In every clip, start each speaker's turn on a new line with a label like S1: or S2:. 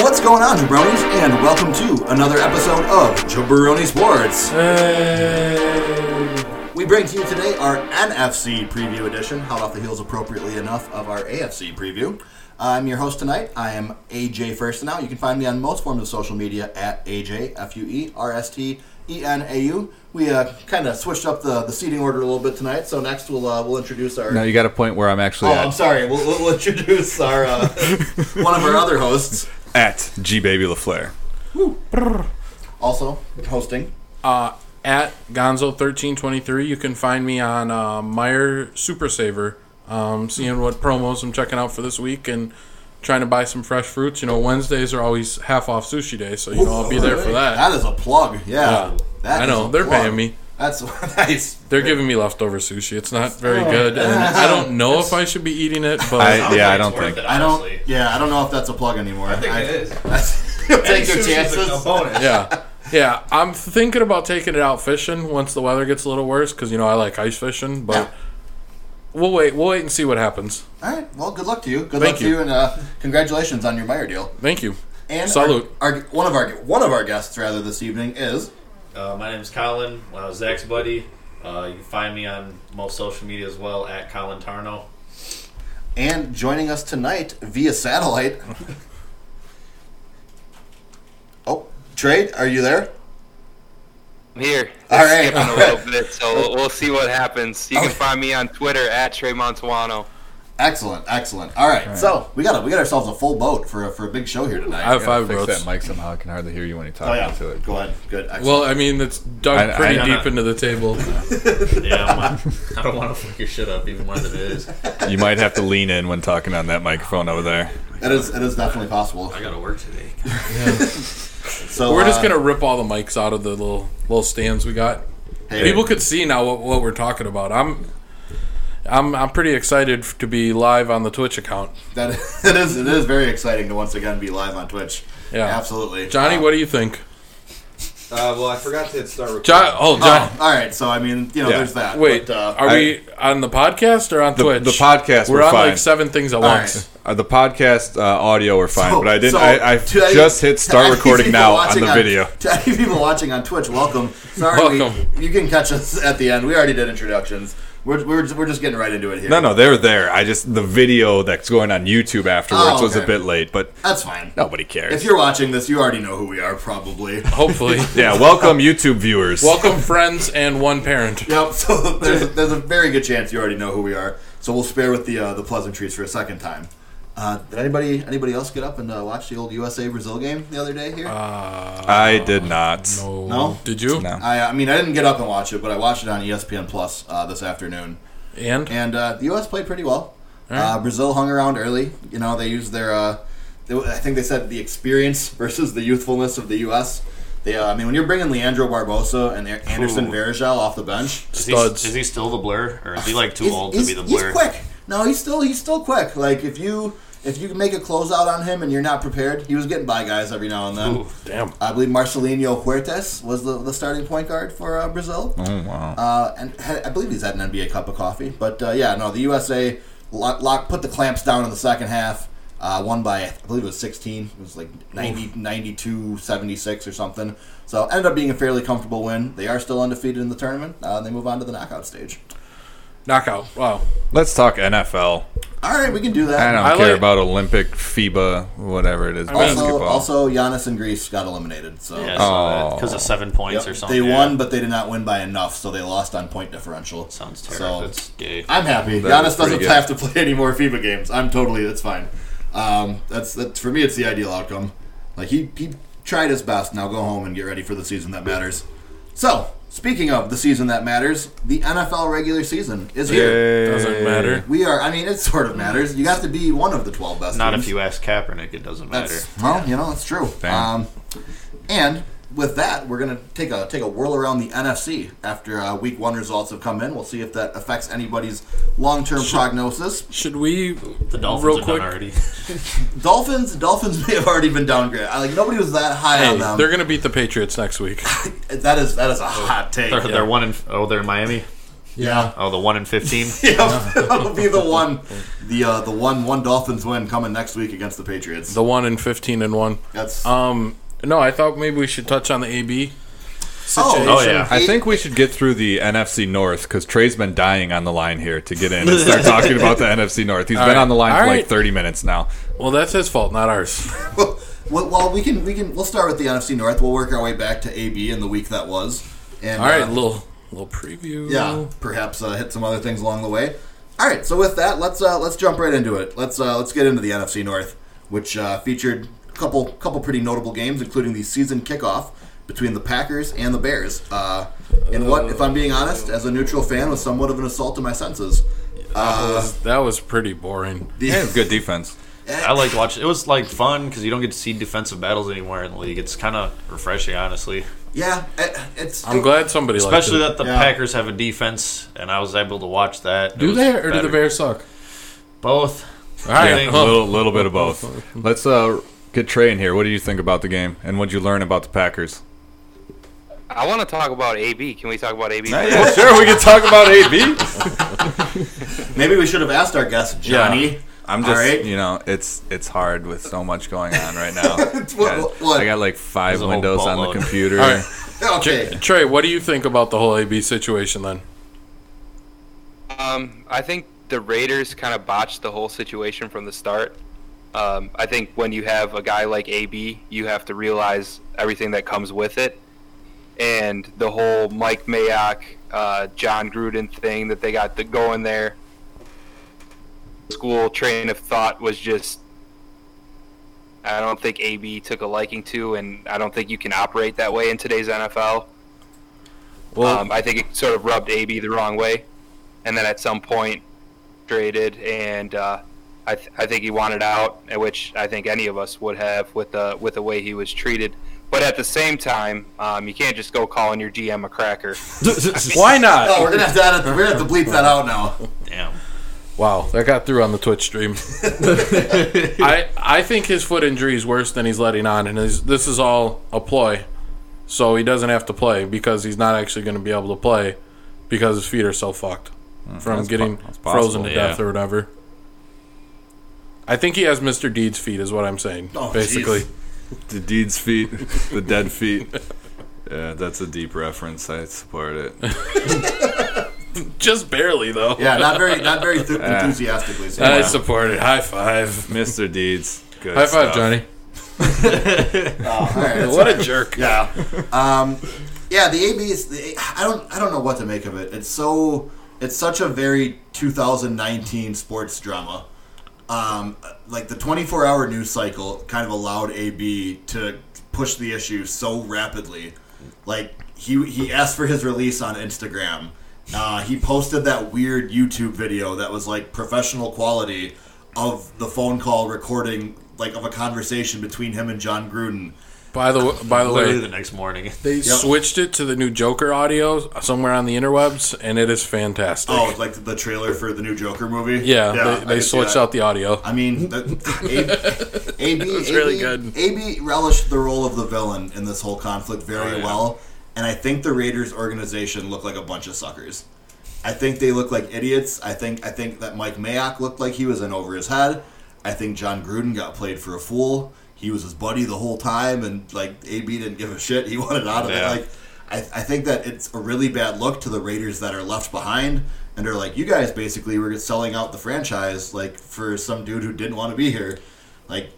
S1: What's going on, jabronis? And welcome to another episode of Jabroni Sports. We bring to you today our NFC preview edition, hot off the heels appropriately enough of our AFC preview. I'm your host tonight. I am AJ Firstenow. You can find me on most forms of social media at AJ, F U E R S T E N A U. We uh, kind of switched up the, the seating order a little bit tonight, so next we'll uh, we'll introduce our.
S2: Now you got a point where I'm actually
S1: Oh,
S2: at.
S1: I'm sorry. We'll, we'll we'll introduce our uh, one of our other hosts,
S2: At G Baby LaFleur.
S1: also hosting.
S3: Uh, at Gonzo1323, you can find me on uh, Meyer Super Saver, um, seeing what promos I'm checking out for this week and trying to buy some fresh fruits. You know, Wednesdays are always half off sushi day, so, you know, Oh, I'll be there for that.
S1: That is a plug. Yeah.
S3: Yeah.
S1: That
S3: I
S1: is
S3: know,
S1: a
S3: they're
S1: plug.
S3: paying me.
S1: That's nice.
S3: They're giving me leftover sushi. It's not very good, and I don't know if I should be eating it, but
S2: I, yeah, I
S4: it's
S2: don't
S4: worth
S2: think.
S4: it,
S1: I
S4: honestly.
S1: don't. Yeah, I don't know if that's a plug anymore. I
S4: think it is.
S1: is. You'll take your
S4: Sushi's
S1: chances.
S4: A, a bonus.
S3: yeah. Yeah, I'm thinking about taking it out fishing once the weather gets a little worse because you know I like ice fishing, but we'll wait. We'll wait and see what happens.
S1: All right. Well, good luck to you. Good
S3: Thank
S1: luck to
S3: you.
S1: you, and uh, congratulations on your Meyer deal.
S3: Thank you.
S1: And
S3: Salute.
S1: Our, our- one of our one of our guests rather this evening is
S4: Uh, my name's Colin. Uh, Zach's buddy. Uh, you can find me on most social media as well at Colin Tarno.
S1: and joining us tonight via satellite. oh, Trade, are you there?
S5: I'm here.
S1: All
S5: It's
S1: right.
S5: Skipping a little bit, so we'll- we'll see what happens. You can find me on Twitter at Trey Montuano.
S1: Excellent, excellent. All right, so we got a, we got ourselves a full boat for a, for a big show here tonight.
S3: I have
S2: Gotta
S3: five
S2: fix
S3: votes.
S2: that mic somehow. I can hardly hear you when you talk
S1: oh yeah,
S2: into it.
S1: go ahead. Good. Excellent.
S3: Well, I mean, it's dug
S2: I- I-
S3: pretty
S2: I'm
S3: deep
S4: not-
S3: into the table.
S4: Yeah, I'm not- I don't want to fuck your shit up even more than it is.
S2: You might have to lean in when talking on that microphone over there.
S1: It is. It is definitely possible.
S4: I gotta work today.
S1: So
S3: We're just
S1: uh,
S3: gonna rip all the mics out of the little little stands we got.
S1: hey,
S3: People could see now what, what we're talking about. I'm, I'm, I'm pretty excited to be live on the Twitch account.
S1: That it is. It is very exciting to once again be live on Twitch.
S3: Yeah.
S1: absolutely.
S3: Johnny,
S1: Uh,
S3: what do you think?
S6: Uh, well, I forgot to hit start recording.
S3: John, oh, John,
S1: Oh, all right. So I mean, you know,
S2: Yeah.
S1: there's that.
S3: wait,
S1: but, uh,
S3: are we on the podcast or on
S2: The,
S3: Twitch?
S2: the podcast
S3: We're
S2: were
S3: on
S2: fine.
S3: like seven things at
S1: right.
S3: once.
S2: Uh, the podcast uh, audio were fine,
S1: so-
S2: but I didn't.
S1: so
S2: I, I
S1: to any-
S2: just hit
S1: to
S2: start
S1: any
S2: recording
S1: people
S2: now on
S1: watching
S2: the video.
S1: To any people watching on Twitch, welcome. Sorry,
S3: Welcome.
S1: We, you can catch us at the end. We already did introductions. We're, we're, we're just getting right into it here.
S2: No, no, they're there. I just the video that's going on YouTube afterwards
S1: Oh,
S2: was a
S1: okay.
S2: bit late, but
S1: that's fine.
S2: nobody cares.
S1: If you're watching this, you already know who we are, probably.
S3: Hopefully,
S2: yeah, welcome YouTube viewers.
S3: welcome friends and one parent.
S1: Yep. So there's a, there's a very good chance you already know who we are. So we'll spare with the uh, the pleasantries for a second time. Uh, did anybody anybody else get up and uh, watch the old USA Brazil game the other day here?
S3: Uh.
S2: I did not.
S3: Oh,
S1: No?
S3: did you?
S2: No.
S1: I, I mean, I didn't get up and watch it, but I watched it on E ESPN Plus uh, this afternoon.
S3: And
S1: And uh, the U.S. played pretty well. Uh, Brazil hung around early. You know, they used their. Uh, they, I think they said the experience versus the youthfulness of the U.S. They, uh, I mean, when you're bringing Leandro Barbosa and A- Anderson
S4: Ooh.
S1: Varejao off the bench,
S4: Is he,
S3: Studs.
S4: is he still the blur, or is he like too
S1: he's,
S4: old
S1: he's-
S4: to be the
S1: he's
S4: blur?
S1: quick. No, he's still he's still quick. Like if you if you make a closeout on him and you're not prepared, he was getting by guys every now and then.
S4: Ooh,
S3: damn,
S1: I believe Marcelino Huertas was the, the starting point guard for uh, Brazil.
S2: Oh, wow.
S1: Uh, and had, I believe he's had an NBA cup of coffee. But uh, yeah, no, the USA lock, lock, put the clamps down in the second half. Uh, won by, I believe it was 16. It was like 90, 92, 76 or something. So ended up being a fairly comfortable win. They are still undefeated in the tournament. Uh, they move on to the knockout stage.
S3: knockout! Wow,
S2: Let's talk NFL.
S1: All right, we can do that.
S2: I don't
S3: I
S2: care
S3: like-
S2: about Olympic, FIBA, whatever it is,
S3: mean-
S1: Also,
S2: basketball.
S1: also, Giannis and Greece got eliminated. So
S4: Yeah,
S2: Oh.
S4: because of seven points
S1: Yep.
S4: or something.
S1: they
S4: Yeah.
S1: won, but they did not win by enough, so they lost on point differential.
S4: Sounds
S1: So-
S4: terrible. That's gay.
S1: I'm happy.
S2: That was
S1: Giannis doesn't
S2: pretty good.
S1: have to play any more FIBA games. I'm totally. That's fine. Um, that's that's for me. It's the ideal outcome. Like he he tried his best. Now go home and get ready for the season that matters. So speaking of the season that matters, the NFL regular season is here.
S2: Yay.
S3: doesn't matter.
S1: We are. I mean, it sort of matters. You have to be one of the twelve best.
S4: Not
S1: teams.
S4: if you ask Kaepernick, it doesn't matter.
S1: That's well, you know, that's true.
S2: Damn.
S1: Um, and with that, we're gonna take a take a whirl around the NFC after uh, Week One results have come in. We'll see if that affects anybody's long term prognosis.
S3: Should we?
S4: The Dolphins
S3: Real
S4: are
S3: quick.
S4: done already.
S1: Dolphins, Dolphins may have already been downgraded. I- Like nobody was that high
S3: Hey,
S1: on them.
S3: they're gonna beat the Patriots next week.
S1: That is that is a hot take.
S4: They're,
S1: yeah.
S4: they're one in. Oh, they're in Miami.
S3: Yeah.
S4: Oh, the one in fifteen.
S1: Yeah, that'll be the one. The uh, the one one Dolphins win coming next week against the Patriots.
S3: The one in 15 and one.
S1: That's
S2: Uh,
S3: Um, no, I thought maybe we should touch on the AB.
S1: oh,
S4: oh yeah.
S2: I think we should get through the NFC North because Trey's been dying on the line here to get in and start talking about the NFC North. He's
S3: All
S2: been
S3: right.
S2: on the line
S3: All
S2: for
S3: right.
S2: like 30 minutes now.
S3: Well, that's his fault, not ours.
S1: well, well, we can we can we'll start with the NFC North. We'll work our way back to AB in the week that was. And
S3: All right,
S1: uh,
S3: little little preview.
S1: yeah, perhaps uh, hit some other things along the way. All right, so with that, let's uh, let's jump right into it. Let's uh, let's get into the NFC North, which uh, featured a couple couple pretty notable games, including the season kickoff between the Packers and the Bears. Uh, and what, if I'm being honest, as a neutral fan, was somewhat of an assault to my senses. Uh,
S3: That was pretty boring.
S1: the-
S2: Yeah, it's good defense.
S4: I like watching. It was like fun because you don't get to see defensive battles anymore in the league. It's kind of refreshing, honestly.
S1: Yeah, it, it's.
S3: I'm glad somebody
S4: Especially
S3: liked
S4: that the
S1: Yeah.
S4: Packers have a defense, and I was able to watch that. It
S3: it. Do
S4: was
S3: they or do
S4: better.
S3: the Bears suck?
S4: Both.
S3: All right,
S4: Yeah.
S2: A
S3: well,
S2: little, little bit of both. Let's uh, get Trey in here. What do you think about the game and what'd you learn about the Packers?
S5: I want to talk about AB. Can we talk about AB? first?
S2: Yeah, sure, we can talk about AB.
S1: Maybe we should have asked our guest Johnny.
S2: I'm
S1: All
S2: just,
S1: right.
S2: you know, it's it's hard with so much going on right now. I, got,
S1: what-
S2: I got like five
S4: There's a whole
S2: windows on the
S4: boatload.
S2: computer.
S3: All right.
S1: Okay.
S3: Trey, what do you think about the whole AB situation then?
S5: Um, I think the Raiders kind of botched the whole situation from the start. Um, I think when you have a guy like AB, you have to realize everything that comes with it, and the whole Mike Mayock, uh, John Gruden thing that they got the, going there. School train of thought was just. I don't think AB took a liking to, and I don't think you can operate that way in today's NFL.
S3: Well,
S5: Um, I think it sort of rubbed AB the wrong way, and then at some point, traded, and uh, I, th- I think he wanted out, and which I think any of us would have with the with the way he was treated. But at the same time, um, you can't just go calling your GM a cracker.
S3: why
S1: Oh,
S3: not?
S1: we're gonna have to add it- we're gonna have to bleep that out now.
S4: Damn.
S3: Wow, that got through on the Twitch stream. I I think his foot injury is worse than he's letting on, and his, this is all a ploy, so he doesn't have to play because he's not actually going to be able to play because his feet are so fucked from
S2: that's
S3: getting
S2: po- that's possible,
S3: frozen to
S4: yeah.
S3: death or whatever. I think he has Mr. Deed's feet, is what I'm saying.
S1: Oh,
S3: basically,
S1: jeez.
S2: The deed's feet, the dead feet. Yeah, that's a deep reference. I support it.
S3: just barely though.
S1: Yeah, not very, not very th- enthusiastically. So
S3: I support it. High five.
S2: Mr. Deeds. Good
S3: High five,
S2: stuff.
S3: Johnny.
S1: all right.
S3: What a jerk.
S1: Yeah. Um, yeah. The AB is. The, I don't. I don't know what to make of it. It's so. It's such a very 2019 sports drama. Um, like the 24-hour news cycle kind of allowed AB to push the issue so rapidly. Like he he asked for his release on Instagram. Uh, he posted that weird YouTube video that was like professional quality of the phone call recording, like of a conversation between him and John Gruden.
S3: By the w- by the
S4: Literally
S3: way,
S4: the next morning.
S3: They switched it to the new Joker audio somewhere on the interwebs, and it is fantastic.
S1: Oh, it's like the trailer for the new Joker movie.
S3: yeah,
S1: I
S3: they,
S1: can
S3: they
S1: see
S3: switched
S1: that.
S3: out the audio.
S1: I mean, the, AB, AB,
S3: was really
S1: AB
S3: good.
S1: AB relished the role of the villain in this whole conflict very
S4: Oh, yeah.
S1: well, and I think the Raiders organization looked like a bunch of suckers. I think they look like idiots. I think I think that Mike Mayock looked like he was in over his head. I think John Gruden got played for a fool. He was his buddy the whole time, and like AB didn't give a shit. He wanted out of
S4: Yeah.
S1: it. Like I, I think that it's a really bad look to the Raiders that are left behind and are like, you guys basically were selling out the franchise like for some dude who didn't want to be here. Like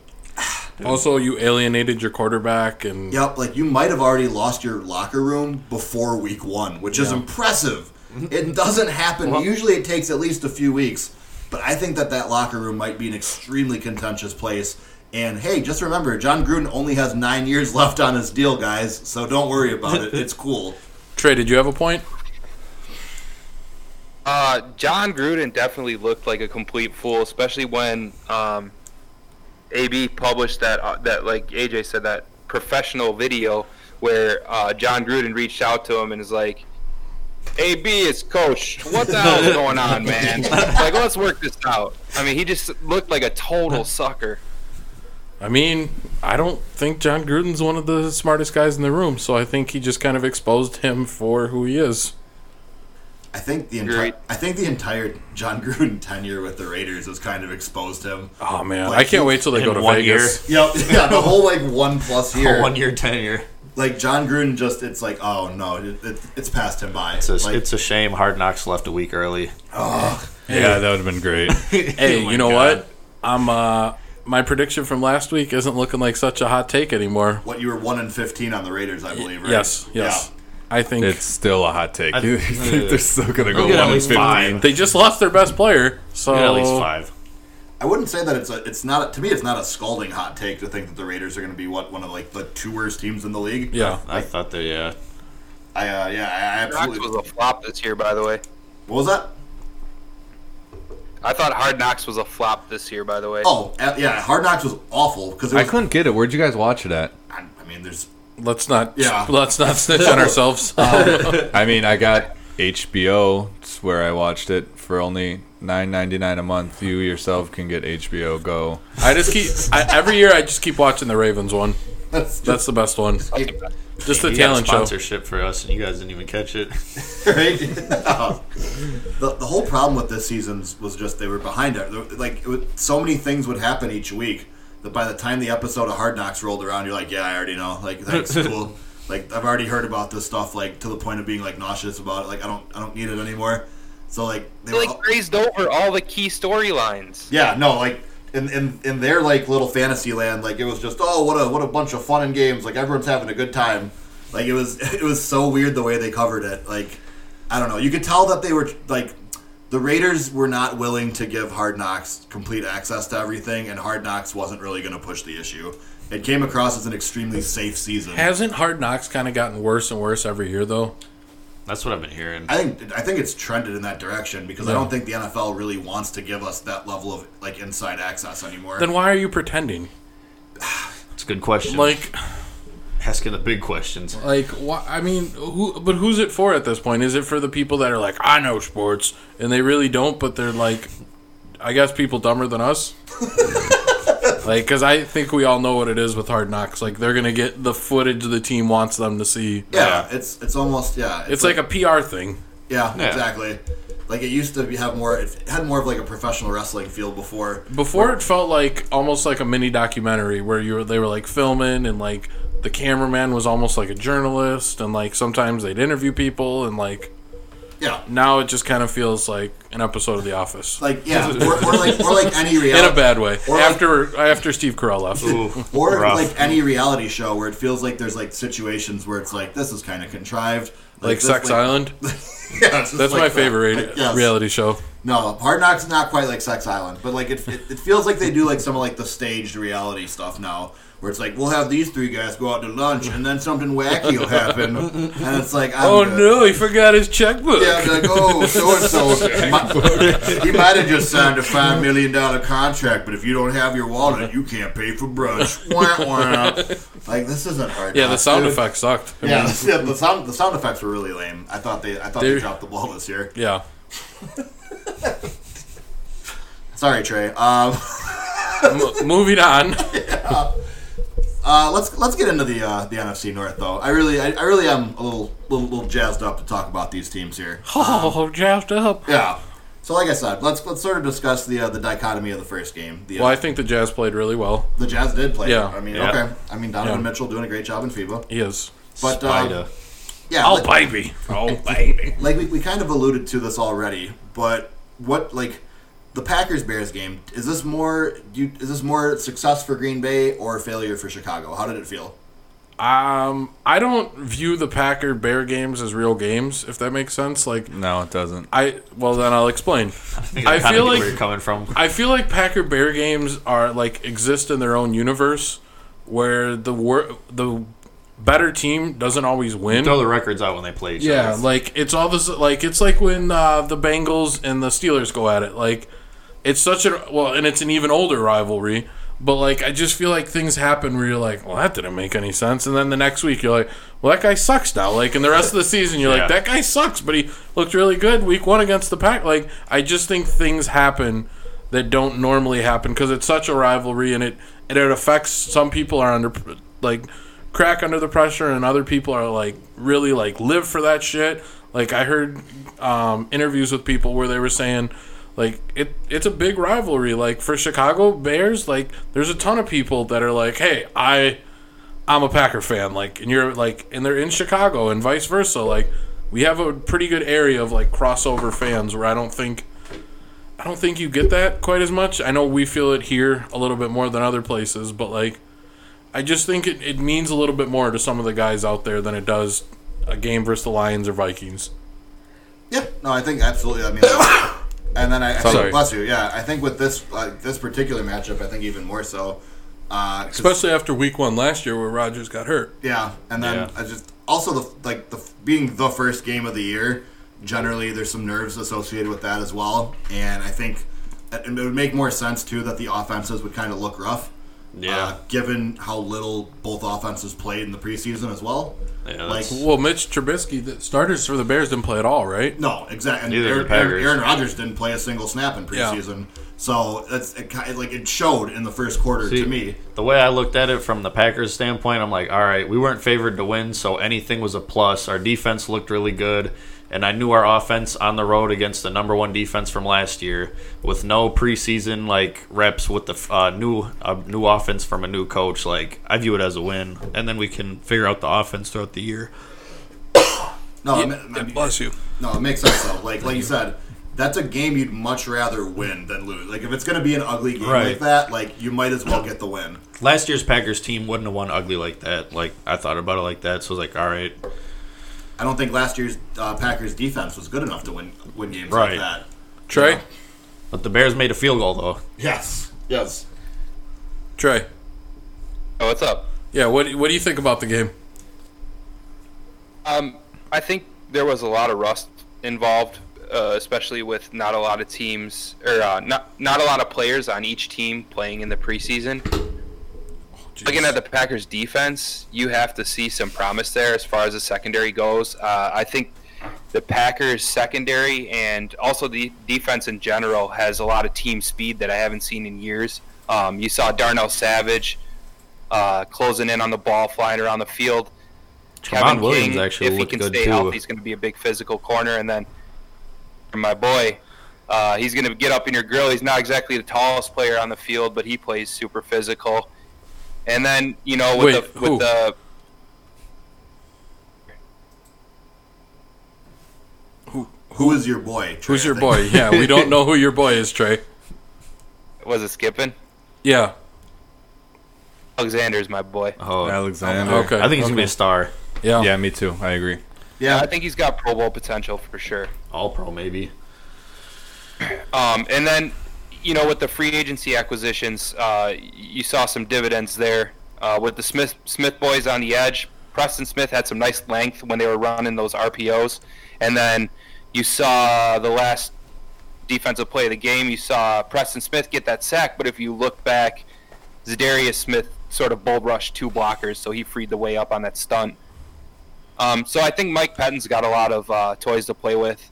S3: Also, you alienated your quarterback, and
S1: Yep, like you might have already lost your locker room before week one, which is impressive. It doesn't happen. Usually it takes at least a few weeks, but I think that that locker room might be an extremely contentious place. And hey, just remember, John Gruden only has nine years left on his deal, guys, so don't worry about it. It's cool.
S3: Trey, did you have a point?
S5: Uh, John Gruden definitely looked like a complete fool, especially when um, AB published that uh, that like AJ said that professional video where uh, John Gruden reached out to him and is like, "AB is coach. What the hell is going on, man? Like, let's work this out." I mean, he just looked like a total sucker.
S3: I mean, I don't think John Gruden's one of the smartest guys in the room, so I think he just kind of exposed him for who he is.
S1: I think the
S5: Great.
S1: entire I think the entire John Gruden tenure with the Raiders has kind of exposed him.
S3: Oh man,
S1: Like,
S3: I can't wait till they
S7: in
S3: go to
S7: one
S3: Vegas.
S1: Yep, yeah, the whole like one plus year,
S7: One year tenure.
S1: like John Gruden just it's like oh no, it, it, it's passed him by.
S7: It's a,
S1: like,
S7: it's a shame Hard Knocks left a week early.
S2: Yeah, that would have been great.
S3: Hey,
S7: Oh my
S3: you know
S7: God.
S3: what? I'm uh my prediction from last week isn't looking like such a hot take anymore.
S1: what you were one and fifteen on the Raiders, I believe. Right?
S3: Yes, yes.
S1: Yeah.
S3: I think
S2: It's still a hot take.
S7: I-
S2: You think they're still gonna go
S7: We'll get at
S2: one and
S7: least
S2: fifteen?
S7: five.
S3: they just lost their best player, so
S7: Get at least five.
S1: I wouldn't say that it's a it's not to me it's not a scalding hot take to think that the Raiders are going to be what one of like the two worst teams in the league.
S3: Yeah,
S7: I thought they, uh, yeah.
S1: I uh, yeah I, I
S5: Knox
S1: absolutely.
S5: was a flop this year, by the way.
S1: What was that?
S5: I thought Hard Knocks was a flop this year, by the way.
S1: Oh uh, yeah, Hard Knocks was awful because it
S2: I
S1: was.
S2: couldn't get it. Where'd you guys watch it at?
S1: I, I mean, there's
S3: let's not
S1: Yeah.
S3: let's not snitch on ourselves.
S7: Uh,
S2: I mean, I got HBO. It's where I watched it for only nine ninety nine a month. You yourself can get HBO Go.
S3: I just keep I, every year I just keep watching the Ravens one.
S1: that's just
S3: That's the best one. Just the
S7: You got a
S3: talent show.
S7: sponsorship for us, and you guys didn't even catch it.
S1: right. the, the whole problem with this season's was just they were behind it. There- Like it was, so many things would happen each week that by the time the episode of Hard Knocks rolled around, you're like, yeah, I already know. Like that's cool. Like I've already heard about this stuff. Like to the point of being like nauseous about it. Like I don't I don't need it anymore. So like they
S5: They
S1: were
S5: like
S1: all-
S5: grazed over all the key storylines.
S1: Yeah, no, like in, in in their like little fantasy land, like it was just oh what a what a bunch of fun and games, like everyone's having a good time. Like it was it was so weird the way they covered it. Like I don't know, you could tell that they were like the Raiders were not willing to give Hard Knocks complete access to everything, and Hard Knocks wasn't really going to push the issue. It came across as an extremely safe season.
S3: Hasn't Hard Knocks kind of gotten worse and worse every year though?
S7: That's what I've been hearing.
S1: I think I think it's trended in that direction because I don't think the NFL really wants to give us that level of like inside access anymore.
S3: Then why are you pretending?
S7: It's a good question.
S3: Like
S7: asking the big questions.
S3: Like, wh- I mean, who? But who's it for at this point? Is it for the people that are like, I know sports, and they really don't, but they're like, I guess people dumber than us. like, because I think we all know what it is with Hard Knocks. Like, they're gonna get the footage the team wants them to see.
S1: yeah, it's it's almost yeah.
S3: It's like a PR thing.
S1: Yeah,
S7: Yeah.
S1: exactly. Like it used to be, have more. It had more of like a professional wrestling feel before.
S3: Before it felt like almost like a mini documentary where you were, they were like filming and like the cameraman was almost like a journalist and like sometimes they'd interview people and like
S1: Yeah,
S3: now it just kind of feels like an episode of The Office.
S1: like yeah, or, or like or like any
S3: in
S1: reality
S3: a bad way.
S1: Or like-
S3: after after Steve Carell left,
S1: or
S7: Rough.
S1: like any reality show where it feels like there's like situations where it's like this is kind of contrived.
S3: like
S1: this,
S3: Sex Island.
S1: Yeah, it's just
S3: That's
S1: like
S3: my
S1: that.
S3: favorite
S1: Like, yes.
S3: reality show.
S1: No, Hard Knocks is not quite like Sex Island, but like it, it, it feels like they do like some of like the staged reality stuff now, where it's like we'll have these three guys go out to lunch and then something wacky will happen, and it's like I'm
S3: Oh
S1: good.
S3: no, he forgot his checkbook.
S1: Yeah, I'd be like, oh, so and so. He might have just signed a $5 million contract, but if you don't have your wallet, you can't pay for brunch. Wah, wah. Like, this isn't hard.
S3: Yeah, the
S1: knocks,
S3: sound
S1: dude.
S3: effects sucked. I
S1: Yeah,
S3: mean,
S1: the, yeah, the sound the sound effects were really lame. I thought they I thought they
S3: They're-
S1: dropped the ball this year.
S3: yeah.
S1: Sorry, Trey. Um,
S3: M- moving on.
S1: uh, let's let's get into the uh, the NFC North though. I really I, I really am a little, little little jazzed up to talk about these teams here.
S3: Oh, jazzed up.
S1: Yeah. So like I said, let's let's sort of discuss the uh, the dichotomy of the first game. The, uh,
S3: Well, I think the Jazz played really well.
S1: The Jazz did play.
S3: Yeah.
S1: I mean,
S7: Yeah.
S1: okay. I mean, Donovan
S3: Yeah.
S1: Mitchell doing a great job in FIBA.
S3: He is.
S1: But, uh,
S7: Spida.
S1: yeah,
S3: Oh
S1: like,
S3: baby, oh baby.
S1: like, we, we kind of alluded to this already, but what, like, the Packers Bears game, is this more do you, is this more success for Green Bay or failure for Chicago? How did it feel?
S3: Um, I don't view the Packer Bear games as real games, if that makes sense. Like,
S2: No, it doesn't.
S3: I well then I'll explain.
S7: think I,
S3: I
S7: kind
S3: feel
S7: of get
S3: like-
S7: where you're coming from.
S3: I feel like Packer Bear games are like exist in their own universe where the wor- the better team doesn't always win.
S7: Throw the records out when they play each
S3: Yeah,
S7: other.
S3: like it's all this like it's like when uh, the Bengals and the Steelers go at it. Like it's such a well, and it's an even older rivalry. But like I just feel like things happen where you're like, well, that didn't make any sense, and then the next week you're like, well, that guy sucks now. Like in the rest of the season, you're
S7: Yeah.
S3: like, that guy sucks, but he looked really good week one against the Pack. Like I just think things happen that don't normally happen because it's such a rivalry, and it and it affects some people are under like crack under the pressure and other people are like really like live for that shit Like I heard um, interviews with people where they were saying like it it's a big rivalry. Like for Chicago Bears, like there's a ton of people that are like, hey, I I'm a Packer fan, like, and you're like, and they're in Chicago, and vice versa. Like, we have a pretty good area of like crossover fans where I don't think, I don't think you get that quite as much. I know we feel it here a little bit more than other places, but like, I just think it, it means a little bit more to some of the guys out there than it does a game versus the Lions or Vikings.
S1: Yeah, no, I think absolutely. I mean, and then I, I think,
S2: Sorry.
S1: bless you. Yeah, I think with this uh, this particular matchup, I think even more so. Uh, 'cause-
S3: Especially after Week One last year where Rodgers got hurt.
S1: yeah, and then
S7: Yeah.
S1: I just also the like the being the first game of the year. Generally, there's some nerves associated with that as well, and I think it it would make more sense too that the offenses would kind of look rough.
S7: Yeah.
S1: uh, given how little both offenses played in the preseason as well.
S7: Yeah,
S1: like
S7: that's-
S3: Well, Mitch Trubisky, the starters for the Bears didn't play at all, right?
S1: No, exactly.
S7: Neither
S1: Aaron,
S7: did the Packers.
S1: Aaron- Aaron Rodgers didn't play a single snap in
S3: Yeah.
S1: preseason, so that's it, ki- like it showed in the first quarter
S7: See,
S1: to me.
S7: The way I looked at it from the Packers standpoint, I'm like, all right, we weren't favored to win, so anything was a plus. Our defense looked really good, and I knew our offense on the road against the number one defense from last year, with no preseason like reps with the uh, new uh, new offense from a new coach. Like I view it as a win, and then we can figure out the offense throughout the year.
S1: No, I mean- I mean-
S3: Bless you.
S1: no, it makes sense though. Like like you said, that's a game you'd much rather win than lose. Like if it's gonna be an ugly game like
S7: Right.
S1: that, like you might as well get the win.
S7: Last year's Packers team wouldn't have won ugly like that. Like I thought about it like that, so I was like, all right,
S1: I don't think last year's uh, Packers defense was good enough to win win games
S7: Right.
S1: like that.
S3: Trey,
S7: but the Bears made a field goal though.
S1: Yes, yes.
S3: Trey.
S5: Oh, what's up?
S3: Yeah, what what do you think about the game?
S5: Um, I think there was a lot of rust involved, uh, especially with not a lot of teams or uh, not not a lot of players on each team playing in the preseason. Looking at the Packers' defense, you have to see some promise there as far as the secondary goes. Uh, I think the Packers' secondary and also the defense in general has a lot of team speed that I haven't seen in years. Um, you saw Darnell Savage uh, closing in on the ball, flying around the field.
S7: Tremont Williams actually
S5: if he
S7: looked
S5: can
S7: good,
S5: stay
S7: too.
S5: healthy, he's going to be a big physical corner. And then for my boy, uh, he's going to get up in your grill. He's not exactly the tallest player on the field, but he plays super physical. And then you know with
S3: Wait,
S5: the with
S3: who?
S5: the
S1: Who is your boy? Trey,
S3: Who's your
S1: I think?
S3: boy? Yeah, we don't know who your boy is, Trey.
S5: was it skipping?
S3: Yeah.
S5: Alexander's my boy.
S7: Oh,
S2: Alexander.
S3: Okay.
S7: I think he's
S3: okay.
S7: gonna be a star,
S3: Yeah.
S2: Yeah, me too. I agree.
S1: Yeah,
S5: I think he's got Pro Bowl potential for sure.
S7: All Pro maybe.
S5: Um, and then, you know, with the free agency acquisitions, uh, y- you saw some dividends there uh, with the Smith Smith boys on the edge. Preston Smith had some nice length when they were running those RPOs, and then you saw the last defensive play of the game. You saw Preston Smith get that sack, but if you look back, Zadarius Smith sort of bull rushed two blockers, so he freed the way up on that stunt. Um, so I think Mike Pettin's got a lot of uh, toys to play with.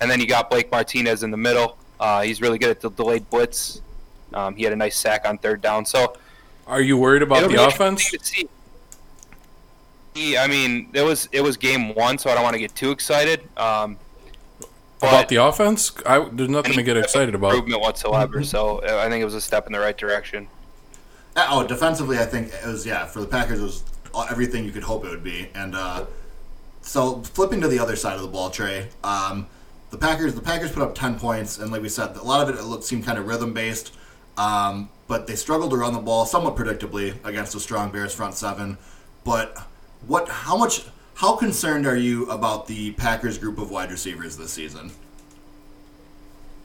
S5: And then you got Blake Martinez in the middle. Uh, he's really good at the delayed blitz. Um, he had a nice sack on third down. So
S3: Are you worried about
S5: it'll be
S3: the offense?
S5: interesting to see. He- I mean, it was it was game one, so I don't want to get too excited. Um,
S3: About
S5: but-
S3: the offense? I, there's nothing to get excited about.
S5: improvement whatsoever. So uh, I think it was a step in the right direction.
S1: Uh, Oh, defensively, I think it was yeah for the Packers it was all- everything you could hope it would be. And uh, so flipping to the other side of the ball, Trey, um, the Packers the Packers put up ten points, and like we said, a lot of it, it looked seemed kind of rhythm based, um, but they struggled to run the ball somewhat predictably against a strong Bears front seven. But what? How much? How concerned are you about the Packers group of wide receivers this season?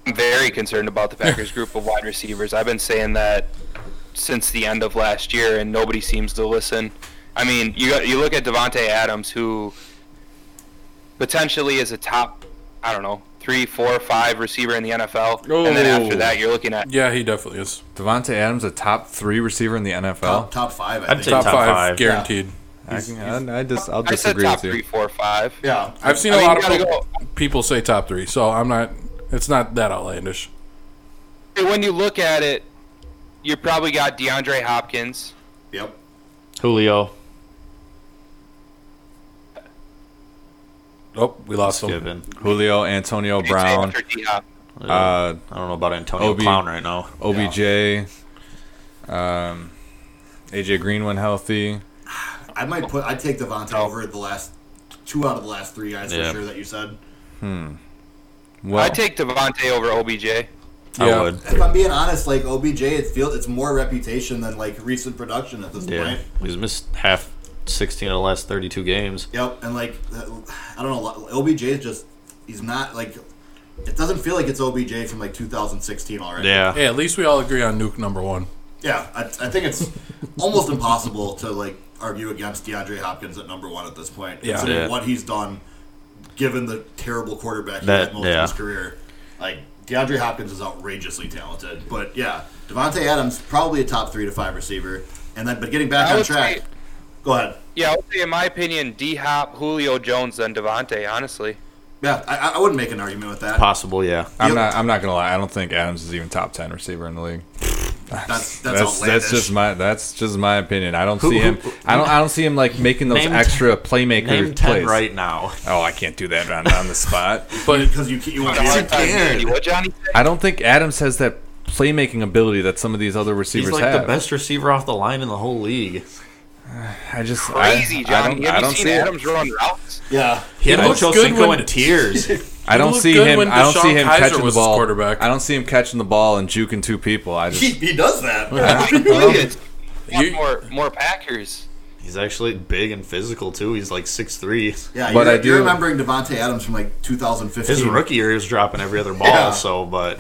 S5: I'm very concerned about the Packers group of wide receivers. I've been saying that since the end of last year, and nobody seems to listen. I mean, you got, you look at Devonte Adams, who potentially is a top, I don't know, three, four, five receiver in the NFL, and then after
S2: Oh.
S5: that, you're looking at
S3: Yeah, he definitely is.
S2: Devonte Adams, a top three receiver in the
S1: Top,
S2: NFL.
S1: top five, I
S7: I'd
S1: think.
S7: say
S3: Top,
S7: Top
S3: five,
S7: five,
S3: guaranteed.
S2: I, can, I, I just, I'll
S5: I said
S2: disagree
S5: top
S2: with
S5: three,
S2: you.
S5: four, five.
S1: yeah,
S3: I've seen a
S5: I mean,
S3: lot
S5: you
S3: of
S5: gotta
S3: people,
S5: go.
S3: people say top three, so I'm not. It's not that outlandish.
S5: When you look at it, you probably got DeAndre Hopkins,
S1: yep.
S7: Julio.
S3: Oh, we lost him.
S7: Given.
S2: Julio, Antonio Brown,
S5: After D-Hop.
S2: uh,
S7: I don't know about Antonio
S2: OB.
S7: Clown right now.
S2: OBJ, um, AJ Green when healthy.
S1: I might put. I'd take Devonta over the last two out of the last three guys
S7: Oh. Yeah.
S1: for sure that you said.
S2: Well,
S5: I'd take Devontae over OBJ.
S3: Yeah.
S7: I would.
S1: If I'm being honest, like OBJ, it feels it's more reputation than like recent production at this
S7: Yeah.
S1: point.
S7: He's missed half 16 of the last 32 games.
S1: Yep, and like uh, I don't know, OBJ is just he's not like it doesn't feel like it's OBJ from like 2016 already.
S7: Yeah.
S3: Hey, at least we all agree on Nuke number one.
S1: yeah, I, I think it's almost impossible to like argue against DeAndre Hopkins at number one at this point,
S3: Yeah.
S1: considering
S7: Yeah.
S1: what he's done, given the terrible quarterback he
S7: That-
S1: had most
S7: yeah.
S1: of his career. Like DeAndre Hopkins is outrageously talented, but yeah, Devonte Adams probably a top three to five receiver, and then but getting back
S5: I
S1: on
S5: would
S1: track.
S5: say-
S1: go ahead.
S5: Yeah, I would say in my opinion, D Hop, Julio Jones, then Devontae. Honestly,
S1: Yeah, I, I- I wouldn't make an argument with that.
S7: Possible, yeah.
S2: I'm
S1: Yep.
S2: not. I'm not gonna lie. I don't think Adams is even top ten receiver in the league.
S1: That's that's,
S2: That's
S1: outlandish.
S2: that's just my that's just my opinion. I don't
S7: Who-
S2: see him.
S7: who-
S2: I don't. I don't see him like making those
S7: Name ten-
S2: extra playmaker
S7: Name 10
S2: plays.
S7: right now.
S2: Oh, I can't do that on, on the spot.
S3: But
S1: because you you want to
S5: Had a hard time
S1: be
S5: hearing you. What Johnny said?
S2: I don't think Adams has that playmaking ability that some of these other receivers
S7: He's like
S2: have.
S7: the best receiver off the line in the whole league.
S2: I just
S5: Crazy,
S2: I, I
S5: Johnny.
S2: don't,
S5: Have
S2: I
S5: you
S2: don't
S5: seen
S2: see it.
S5: Adams run routes?
S1: yeah.
S7: He had
S2: He
S3: looked good
S7: Ochocinco
S3: when-
S7: in tears.
S2: I don't
S3: looked
S2: see
S3: good
S2: him.
S3: when
S2: I don't see
S3: Deshaun
S2: him
S3: Kaiser
S2: catching the
S3: was his
S2: ball.
S3: quarterback.
S2: I don't see him catching the ball and juking two people. I
S1: He,
S2: just
S1: he does that.
S5: He really is.
S3: You-
S5: more more Packers.
S7: He's actually big and physical, too. He's like 6'3.
S1: Yeah,
S2: But
S1: you're,
S2: I do-
S1: you're remembering Devonte Adams from like 2015.
S7: His rookie year, he was dropping every other ball,
S1: Yeah.
S7: so, but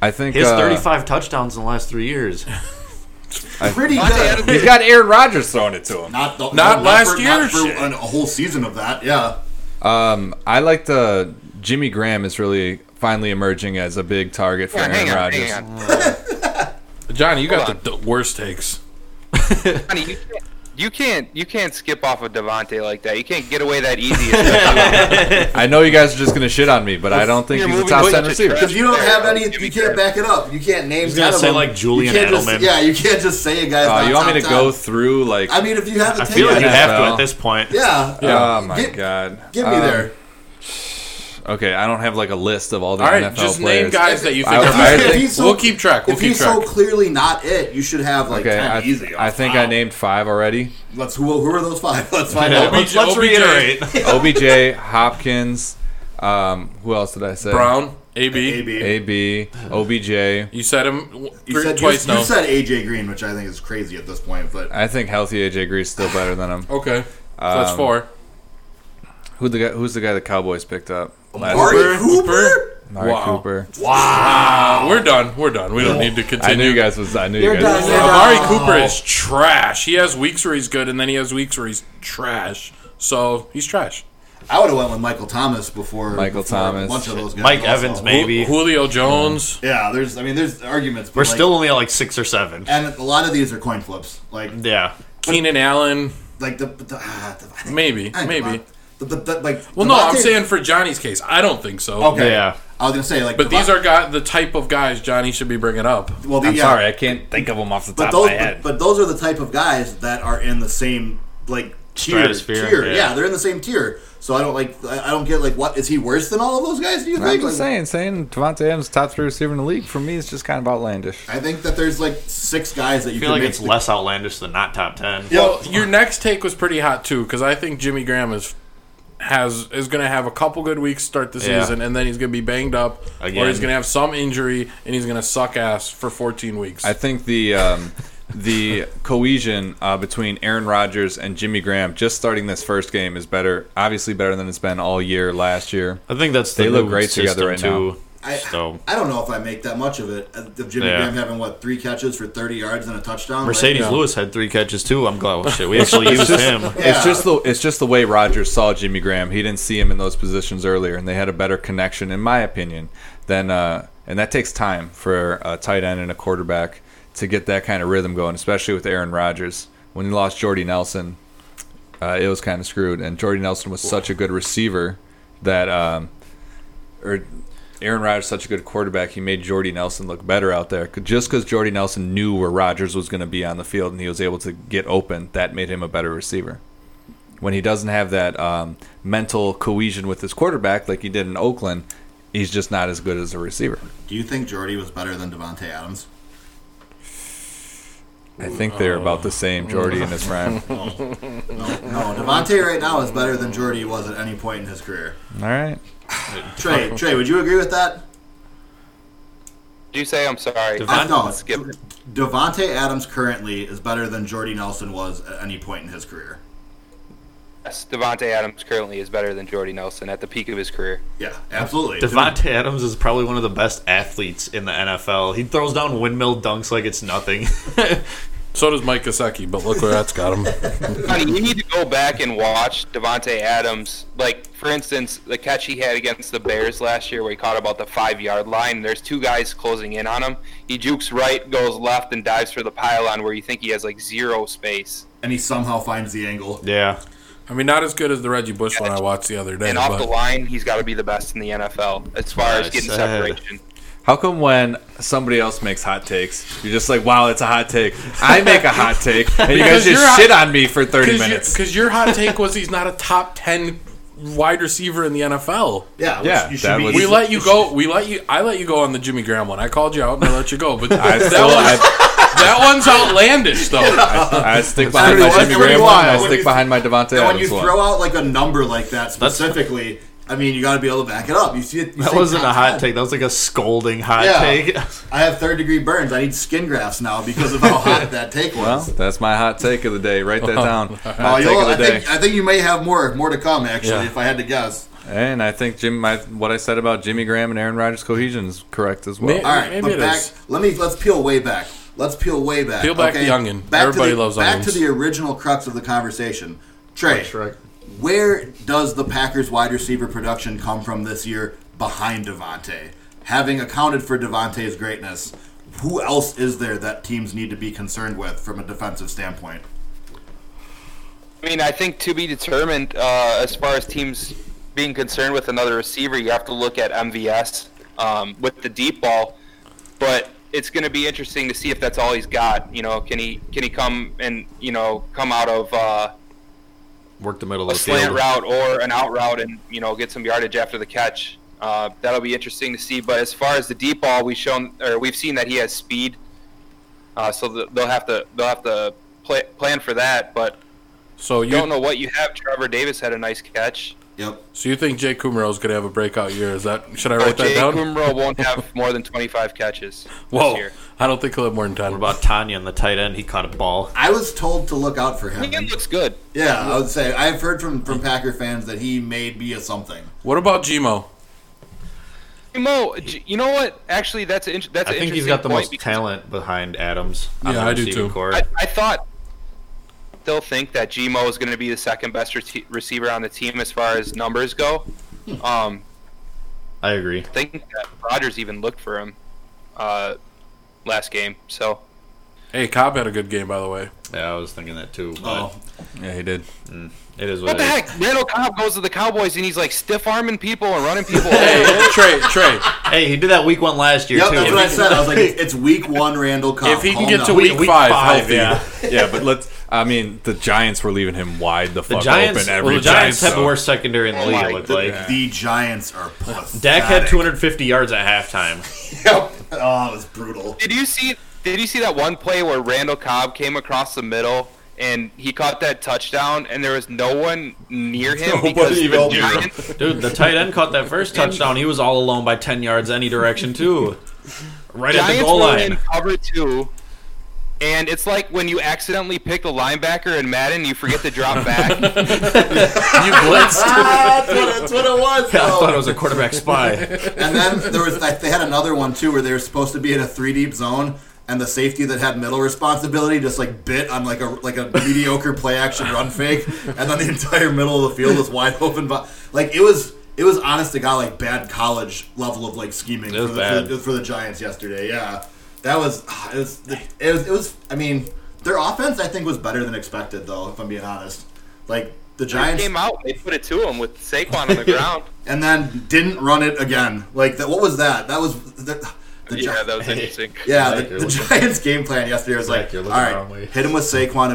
S2: I think
S7: his
S2: uh,
S7: 35 touchdowns in the last three years.
S1: pretty
S5: Devontae
S1: good.
S5: Adams-
S2: He's got Aaron Rodgers throwing it to him.
S1: Not the,
S3: Not last
S1: for,
S3: year,
S1: Not for
S3: shit.
S1: an- a whole season of that. Yeah,
S2: Um, I like the Jimmy Graham is really finally emerging as a big target for
S5: Yeah,
S2: Aaron
S5: hang on,
S2: Rodgers.
S5: hang on.
S3: Johnny, you
S5: Hold
S3: got the, the worst takes.
S5: Johnny, you can't, you can't you can't skip off of Devontae like that. You can't get away that easy. especially when-
S2: I know you guys are just gonna shit on me, but I don't think
S5: You're
S2: he's a
S5: moving
S2: top
S5: with
S2: ten
S5: the
S2: receiver.
S5: trend.
S1: because you don't have any.
S5: Jimmy
S1: You can't
S5: Graham.
S1: back it up. You can't name.
S7: He's gonna
S1: ten of
S7: say,
S1: them.
S7: like, Julian
S1: you can't just-
S7: Edelman.
S1: yeah, you can't just say a guy's.
S2: Uh,
S1: not
S2: you want me to
S1: top
S2: go
S1: 10.
S2: through like?
S1: I mean, if you have the
S7: I feel like you
S2: Yeah.
S7: have to
S2: NFL.
S7: at this point.
S1: Yeah.
S2: oh my
S1: Get-
S2: god!
S1: Give me
S2: Um,
S1: there.
S2: Okay, I don't have like a list of all the
S3: All right,
S2: NFL
S3: just name
S2: players.
S3: guys that you think
S2: I- I
S3: are
S2: think-
S3: bad.
S1: If he's so-
S3: We'll keep track. We'll
S1: If
S3: keep
S1: he's
S3: track.
S1: so clearly not it, you should have like
S2: Okay,
S1: 10
S2: I,
S1: easy.
S2: I think I named five already.
S1: Let's who, who are those five? Let's find
S7: Yeah,
S1: out.
S7: let's, let's
S3: OBJ.
S7: reiterate.
S2: OBJ, Hopkins, um, who else did I say?
S3: Brown, AB.
S1: AB.
S2: AB, OBJ.
S3: You said him w-
S1: You
S3: three,
S1: said
S3: twice
S1: you,
S3: now.
S1: you said AJ Green, which I think is crazy at this point. But
S2: I think healthy AJ Green is still better than him.
S3: okay, so that's
S2: Um,
S3: four.
S2: Who the guy? Who's the guy the Cowboys picked up? Last
S1: Amari
S3: Cooper, Cooper?
S2: Amari
S3: Wow.
S2: Cooper.
S3: Uh, we're done. We're done. We don't need to continue.
S2: I knew you guys was. I knew you
S1: You're
S2: guys.
S1: done.
S2: Was,
S3: Amari
S1: uh,
S3: Cooper is trash. He has weeks where he's good, and then he has weeks where he's trash. So he's trash.
S1: I would have went with Michael Thomas before
S2: Michael
S1: before
S2: Thomas.
S1: A bunch of those guys.
S7: Mike
S1: also.
S7: Evans,
S3: Ju-
S7: maybe.
S3: Julio Jones.
S1: Yeah, there's. I mean, there's arguments. But
S7: We're
S1: like-
S7: still only at like six or seven.
S1: and a lot of these are coin flips. Like
S7: Yeah.
S3: Keenan Allen,
S1: like the, the, ah, the I think-
S3: maybe,
S1: I think
S3: maybe.
S1: The, the, the, like
S3: Well, no, I'm
S1: Devontae-
S3: saying for Johnny's case, I don't think so.
S1: okay.
S7: Yeah.
S1: I was gonna say like,
S3: But these
S1: Devon-
S3: are guy, the type of guys Johnny should be bringing up.
S1: well, the,
S2: I'm
S1: yeah,
S2: sorry, I can't think of him off the
S1: but
S2: top
S1: those
S2: of my
S1: but,
S2: head.
S1: but those are the type of guys that are in the same like tier.
S7: Stratosphere,
S1: tier.
S7: yeah.
S1: Yeah. they're in the same tier. So I don't like I I don't get like what is he worse than all of those guys? Do you
S2: I'm
S1: think? Like,
S2: just saying, saying Devontae Adams top three receiver in the league for me is just kind of outlandish.
S1: I think that there's like six guys that you
S7: I feel
S1: can
S7: like
S1: make
S7: it's
S1: the-
S7: less outlandish than not top ten.
S1: Yeah.
S3: Well, your next take was pretty hot too, because I think Jimmy Graham is has is going to have a couple good weeks to start the
S7: Yeah.
S3: season, and then he's going to be banged up,
S7: Again.
S3: or he's going to have some injury, and he's going to suck ass for 14 weeks.
S2: I think the um, the cohesion uh, between Aaron Rodgers and Jimmy Graham just starting this first game is better, obviously better than it's been all year last year.
S7: I think that's the
S2: They look
S7: new
S2: great
S7: system,
S2: together right
S7: too.
S1: I,
S7: So
S1: I don't know if I make that much of it. Uh, Of Jimmy
S7: Yeah.
S1: Graham having what three catches for thirty yards and a touchdown.
S7: Mercedes
S1: Like,
S7: Lewis had three catches too. I'm glad. Oh, shit, we actually used him.
S1: Yeah.
S2: It's just the it's just the way Rodgers saw Jimmy Graham. He didn't see him in those positions earlier, and they had a better connection, in my opinion, than uh, and that takes time for a tight end and a quarterback to get that kind of rhythm going, especially with Aaron Rodgers. When he lost Jordy Nelson, uh, it was kind of screwed, and Jordy Nelson was such a good receiver that um, or Aaron Rodgers is such a good quarterback, he made Jordy Nelson look better out there. C- Just because Jordy Nelson knew where Rodgers was going to be on the field and he was able to get open, that made him a better receiver. when he doesn't have that um, mental cohesion with his quarterback like he did in Oakland, he's just not as good as a receiver.
S1: Do you think Jordy was better than Devonte Adams?
S2: I think they're about the same, Jordy and his prime. All
S1: No, Devonte right now is better than Jordy was at any point in his career.
S2: right.
S1: Trey, Trey, would you agree with that?
S5: Do you say I'm sorry?
S1: Uh, no,
S5: skip it.
S1: Devonte Adams currently is better than Jordy Nelson was at any point in his career.
S5: Yes, Devonte Adams currently is better than Jordy Nelson at the peak of his career.
S1: Yeah, absolutely.
S7: Devontae Adams is probably one of the best athletes in the NFL. He throws down windmill dunks like it's nothing.
S3: So does Mike Gesicki, but look where that's got him.
S5: Honey, you need to go back and watch Devonte Adams. Like, for instance, the catch he had against the Bears last year, where he caught about the five-yard line. There's two guys closing in on him. He jukes right, goes left, and dives for the pylon, where you think he has like zero space.
S1: and he somehow finds the angle.
S7: yeah.
S3: I mean, not as good as the Reggie Bush one I watched the other day.
S5: and off
S3: but
S5: the line, he's got to be the best in the NFL as far as
S7: I
S5: getting
S7: said.
S5: separation.
S2: How come when somebody else makes hot takes, you're just like, "Wow, it's a hot take." I make a hot take, and you guys
S3: Because you're
S2: just
S3: hot-
S2: shit on me for 30 minutes.
S3: Because your hot take was he's not a top ten wide receiver in the NFL.
S1: Yeah, which
S2: Yeah,
S1: you should
S2: that
S1: be.
S2: was-
S3: We let you go. We let you. I let you go on the Jimmy Graham one. I called you out and I let you go. But that,
S2: I still,
S3: one-
S2: I,
S3: that one's outlandish, though.
S2: I stick behind
S1: pretty
S2: my
S1: wild. That's
S2: Jimmy
S1: pretty
S2: Graham one. and I
S1: wild. When
S2: stick
S1: you-
S2: behind my Devontae
S1: and when you
S2: Adams one.
S1: throw out like a number like that specifically, I mean, you got to be able to back it up. You see it. you
S7: That
S1: see
S7: wasn't a
S1: top
S7: hot
S1: ten.
S7: take. That was like a scolding hot
S1: Yeah.
S7: take.
S1: I have third degree burns. I need skin grafts now because of how hot that take
S2: Well,
S1: was.
S2: that's my hot take of the day. Write that down.
S1: Oh,
S2: Hot
S1: you'll-
S2: take of the
S1: I,
S2: day.
S1: think, I think you may have more more to come actually.
S3: Yeah.
S1: If I had to guess,
S2: and I think Jim, my, what I said about Jimmy Graham and Aaron Rodgers cohesion is correct as well.
S3: Me-
S1: all right.
S3: Maybe
S1: but
S3: it
S1: back,
S3: is.
S1: let me let's peel way back. Let's peel way back.
S3: Peel back
S1: okay?
S3: the onion.
S1: Back
S3: Everybody
S1: to the,
S3: loves
S1: back
S3: onions.
S1: to the original crux of the conversation. Trey,
S7: Shrek.
S1: where does the Packers wide receiver production come from this year behind Devontae? Having accounted for Devontae's greatness, who else is there that teams need to be concerned with from a defensive standpoint?
S5: I mean, I think to be determined uh, as far as teams being concerned with another receiver, you have to look at MVS um, with the deep ball. But it's going to be interesting to see if that's all he's got. You know, can he can he come and you know come out of uh,
S7: Work the middle
S5: a
S7: of the
S5: slant
S7: field.
S5: route or an out route and you know get some yardage after the catch. Uh, that'll be interesting to see. But as far as the deep ball, we've shown or we've seen that he has speed, uh, so th- they'll have to they'll have to play, plan for that. But
S3: So you
S5: you don't know what you have. Trevor Davis had a nice catch.
S1: Yep.
S3: So you think Jay Kumro's gonna have a breakout year? Is that should I write
S5: But Oh, Jay
S3: that down?
S5: Kumro won't have more than 25 catches
S3: Whoa,
S5: this year.
S3: I don't think he'll have more than ten.
S7: What about Tanya and the tight end? He caught a ball.
S1: I was told to look out for
S5: Megan
S1: him.
S5: looks good.
S1: Yeah, I would say I've heard from, from Packer fans that he may be a something.
S3: What about Gmo?
S5: Mo, j- you know what? Actually, that's an, int- that's
S7: I
S5: an
S7: think he's
S5: interesting
S7: got the
S5: point
S7: most
S5: because
S7: talent behind Adams. on
S3: Yeah,
S7: the
S3: I do
S7: receiving
S3: too.
S7: Core.
S5: I, I thought, still think that Gmo is going to be the second best rece- receiver on the team as far as numbers go.
S7: Hmm.
S5: Um,
S7: I agree.
S5: I think that Rodgers even looked for him uh, last game. So
S3: Hey, Cobb had a good game by the way.
S7: Yeah, I was thinking that too. But
S1: Oh,
S2: yeah, he did.
S7: it is
S5: what
S7: what,
S5: the
S7: it is.
S5: heck? Randall Cobb goes to the Cowboys and he's like stiff arming people and running people.
S3: Hey,
S5: over.
S3: Trey, Trey,
S7: Hey, he did that week one last year
S1: yep,
S7: too.
S1: that's what I said. I was like, it's week one, Randall Cobb.
S3: if he can
S1: Calm
S3: get to
S1: down.
S3: week, five, healthy,
S7: yeah.
S2: Yeah, but let's. I mean, the Giants were leaving him wide the
S7: The
S2: fuck
S7: Giants,
S2: open every
S7: well, the Giants
S2: time,
S7: have the
S2: so-
S7: worst secondary in the league.
S5: Oh my
S7: It looked like
S1: the Giants are pathetic.
S7: Dak had 250 yards at halftime.
S1: Yep. Oh, it was brutal.
S5: Did you see? Did you see that one play where Randall Cobb came across the middle and he caught that touchdown and there was no one near him
S1: Nobody
S5: because
S1: even
S5: the
S1: knew.
S5: Giants,
S7: Dude, the tight end caught that first touchdown. He was all alone by 10 yards any direction, too. Right at the
S5: Giants
S7: goal
S5: were in
S7: line.
S5: cover two. And it's like when you accidentally pick the linebacker in Madden, you forget to drop back.
S7: You blitzed.
S1: Ah, that's, what, that's what it was.
S5: Oh.
S7: I thought it
S1: though.
S7: was a quarterback spy.
S1: And then there was like, they had another one too where they were supposed to be in a three deep zone. And the safety that had middle responsibility just like bit on like a like a mediocre play action run fake, and then the entire middle of the field was wide open. But like it was it was honest to god like bad college level of like scheming for
S7: was
S1: the,
S7: bad.
S1: For, the, for the Giants yesterday. Yeah, that was ah, it was it was, it was I mean their offense I think was better than expected though if I'm being honest. Like the
S5: They
S1: Giants
S5: came out, and they put it to him with Saquon on the ground.
S1: and then didn't run it again. Like that. What was that? That was. The, the Gi-
S5: Yeah, that was interesting.
S1: yeah,
S7: Zach,
S1: the,
S7: you're
S1: the
S7: looking-
S1: Giants' game plan yesterday was like,
S7: Zach, you're
S1: all
S7: looking the wrong
S1: right,
S7: way."
S1: hit him with Saquon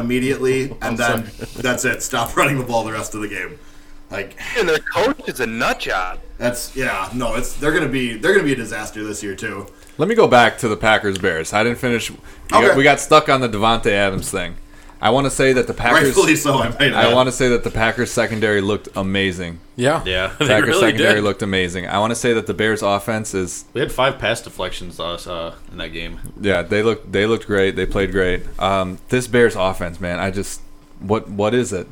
S1: immediately, and then that's it. Stop running the ball the rest of the game. Like
S5: And their coach is a nut job.
S1: that's yeah, no, it's they're gonna be they're gonna be a disaster this year too.
S2: Let me go back to the Packers Bears. I didn't finish. We,
S1: Okay.
S2: got, we got stuck on the Devonte Adams thing. I want to say that the Packers.
S1: Rightfully so, I might.
S2: I want to say that the Packers secondary looked amazing.
S3: Yeah.
S7: Yeah.
S3: They
S2: Packers
S3: really
S2: secondary
S3: did.
S2: looked amazing. I want to say that the Bears offense is
S7: We had five pass deflections to us uh, in that game.
S2: yeah they looked they looked great. They played great. Um, this Bears offense, man, I just what what is it?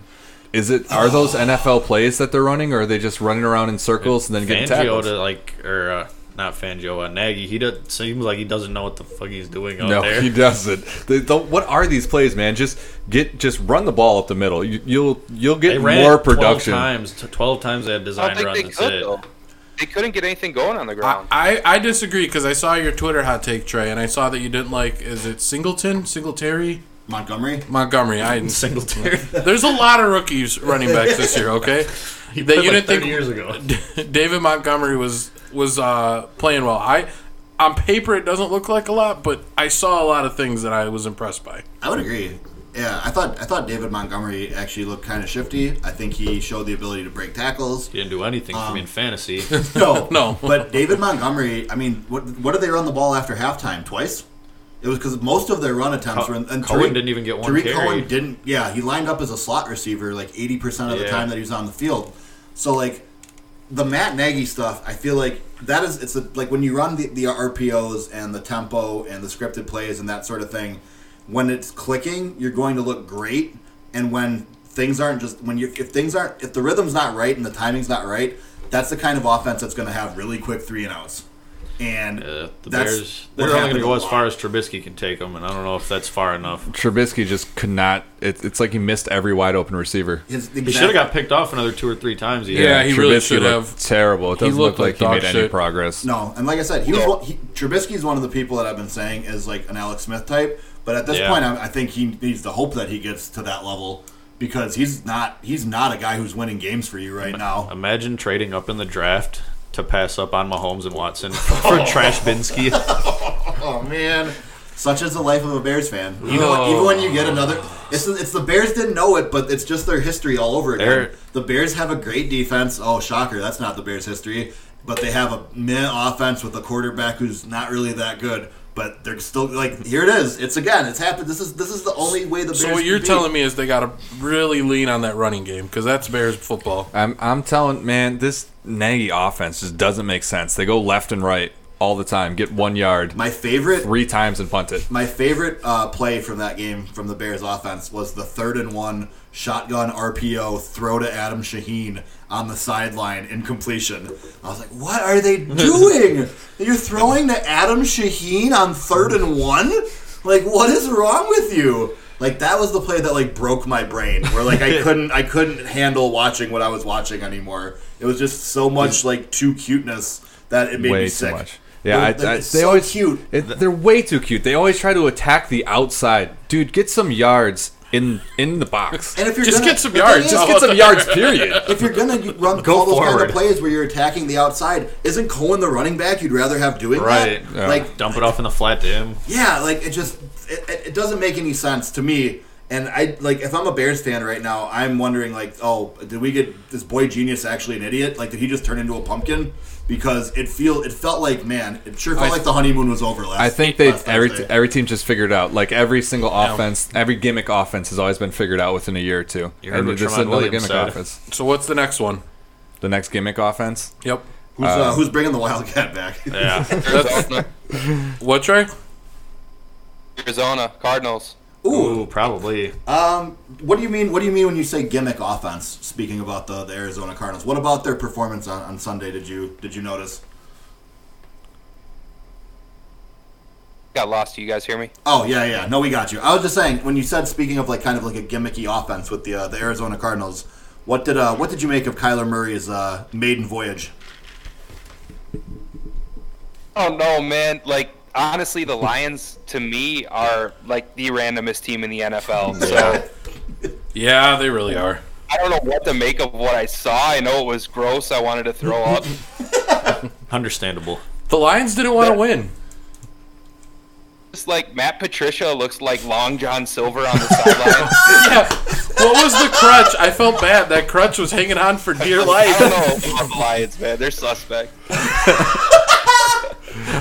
S2: Is it are those NFL plays that they're running, or are they just running around in circles and then getting
S7: Fangio
S2: tackled?
S7: to like or uh, not Fangio, uh, Nagy. He does, seems like he doesn't know what the fuck he's doing out
S2: No,
S7: there.
S2: he doesn't. They don't, what are these plays, man? Just get, just run the ball up the middle. You, you'll, you'll
S7: They
S2: get
S7: ran
S2: more
S7: 12
S2: production.
S7: times. t- Twelve times they had
S5: I
S7: design
S5: don't think
S7: runs.
S5: they
S7: That's
S5: could
S7: it.
S5: though. They couldn't get anything going on the ground.
S3: I, I disagree because I saw your Twitter hot take, Trey, and I saw that you didn't like. Is it Singleton? Singletary?
S1: Montgomery.
S3: Montgomery. I
S7: Singletary.
S3: There's a lot of rookies running backs this year, okay?
S7: He
S3: That
S7: played
S3: you
S7: like
S3: didn't think-
S7: 30 years ago.
S3: David Montgomery was was uh, playing well. I on paper it doesn't look like a lot, but I saw a lot of things that I was impressed by.
S1: I would agree. Yeah, I thought I thought David Montgomery actually looked kind of shifty. I think he showed the ability to break tackles.
S7: He didn't do anything for me in fantasy.
S1: No,
S3: No.
S1: But David Montgomery, I mean, what what did they run the ball after halftime twice? It was because most of their run attempts
S7: Co-
S1: were in, and
S7: Cohen didn't even get one
S1: Tariq
S7: carry.
S1: Cohen didn't. Yeah, he lined up as a slot receiver like eighty percent of the
S7: Yeah.
S1: time that he was on the field. So like the Matt Nagy stuff, I feel like that is it's a, like when you run the, the RPOs and the tempo and the scripted plays and that sort of thing. When it's clicking, you're going to look great, and when things aren't just when you if things aren't if the rhythm's not right and the timing's not right, that's the kind of offense that's going to have really quick three and outs. And
S7: Uh, the
S1: that's
S7: Bears,
S1: what
S7: they're only going
S1: happened
S7: to go
S1: a
S7: as
S1: lot.
S7: far as Trubisky can take them, and I don't know if that's far enough.
S2: Trubisky just could not. It, it's like he missed every wide open receiver.
S1: His-
S7: He should have got picked off another two or three times. Either.
S3: Yeah, he really
S2: Trubisky
S3: should
S2: looked
S3: have.
S2: Terrible. It
S3: He
S2: doesn't
S3: looked
S2: look
S3: like
S2: like he made
S3: dog
S2: any
S3: shit.
S2: progress.
S1: No, and like I said, he was one, he, Trubisky's one of the people that I've been saying is like an Alex Smith type. But at this
S7: Yeah.
S1: point, I, I think he needs to hope that he gets to that level because he's not he's not a guy who's winning games for you right now.
S7: Imagine trading up in the draft to pass up on Mahomes and Watson for Trash Binsky.
S1: Oh man, such is the life of a Bears fan. Even, when, even when you get another, it's it's the Bears didn't know it, but it's just their history all over again.
S7: They're-
S1: the Bears have a great defense. Oh shocker, that's not the Bears' history. But they have a meh offense with a quarterback who's not really that good. But they're still like here it is. It's again. It's happened. This is this is the only way the Bears.
S3: So what you're telling me is they got to really lean on that running game because that's Bears football.
S2: I'm, I'm telling man, this Nagy offense just doesn't make sense. They go left and right all the time. Get one yard
S1: My favorite
S2: three times and punt it.
S1: My favorite uh, play from that game from the Bears offense was the third and one shotgun RPO throw to Adam Shaheen on the sideline in completion. I was like, what are they doing? You're throwing to Adam Shaheen on third and one? Like, what is wrong with you? Like that was the play that like broke my brain. Where like I couldn't I couldn't handle watching what I was watching anymore. It was just so much like too cuteness that it made me
S2: Way
S1: sick.
S2: too much. Yeah, I,
S1: Like,
S2: I, they
S1: it's so
S2: always
S1: cute.
S2: It, they're way too cute. They always try to attack the outside. Dude, get some yards in in the box.
S1: And if you're
S3: Just
S1: gonna,
S3: get some
S1: the thing
S3: yards. Oh.
S1: is-
S3: Just
S2: Get some yards, period.
S1: if you're gonna run all those kind of
S7: forward.
S1: plays where you're attacking the outside, isn't Cohen the running back you'd rather have doing
S7: Right,
S1: that?
S2: yeah.
S1: Like,
S7: Dump it off in the flat to him.
S1: yeah, like it just it, it- it doesn't make any sense to me. And I like if I'm a Bears fan right now, I'm wondering like, oh, did we get this boy genius actually an idiot? Like, did he just turn into a pumpkin? Because it feel it felt like man, it sure felt like the honeymoon was over last.
S2: I think they
S1: last
S2: every
S1: Thursday.
S2: every team just figured out like every single offense, every gimmick offense has always been figured out within a year or two.
S7: You heard what Tremont Williams said.
S2: offense.
S3: So what's the next one?
S2: The next gimmick offense.
S3: Yep.
S1: who's, uh, who's bringing the Wildcat back?
S7: Yeah,
S5: Arizona,
S3: What Trey?
S5: Arizona Cardinals.
S1: Ooh,
S7: Ooh, probably.
S1: Um, what do you mean? What do you mean when you say gimmick offense? Speaking about the, the Arizona Cardinals, what about their performance on, on Sunday? Did you did you notice?
S5: Got lost. Do you guys hear me?
S1: Oh yeah, yeah. No, we got you. I was just saying when you said speaking of like kind of like a gimmicky offense with the uh, the Arizona Cardinals. What did uh, what did you make of Kyler Murray's uh, maiden voyage?
S5: Oh no, man! Like honestly, the Lions to me are like the randomest team in the NFL. So
S3: Yeah, they really are.
S5: I don't know what to make of what I saw. I know it was gross. I wanted to throw up.
S7: Understandable.
S3: The Lions didn't want to win.
S5: just like Matt Patricia looks like Long John Silver on the sideline.
S3: Yeah. What was the crutch? I felt bad. That crutch was hanging on for dear
S5: I
S3: life.
S5: don't know about the Lions, man. They're suspect.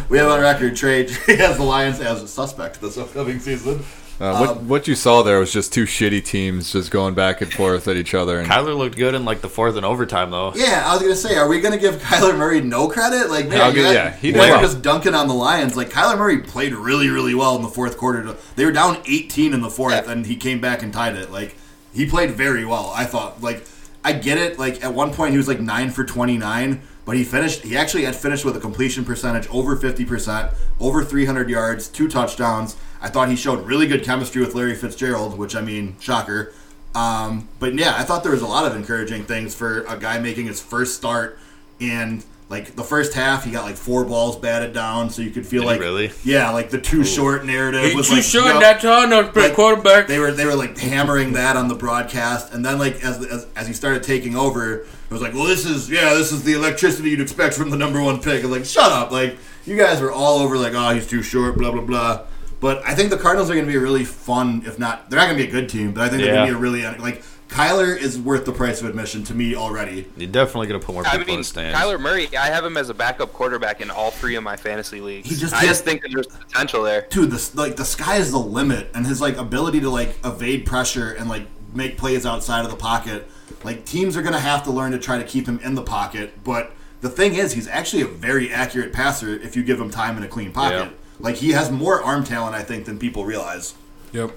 S1: We have on record trade has the Lions as a suspect this upcoming season.
S2: Uh, what
S1: Um,
S2: what you saw there was just two shitty teams just going back and forth at each other. And
S7: Kyler looked good in like the fourth and overtime though.
S1: Yeah, I was gonna say, are we gonna give Kyler Murray no credit? Like, man,
S2: I'll
S1: you
S2: give-
S1: had-
S2: yeah, he
S1: you
S2: did
S1: guys
S2: well.
S1: were just dunking on the Lions. Like Kyler Murray played really, really well in the fourth quarter. To, they were down 18 in the fourth,
S5: Yeah.
S1: and he came back and tied it. Like he played very well. I thought. Like I get it. Like at one point he was like nine for 29, but he finished. He actually had finished with a completion percentage over 50 percent, over 300 yards, two touchdowns. I thought he showed really good chemistry with Larry Fitzgerald, which I mean, shocker. Um, but yeah, I thought there was a lot of encouraging things for a guy making his first start. And like the first half, he got like four balls batted down, so you could feel
S7: Did he
S1: like
S7: really?
S1: yeah, like the too short narrative was like yep.
S3: how not
S1: Like,
S3: quarterback.
S1: They were they were like hammering that on the broadcast, and then like as, as as he started taking over, it was like, well, this is yeah, this is the electricity you'd expect from the number one pick. I'm like, shut up! Like you guys were all over like, oh, he's too short, blah blah blah. But I think the Cardinals are going to be a really fun, if not, they're not going to be a good team, but I think they're
S7: Yeah.
S1: going to be a really like Kyler is worth the price of admission to me already.
S7: You're definitely gonna put more
S5: I
S7: people in
S5: mean,
S7: the stands.
S5: Kyler Murray, I have him as a backup quarterback in all three of my fantasy leagues.
S1: He just
S5: I just
S1: can't-
S5: think that there's potential there.
S1: dude, this like the sky is the limit, and his like ability to like evade pressure and like make plays outside of the pocket. Like teams are gonna have to learn to try to keep him in the pocket, but the thing is, he's actually a very accurate passer if you give him time and a clean pocket. Like he has more arm talent, I think, than people realize.
S3: Yep.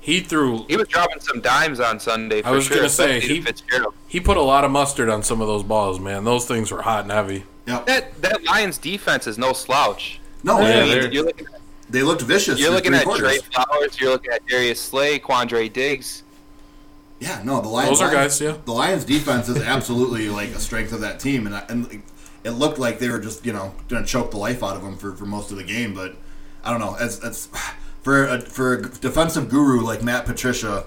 S3: He threw.
S5: He was dropping some dimes on Sunday. For
S3: I was
S5: sure,
S3: gonna say,
S5: especially to
S3: he-
S5: Fitzgerald.
S3: He put a lot of mustard on some of those balls, man. Those things were hot and heavy.
S1: Yep.
S5: that that Lions defense is no slouch.
S1: No,
S7: Yeah,
S1: they,
S7: they're-
S5: You're looking at,
S1: they looked vicious.
S5: you're
S1: through
S5: looking
S1: three
S5: at
S1: quarters.
S5: Trey Flowers. You're looking at Darius Slay, Quandre Diggs.
S1: Yeah, no, the Lions.
S3: Those are
S1: Lions-
S3: guys, yeah.
S1: The Lions' defense is absolutely like a strength of that team, and I- and like, it looked like they were just you know going to choke the life out of them for, for most of the game. But I don't know, as as for a, for a defensive guru like Matt Patricia,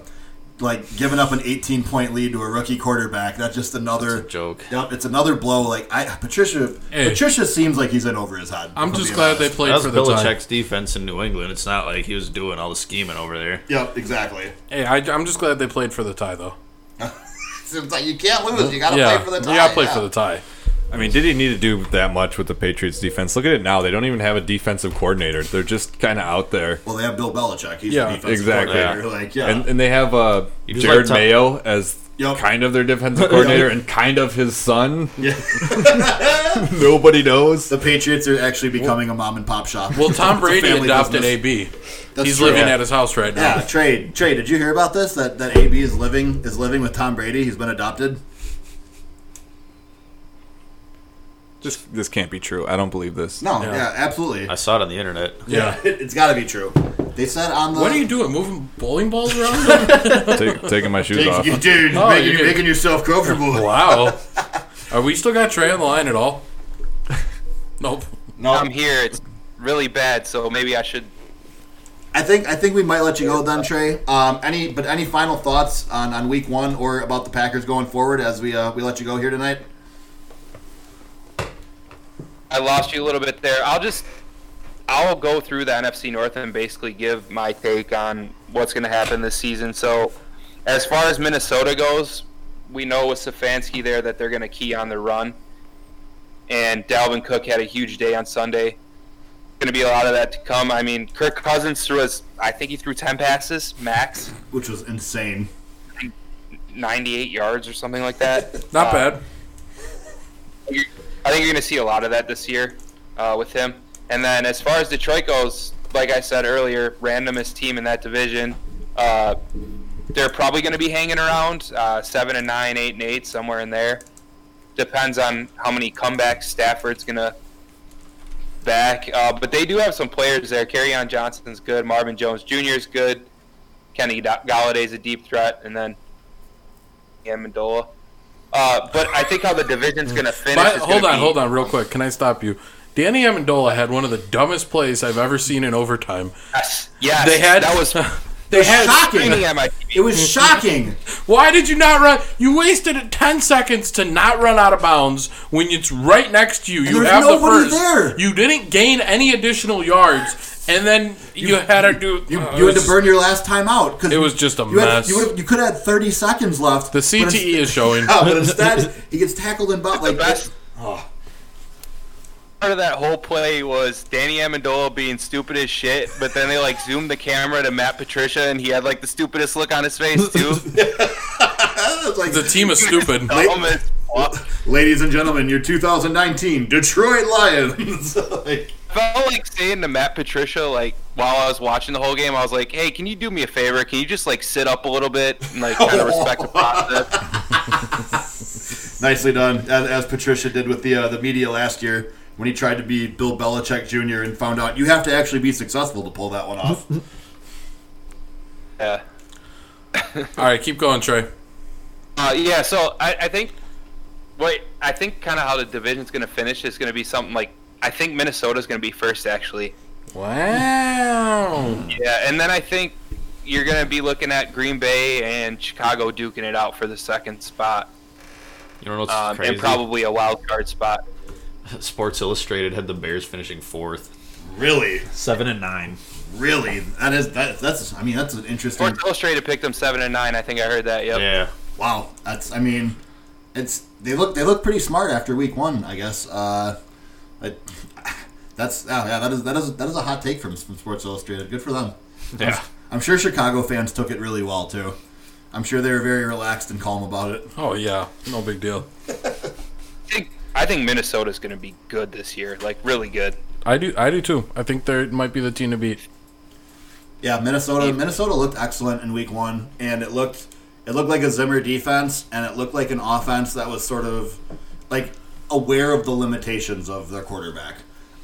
S1: like giving up an 18 point lead to a rookie quarterback, that's just another
S7: It's a joke.
S1: Yep, it's another blow. Like I Patricia,
S3: Hey.
S1: Patricia seems like he's in over his head.
S3: I'm
S1: if
S3: just
S1: being
S3: glad they
S1: honest.
S3: played
S7: That was
S3: for the time.
S7: Belichick's defense in New England. It's not like he was doing all the scheming over there.
S1: Yep, exactly.
S3: Hey, I, am just glad they played for the tie, though.
S1: It's like you can't lose. You got to
S3: yeah,
S1: play for the
S3: you
S1: time.
S3: gotta play
S1: yeah.
S3: for the tie.
S2: I mean, did he need to do that much with the Patriots defense? Look at it now; they don't even have a defensive coordinator. They're just kind of out there.
S1: Well, they have Bill Belichick. He's
S3: Yeah,
S1: the defensive
S2: exactly.
S1: coordinator. Like, yeah.
S2: And, and they have uh,
S7: just
S2: Jared
S7: like Tom-
S2: Mayo as
S1: Yep.
S2: kind of their defensive coordinator and kind of his son. Nobody knows.
S1: the Patriots are actually becoming a mom and pop shop.
S3: Well, Tom Brady
S1: family
S3: adopted
S1: business.
S3: AB.
S1: That's
S3: He's
S1: true.
S3: living
S1: yeah.
S3: at his house right now.
S1: Yeah, trade. Trade. Did you hear about this? That that AB is living is living with Tom Brady. He's been adopted.
S2: Just this can't be true. I don't believe this.
S1: No, yeah,
S3: Yeah.
S1: absolutely.
S7: I saw it on the internet.
S3: Yeah.
S1: It, has got to be true. They said on the.
S3: What are you doing? Moving bowling balls around?
S2: Take, taking my shoes off.
S1: Taking, dude,
S3: Oh,
S1: making,
S3: you
S1: you're
S3: can-
S1: making yourself comfortable.
S3: wow. Are we still got Trey on the line at all? Nope.
S5: I'm here. It's really bad, so maybe I should.
S1: I think I think we might let you go then, Trey. Um, any but any final thoughts on, on week one or about the Packers going forward as we uh, we let you go here tonight?
S5: I lost you a little bit there. I'll just. I'll go through the NFC North and basically give my take on what's going to happen this season. So, as far as Minnesota goes, we know with Stefanski there that they're going to key on the run. And Dalvin Cook had a huge day on Sunday. Going to be a lot of that to come. I mean, Kirk Cousins threw his, I think he threw 10 passes, max,
S1: Which was insane.
S5: 98 yards or something like that.
S3: Not
S5: Uh,
S3: bad.
S5: you're, I think you're going to see a lot of that this year uh, with him. And then as far as Detroit goes, like I said earlier, randomest team in that division. Uh, they're probably going to be hanging around uh, seven and nine, eight and eight, somewhere in there. Depends on how many comebacks Stafford's going to back. Uh, but they do have some players there. Carryon Johnson's good. Marvin Jones Jr. is good. Kenny Da- Galladay's a deep threat, and then Amendola. Uh, but I think how the division's going to finish.
S3: Mm. But
S5: is
S3: hold
S5: gonna
S3: on,
S5: be-
S3: hold on, real quick. Can I stop you? Danny Amendola had one of the dumbest plays I've ever seen in overtime.
S5: Yes, yes,
S3: They had
S5: that was
S1: They had shocking.
S5: Screaming at my
S1: It
S5: TV.
S1: was shocking.
S3: Why did you not run? You wasted 10 seconds to not run out of bounds when it's right next to you. you
S1: there's
S3: have
S1: nobody
S3: the first.
S1: there.
S3: You didn't gain any additional yards, and then you, had to do.
S1: You,
S3: uh,
S1: you had
S3: it's-
S1: to burn your last time out because
S3: It was just a
S1: you had-
S3: mess.
S1: you, would've- you could have had 30 seconds left.
S3: the CTE is showing.
S1: Oh, but instead he gets tackled and butt like
S5: best- Part of that whole play was Danny Amendola being stupid as shit, but then they like zoomed the camera to Matt Patricia, and he had like the stupidest look on his face too.
S1: It's like,
S3: The team is stupid.
S5: Dumb as fuck.
S1: Ladies and gentlemen, your 2019 Detroit Lions. Like,
S5: felt like saying to Matt Patricia, like while I was watching the whole game, I was like, "Hey, can you do me a favor? Can you just like sit up a little bit and like kind of respect the process?"
S1: nicely done, as, as Patricia did with the uh, the media last year when he tried to be Bill Belichick Jr. and found out you have to actually be successful to pull that one off.
S5: Yeah.
S3: All right, keep going, Trey.
S5: Uh, yeah. So I, I think, wait, I think kind of how the division's going to finish is going to be something like I think Minnesota's going to be first actually.
S3: Wow.
S5: Yeah, and then I think you're going to be looking at Green Bay and Chicago duking it out for the second spot,
S7: You know what's
S5: um,
S7: crazy?
S5: and probably a wild card spot.
S7: Sports Illustrated had the Bears finishing fourth.
S1: Really,
S8: Seven and nine.
S1: really, that is that, that's I mean that's an interesting
S5: Sports Illustrated picked them seven and nine. I think I heard that. Yep.
S7: Yeah.
S1: wow. That's I mean, it's they look they look pretty smart after week one, I guess. Uh, I, that's oh, yeah, that is that is that is a hot take from, from Sports Illustrated. Good for them.
S7: Yeah.
S1: I'm sure Chicago fans took it really well too. I'm sure they were very relaxed and calm about it.
S3: Oh, yeah. No big deal.
S5: think I think Minnesota's going to be good this year, like really good.
S3: I do, I do too. I think they might be the team to beat.
S1: Yeah, Minnesota. Minnesota looked excellent in Week One, and it looked it looked like a Zimmer defense, and it looked like an offense that was sort of like aware of the limitations of their quarterback.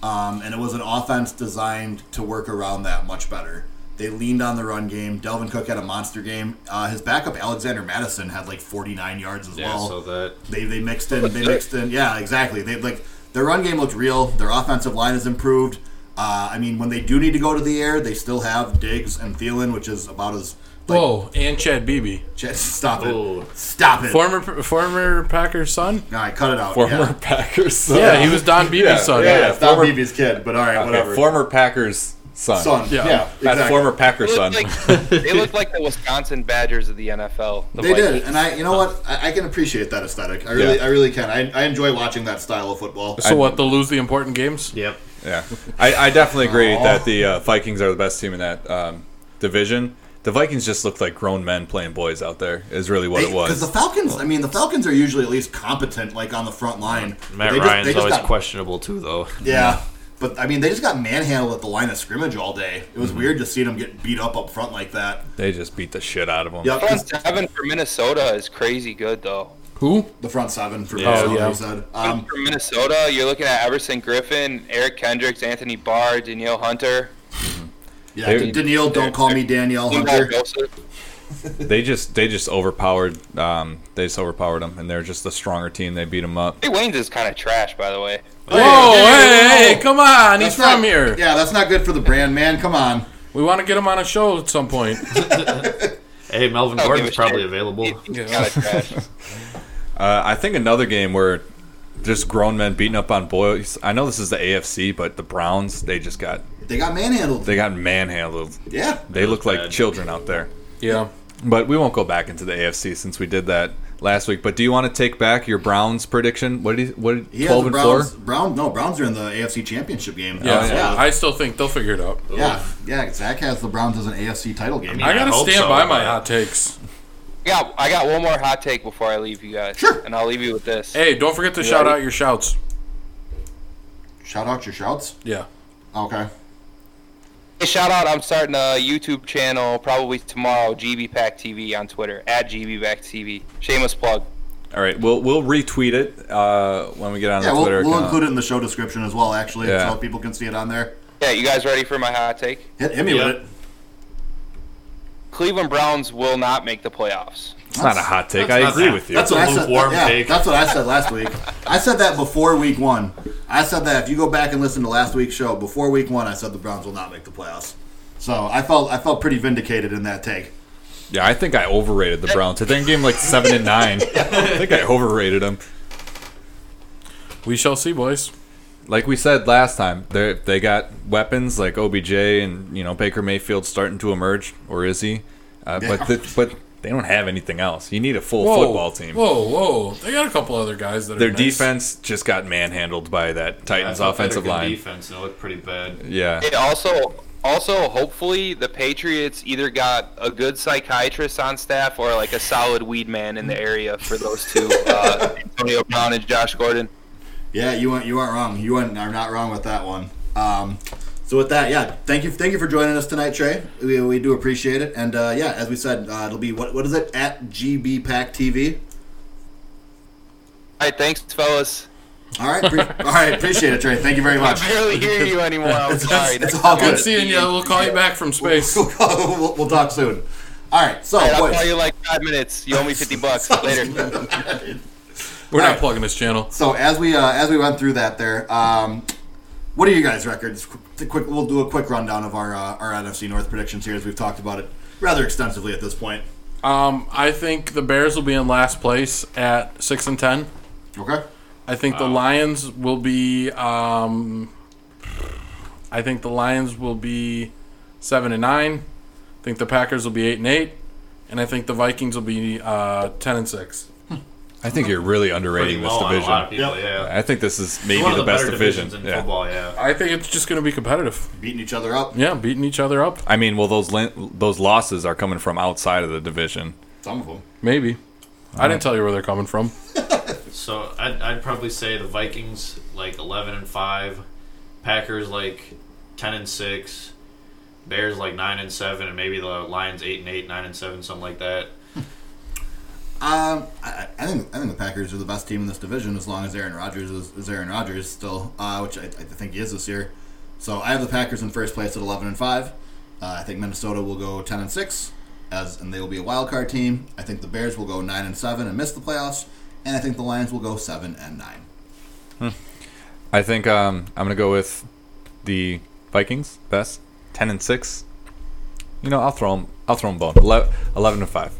S1: Um, and it was an offense designed to work around that much better. They leaned on the run game. Delvin Cook had a monster game. Uh, his backup Alexander Madison had like 49 yards as
S7: Yeah.
S1: well.
S7: So that
S1: They, they mixed in. They mixed in. Yeah, exactly. They like their run game looked real. Their offensive line has improved. Uh, I mean, when they do need to go to the air, they still have Diggs and Thielen, which is about as like,
S3: Whoa, and Chad Beebe.
S1: Ch- stop it,
S7: Ooh.
S1: stop it.
S3: Former former Packers son?
S1: all right, cut it out.
S2: Former
S1: yeah.
S2: Packers. Son.
S3: Yeah, he was Don Beebe's
S2: Yeah,
S3: son.
S1: yeah, yeah, it's not
S2: former-
S1: BB's kid, but all right,
S2: Okay,
S1: whatever.
S2: former Packers son.
S1: Son, yeah,
S3: Yeah.
S2: Not
S1: exactly.
S2: former Packers
S5: They
S2: son.
S5: look like they look like the Wisconsin Badgers of the NFL. The
S1: They did,
S5: Vikings.
S1: and I, you know what, I, I can appreciate that aesthetic. I really,
S2: Yeah.
S1: I really can. I, I enjoy watching that style of football.
S3: So what? They'll lose the important games.
S8: Yep.
S2: Yeah, I, I definitely agree that the uh, Vikings are the best team in that um, division. The Vikings just looked like grown men playing boys out there. Is really what it
S1: Because
S2: was.
S1: the Falcons, I mean, the Falcons are usually at least competent, like on the front line. But
S7: Matt
S1: they just-
S7: Ryan's
S1: they just
S7: always
S1: got
S7: questionable too, though.
S1: Yeah. But I mean, they just got manhandled at the line of scrimmage all day. It was weird to see them get beat up up front like that.
S2: they just beat the shit out of them.
S1: Yeah,
S5: Front seven for Minnesota is crazy good though.
S3: Who?
S1: the front seven for
S7: Yeah.
S1: Minnesota,
S3: Oh, yeah.
S1: you said. Um,
S5: for Minnesota, you're looking at Everson Griffin, Eric Kendricks, Anthony Barr, Danielle Hunter,
S1: yeah,
S2: They-
S1: Danielle, don't call me Danielle
S5: Linval
S1: Hunter.
S5: Joseph.
S2: They just they just overpowered. Um, they just overpowered them, and they're just the stronger team. They beat them up.
S5: Hey, Wayne's is kind of trash, by the way.
S3: Whoa, hey, hey, come on. He's from
S1: not,
S3: here.
S1: Yeah, that's not good for the brand, man. Come on.
S3: We want to get him on a show at some point.
S7: Hey, Melvin
S5: give
S7: Gordon's
S5: a
S7: probably
S5: shit.
S7: available.
S5: He's kind of trash.
S2: Uh, I think another game where just grown men beating up on boys. I know this is the AFC, but the Browns they just got
S1: They got manhandled.
S2: they got manhandled.
S1: yeah.
S2: They look like
S7: bad.
S2: children out there.
S3: yeah.
S2: But we won't go back into the AFC since we did that last week. But do you want to take back your Browns prediction? What did he, what did,
S1: He has
S2: twelve
S1: the
S2: and
S1: Browns.
S2: four?
S1: Brown, no, Browns are in the AFC Championship game.
S3: Yeah.
S2: Oh, yeah.
S3: I still think they'll figure it out.
S1: yeah, yeah. Zach has the Browns as an AFC title game.
S7: mean-
S3: I got to
S7: I hope
S3: stand
S7: so,
S3: by my
S7: but-
S3: hot takes.
S5: I got I got one more hot take before I leave you guys.
S1: Sure.
S5: And I'll leave you with this.
S3: Hey, don't forget to shout out your shouts.
S1: Shout out your shouts.
S3: Yeah.
S1: Okay.
S5: Hey, shout out! I'm starting a YouTube channel probably tomorrow. GB Pack TV on Twitter at GB Pack TV. Shameless plug.
S2: All right, we'll we'll retweet it uh, when we get on
S1: Yeah,
S2: the
S1: we'll,
S2: Twitter
S1: we'll
S2: account.
S1: include it in the show description as well, actually,
S2: Yeah.
S1: so people can see it on there.
S5: Yeah, you guys ready for my hot take?
S1: Hit, hit me
S7: Yeah.
S1: with it.
S5: Cleveland Browns will not make the playoffs.
S2: it's not a hot take. I
S7: That's-
S2: agree with you.
S7: that's-
S1: what
S7: a
S1: I said-
S7: lukewarm take.
S1: That's what I said last week. I said that before week one. I said that if you go back and listen to last week's show, before week one, I said the Browns will not make the playoffs. So I felt I felt pretty vindicated in that take.
S2: Yeah, I think I overrated the Browns. I think I gave them like seven and nine. I think I overrated them.
S3: We shall see, boys.
S2: Like we said last time, they they got weapons like OBJ and you know Baker Mayfield starting to emerge, or is he? Uh, But the, but they don't have anything else. You need a full
S3: Whoa,
S2: football team.
S3: Whoa, whoa! They got a couple other guys that
S2: Their
S3: are nice.
S2: defense just got manhandled by that Titans
S4: I thought they had a
S2: offensive
S4: good
S2: line.
S4: Defense, and it looked pretty bad.
S2: Yeah,
S5: It also also hopefully the Patriots either got a good psychiatrist on staff or like a solid weed man in the area for those two, uh, Antonio Brown and Josh Gordon.
S1: Yeah, you weren't you aren't wrong. You weren't, are not wrong with that one. Um, so with that, yeah, thank you, thank you for joining us tonight, Trey. We, we do appreciate it, and uh, yeah, as we said, uh, it'll be what what is it at GB Pack TV.
S5: All right, thanks, fellas.
S1: All right, pre- all right, appreciate it, Trey. Thank you very much.
S5: I barely hear you anymore. I'm sorry.
S1: It's all
S3: Good
S1: good.
S3: seeing you. We'll call you back from space.
S1: We'll, we'll, we'll talk soon. All right, so
S5: All right, I'll
S1: boys.
S5: call you like five minutes. You owe me fifty bucks. Later.
S3: We're
S1: All
S3: not
S1: right.
S3: plugging this channel.
S1: So as we uh, as we went through that there, um, what are you guys' records? Qu- the Quick, we'll do a quick rundown of our uh, our NFC North predictions here, as we've talked about it rather extensively at this point.
S3: Um, I think the Bears will be in last place at six and ten.
S1: Okay.
S3: I think the Lions will be. Um, I think the Lions will be seven and nine. I think the Packers will be eight and eight, and I think the Vikings will be uh, ten and six.
S2: I think you're really underrating
S4: Pretty
S2: this
S4: low on a lot of
S2: division.
S4: people, yeah.
S2: I think this is maybe
S4: One of
S2: the, best
S4: better
S2: division.
S4: divisions in
S2: Yeah.
S4: football, yeah.
S3: I think it's just going to be competitive.
S1: Beating each other up.
S3: Yeah, beating each other up,
S2: I mean, well, those lin- those losses are coming from outside of the division.
S1: Some of them.
S3: maybe. I didn't tell you where they're coming from.
S4: So I'd, I'd probably say the Vikings like eleven and five, Packers like ten and six, Bears like nine and seven, and maybe the Lions eight and eight, nine and seven, something like that.
S1: Um, I, I think I think the Packers are the best team in this division as long as Aaron Rodgers is, is Aaron Rodgers still, uh, which I, I think he is this year. So I have the Packers in first place at eleven and five. Uh, I think Minnesota will go ten and six, as and they will be a wild card team. I think the Bears will go nine and seven and miss the playoffs, and I think the Lions will go seven and nine.
S2: I think um, I'm gonna go with the Vikings best ten and six. You know, I'll throw them. I'll throw them bone. Ele- Eleven to five.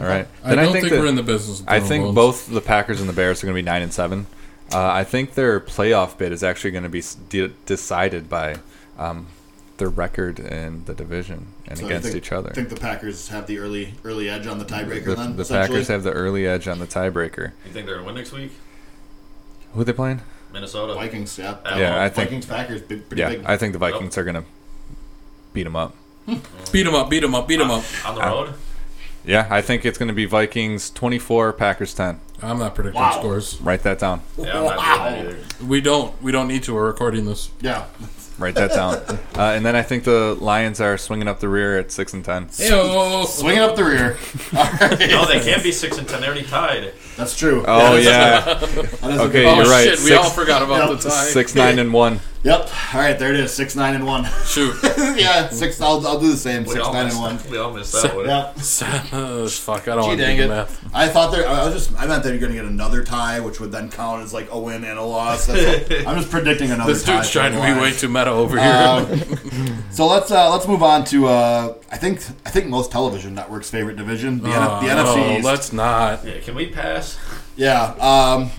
S2: All right.
S3: Mm-hmm. I don't think,
S2: that-
S3: we're in the business. Of
S2: I
S3: throwing
S2: think
S3: balls.
S2: both the Packers and the Bears are going to be nine and seven. Uh, I think their playoff bid is actually going to be s- de- decided by um, their record in the division and
S1: So you
S2: against
S1: think-
S2: each other.
S1: think the Packers have the early early edge on the tiebreaker.
S2: The,
S1: then
S2: the
S1: essentially?
S2: Packers have the early edge on the tiebreaker.
S4: You think they're gonna win next week?
S2: Who are they playing?
S4: Minnesota.
S1: Vikings. Yeah,
S4: Yeah,
S2: I think-
S1: Vikings Packers big, pretty
S2: Yeah,
S1: big.
S2: I think the Vikings are going to beat them up.
S3: beat them up, beat them up, beat them up.
S4: On the road?
S2: Yeah, I think it's going to be Vikings 24, Packers 10.
S3: Ah. I'm not predicting
S1: Wow.
S3: scores.
S2: Write that down.
S4: Yeah, I'm not doing that either.
S3: We don't. We don't need to. We're recording this.
S1: yeah.
S2: Write that down. Uh, and then I think the Lions are swinging up the rear at 6 and 10.
S3: Ayo.
S1: Swinging up the rear. All right.
S4: No, they can't be six and ten. They already tied.
S1: That's true.
S2: Oh,
S1: that's-
S2: yeah.
S1: that is a
S2: Okay,
S1: good-
S3: Oh
S2: You're right,
S3: shit! We
S2: six-
S3: all forgot about
S1: Yep.
S3: the tie.
S2: 6, 9, and 1.
S1: Yep. All right, there it is. Six, nine, and one.
S3: Shoot.
S1: yeah, six. I'll, I'll do the same.
S4: We
S1: six,
S4: all
S1: nine,
S4: missed
S1: and one.
S4: We all missed that one.
S1: Yeah.
S3: Uh, fuck, I don't
S1: Gee,
S3: want to
S1: dang
S3: do
S1: it.
S3: the math.
S1: I thought there. I was just. I meant they were going to get another tie, which would then count as like a win and a loss. That's all. I'm just predicting another.
S3: This
S1: tie
S3: dude's
S1: for
S3: trying
S1: the
S3: to be way
S1: Lions.
S3: too meta over here.
S1: Um, so let's uh, let's move on to uh, I think I think most television networks' favorite division, the, N- Uh, the
S3: Oh,
S1: NFC East.
S3: Let's not.
S4: Yeah, can we pass?
S1: Yeah. Um,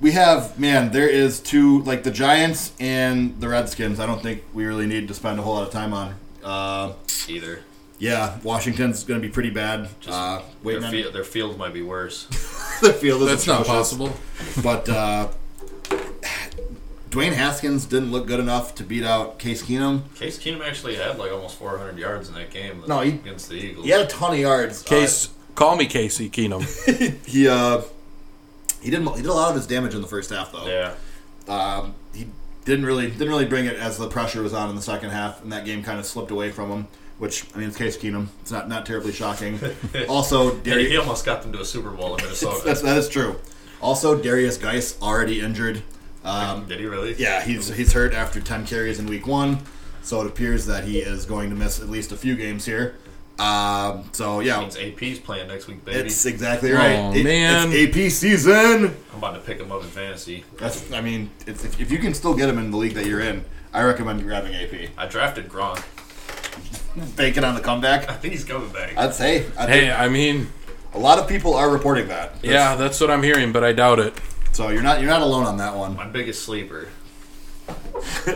S1: we have man. There is two like the Giants and the Redskins. I don't think we really need to spend a whole lot of time on. Uh,
S4: Either.
S1: yeah, Washington's going to be pretty bad.
S4: Just
S1: uh,
S4: their,
S1: waiting on
S4: field, their field might be worse.
S1: the field. is
S3: That's not
S1: atrocious.
S3: possible.
S1: But uh, Dwayne Haskins didn't look good enough to beat out Case Keenum.
S4: Case Keenum actually had like almost 400 yards in that game
S1: No, he-
S4: against the Eagles.
S1: He had a ton of yards.
S3: Case, call me Casey Keenum.
S1: Uh, he uh, he did not he did a lot of his damage in the first half though.
S4: Yeah.
S1: Um, he didn't really didn't really bring it as the pressure was on in the second half, and that game kind of slipped away from him. Which I mean, it's Case Keenum. It's not not terribly shocking. also,
S4: He,
S1: Darius,
S4: he almost got them to a Super Bowl in Minnesota.
S1: that's, that is true. Also, Darius Geis already injured. Um,
S4: Did he really?
S1: yeah, he's he's hurt after ten carries in week one, so it appears that he is going to miss at least a few games here. Um, so yeah,
S4: Means AP's playing next week, baby.
S1: it's exactly right.
S3: Aw,
S1: It-
S3: man.
S1: it's AP season.
S4: I'm about to pick him up in fantasy.
S1: That's I mean, it's, if, if you can still get him in the league that you're in, I recommend grabbing AP.
S4: I drafted Gronk.
S1: Bacon on the comeback.
S4: I think he's coming back.
S1: I'd say. I
S3: Hey,
S1: think
S3: I mean,
S1: a lot of people are reporting that.
S3: yeah, that's what I'm hearing, but I doubt it.
S1: So you're not you're not alone on that one.
S4: My biggest sleeper.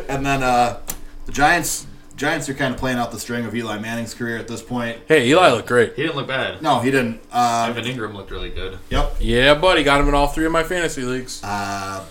S1: And then uh, the Giants Giants are kind of playing out the string of Eli Manning's career at this point.
S3: Hey, Eli looked great.
S4: He didn't look bad.
S1: No, he didn't. Uh,
S4: Evan Ingram looked really good.
S1: yep.
S3: Yeah, buddy, got him in all three of my fantasy leagues.
S1: Uh,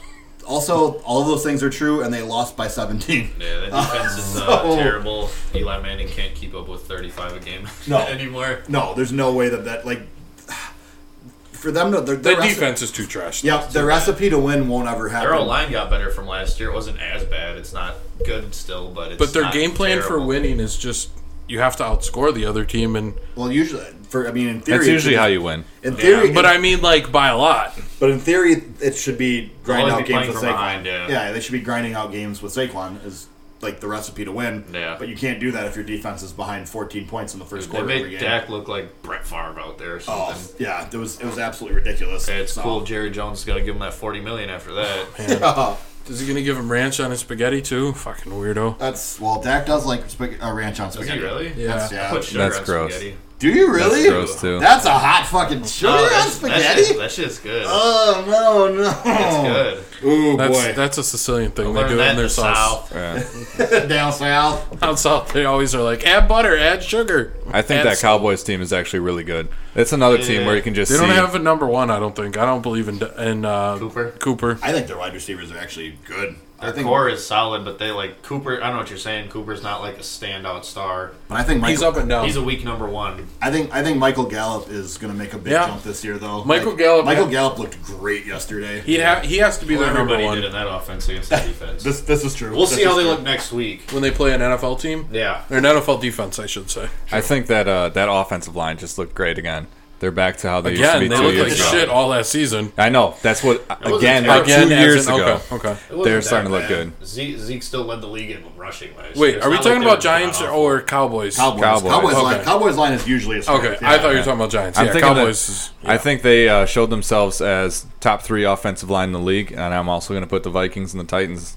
S1: also, all of those things are true, and they lost by 17.
S4: Yeah, that defense is uh,
S1: so-
S4: terrible. Eli Manning can't keep up with 35 a game
S1: No.
S4: anymore.
S1: No, there's no way that that like for them to their,
S3: The
S1: their recipe-
S3: defense is too trash.
S1: Yep, the recipe to win won't ever happen.
S4: Their O line got better from last year. It wasn't as bad. It's not good still, but it's
S3: But their
S4: not
S3: game plan for
S4: terrible.
S3: winning is just you have to outscore the other team and
S1: Well, usually for I mean in theory
S2: That's usually how you win.
S1: in theory
S3: but I mean like by a lot.
S1: but in theory it should be grind
S4: always
S1: out
S4: be
S1: games
S4: playing
S1: with
S4: from
S1: Saquon.
S4: behind, yeah.
S1: they should be grinding out games with Saquon is like the recipe to win.
S4: Yeah.
S1: But you can't do that if your defense is behind 14 points in the first
S4: They
S1: quarter every
S4: made
S1: game.
S4: Dak look like Brett Favre out there or
S1: Oh,
S4: something.
S1: yeah, it was it was absolutely ridiculous.
S4: Hey, it's
S1: So-
S4: cool. Jerry Jones is going to give him that 40 million after that.
S1: Oh, Yeah,
S3: Is he gonna give him ranch on his spaghetti too? Fucking weirdo.
S1: that's well. Dak does like spag- uh, ranch on
S4: Is
S1: spaghetti.
S4: he really?
S3: Yeah.
S1: Yeah.
S4: Put sugar
S2: That's
S4: on
S2: gross.
S4: Spaghetti.
S1: Do you really?
S2: gross, too.
S1: That's a hot fucking sugar
S4: No,
S1: on
S4: Oh, that's-
S1: spaghetti.
S4: That shit, that shit's good.
S1: Oh no no!
S4: It's
S1: Ooh
S3: That's
S1: boy!
S3: that's a Sicilian thing.
S4: good.
S3: They do
S4: Learn
S3: it
S4: that
S3: in
S4: in
S3: their
S4: the
S3: sauce.
S4: South.
S2: Yeah.
S1: Down south.
S3: Down south they always are like, add butter, add sugar.
S2: I think
S3: add
S2: that
S3: salt."
S2: Cowboys team is actually really good. It's another team where you can just
S3: They
S2: see.
S3: don't have a number one, I don't think. I don't believe in in uh,
S4: Cooper?
S3: Cooper.
S1: I think their wide receivers are actually good. I
S4: Their
S1: think,
S4: core is solid, but they like Cooper. I don't know what you're saying. Cooper's not like a standout star.
S1: but I think Michael,
S3: He's up and down.
S4: He's a weak number one.
S1: I think I think Michael Gallup is going to make a big
S3: Yeah.
S1: jump this year, though.
S3: Michael
S1: Like,
S3: Gallup-
S1: Michael Gallup looked great yesterday.
S3: He'd ha- he has to be
S4: Well,
S3: their number
S4: everybody did
S3: one
S4: in that offense against the defense.
S1: This this is true.
S4: we'll
S1: This
S4: see how
S1: is
S4: they
S1: true.
S4: look next week.
S3: when they play an NFL team.
S4: Yeah.
S3: Or an NFL defense, I should say.
S2: I think that uh, that offensive line just looked great again. They're back to how they
S3: Again, they
S2: used to be two
S3: look like
S2: years ago.
S3: shit all last season.
S2: I know. That's what uh,
S4: wasn't
S2: again like
S3: Again,
S2: two
S3: as
S2: years
S3: in-
S2: ago.
S3: Okay, okay.
S4: It wasn't
S2: They're
S4: that
S2: starting to look
S4: bad.
S2: good.
S4: Zeke, Zeke still led the league in rushing last year.
S3: Wait,
S4: It's
S3: are we
S4: not
S3: talking
S4: like
S3: about
S4: they were
S3: Giants
S4: god
S3: or Cowboys?
S1: Cowboys. Cowboys,
S2: Cowboys.
S1: line.
S3: Okay.
S1: Cowboys line is usually a strength.
S3: Okay,
S1: Yeah.
S3: I thought you were talking about Giants.
S2: I'm
S3: yeah,
S2: thinking that-
S3: Cowboys. is-
S2: I think they uh, showed themselves as top three offensive line in the league, and I'm also going to put the Vikings and the Titans.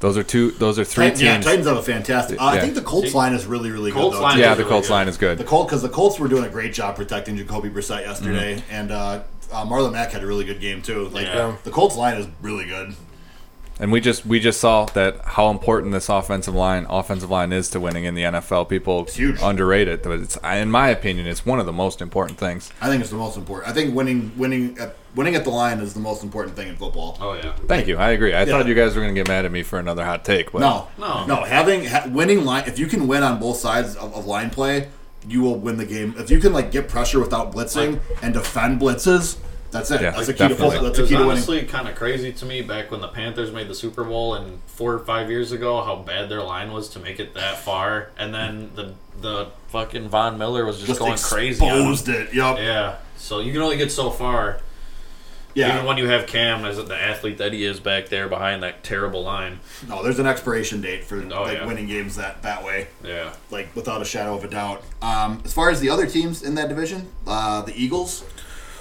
S2: Those are two. Those are three
S1: Titans, yeah,
S2: teams.
S1: Titans have a fantastic. Uh, I
S2: Yeah.
S1: think the Colts line is really really
S4: Colts
S1: good. Though,
S4: line
S1: too.
S2: Yeah,
S4: is
S2: the
S4: really
S2: Colts
S4: good.
S2: line is
S1: The
S2: good.
S1: Colts because the Colts were doing a great job protecting Jacoby Brissett yesterday, and uh, uh, Marlon Mack had a really good game too. Like
S3: Mm-hmm. Yeah.
S1: the Colts line is really good.
S2: And we just we just saw that how important this offensive line offensive line is to winning in the NFL. People
S1: huge.
S2: underrate it, but it's in my opinion, it's one of the most important things.
S1: I think it's the most important. I think winning winning at, winning at the line is the most important thing in football.
S4: Oh yeah.
S2: Thank you. I agree. I
S1: Yeah.
S2: thought you guys were going to get mad at me for another hot take, but
S1: No,
S4: No.
S1: no. Having ha- winning line, if you can win on both sides of, of line play, you will win the game. If you can like get pressure without blitzing and defend blitzes, that's it.
S2: Yeah,
S1: that's a key to
S2: definitely.
S1: football. That's a
S4: it was
S1: key to winning.
S4: honestly kind of crazy to me back when the Panthers made the Super Bowl and four or five years ago, how bad their line was to make it that far, and then the the fucking Von Miller was just,
S1: Just
S4: going crazy. on him.
S1: exposed it. Yep. Yeah.
S4: Yeah, so you can only get so far. Even when you have Cam as the athlete that he is back there behind that terrible line.
S1: No, there's an expiration date for
S4: Oh,
S1: like
S4: yeah.
S1: winning games that that way.
S4: Yeah.
S1: like without a shadow of a doubt. Um, as far as the other teams in that division, uh, the Eagles.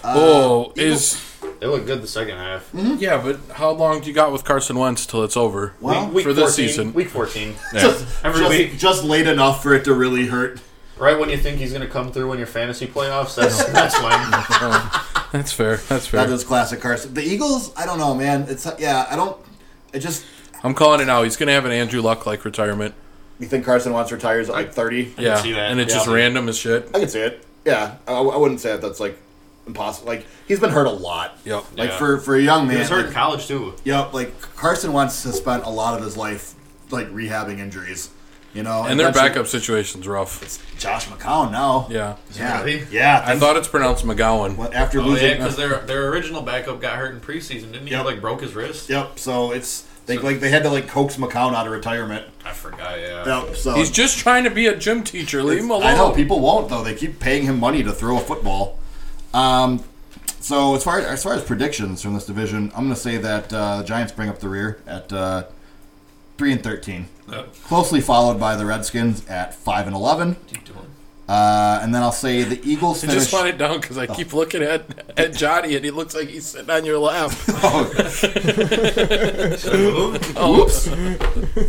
S3: Oh, is
S4: They look good the second half.
S1: Mm-hmm.
S3: yeah, but how long do you got with Carson Wentz till it's over?
S1: Well,
S4: week, week
S3: for this
S4: 14,
S3: season.
S4: Week 14.
S1: just,
S4: Every
S1: just-
S4: week.
S1: just late enough for it to really hurt.
S4: Right when you think he's going to come through in your fantasy playoffs, that's, that's when.
S3: That's fair. That's fair.
S1: That is classic Carson. The Eagles, I don't know, man. It's yeah, I don't. It just
S3: I'm calling it now. He's gonna have an Andrew Luck like retirement.
S1: you think Carson Wentz retires at like thirty?
S3: Yeah,
S4: see that.
S3: and it's
S4: Yeah.
S3: just random as shit.
S1: I can see it. Yeah, I, I wouldn't say that that's like impossible. Like he's been hurt a lot.
S3: Yep.
S1: Like
S4: Yeah.
S1: for for a young man,
S4: He was hurt in
S1: like-
S4: college, too.
S1: Yep, like Carson Wentz has spent a lot of his life like rehabbing injuries. You know,
S3: And their
S1: eventually-
S3: backup situation's rough.
S1: It's Josh McCown now.
S3: Yeah,
S1: yeah,
S4: Really?
S1: yeah.
S3: I thought it's pronounced McGowan.
S1: But after
S4: Oh, yeah,
S1: losing,
S4: because their, their original backup got hurt in preseason, didn't he?
S1: Yep.
S4: Like, broke his wrist?
S1: yep. So it's they like they had to like coax McCown out of retirement.
S4: I forgot, yeah.
S1: Yep. So
S3: He's just trying to be a gym teacher. Leave him alone.
S1: I know people won't though. They keep paying him money to throw a football. Um, so as far as, as far as predictions from this division, I'm going to say that uh, the Giants bring up the rear at uh, three and thirteen, closely followed by the Redskins at five and eleven,
S4: Keep doing.
S1: uh, and then I'll say the Eagles
S3: I
S1: finish.
S3: just want it down because I keep looking at at Johnny and he looks like he's sitting on your lap.
S1: Oh,
S4: So,
S3: Oh.
S1: the, Oh, uh,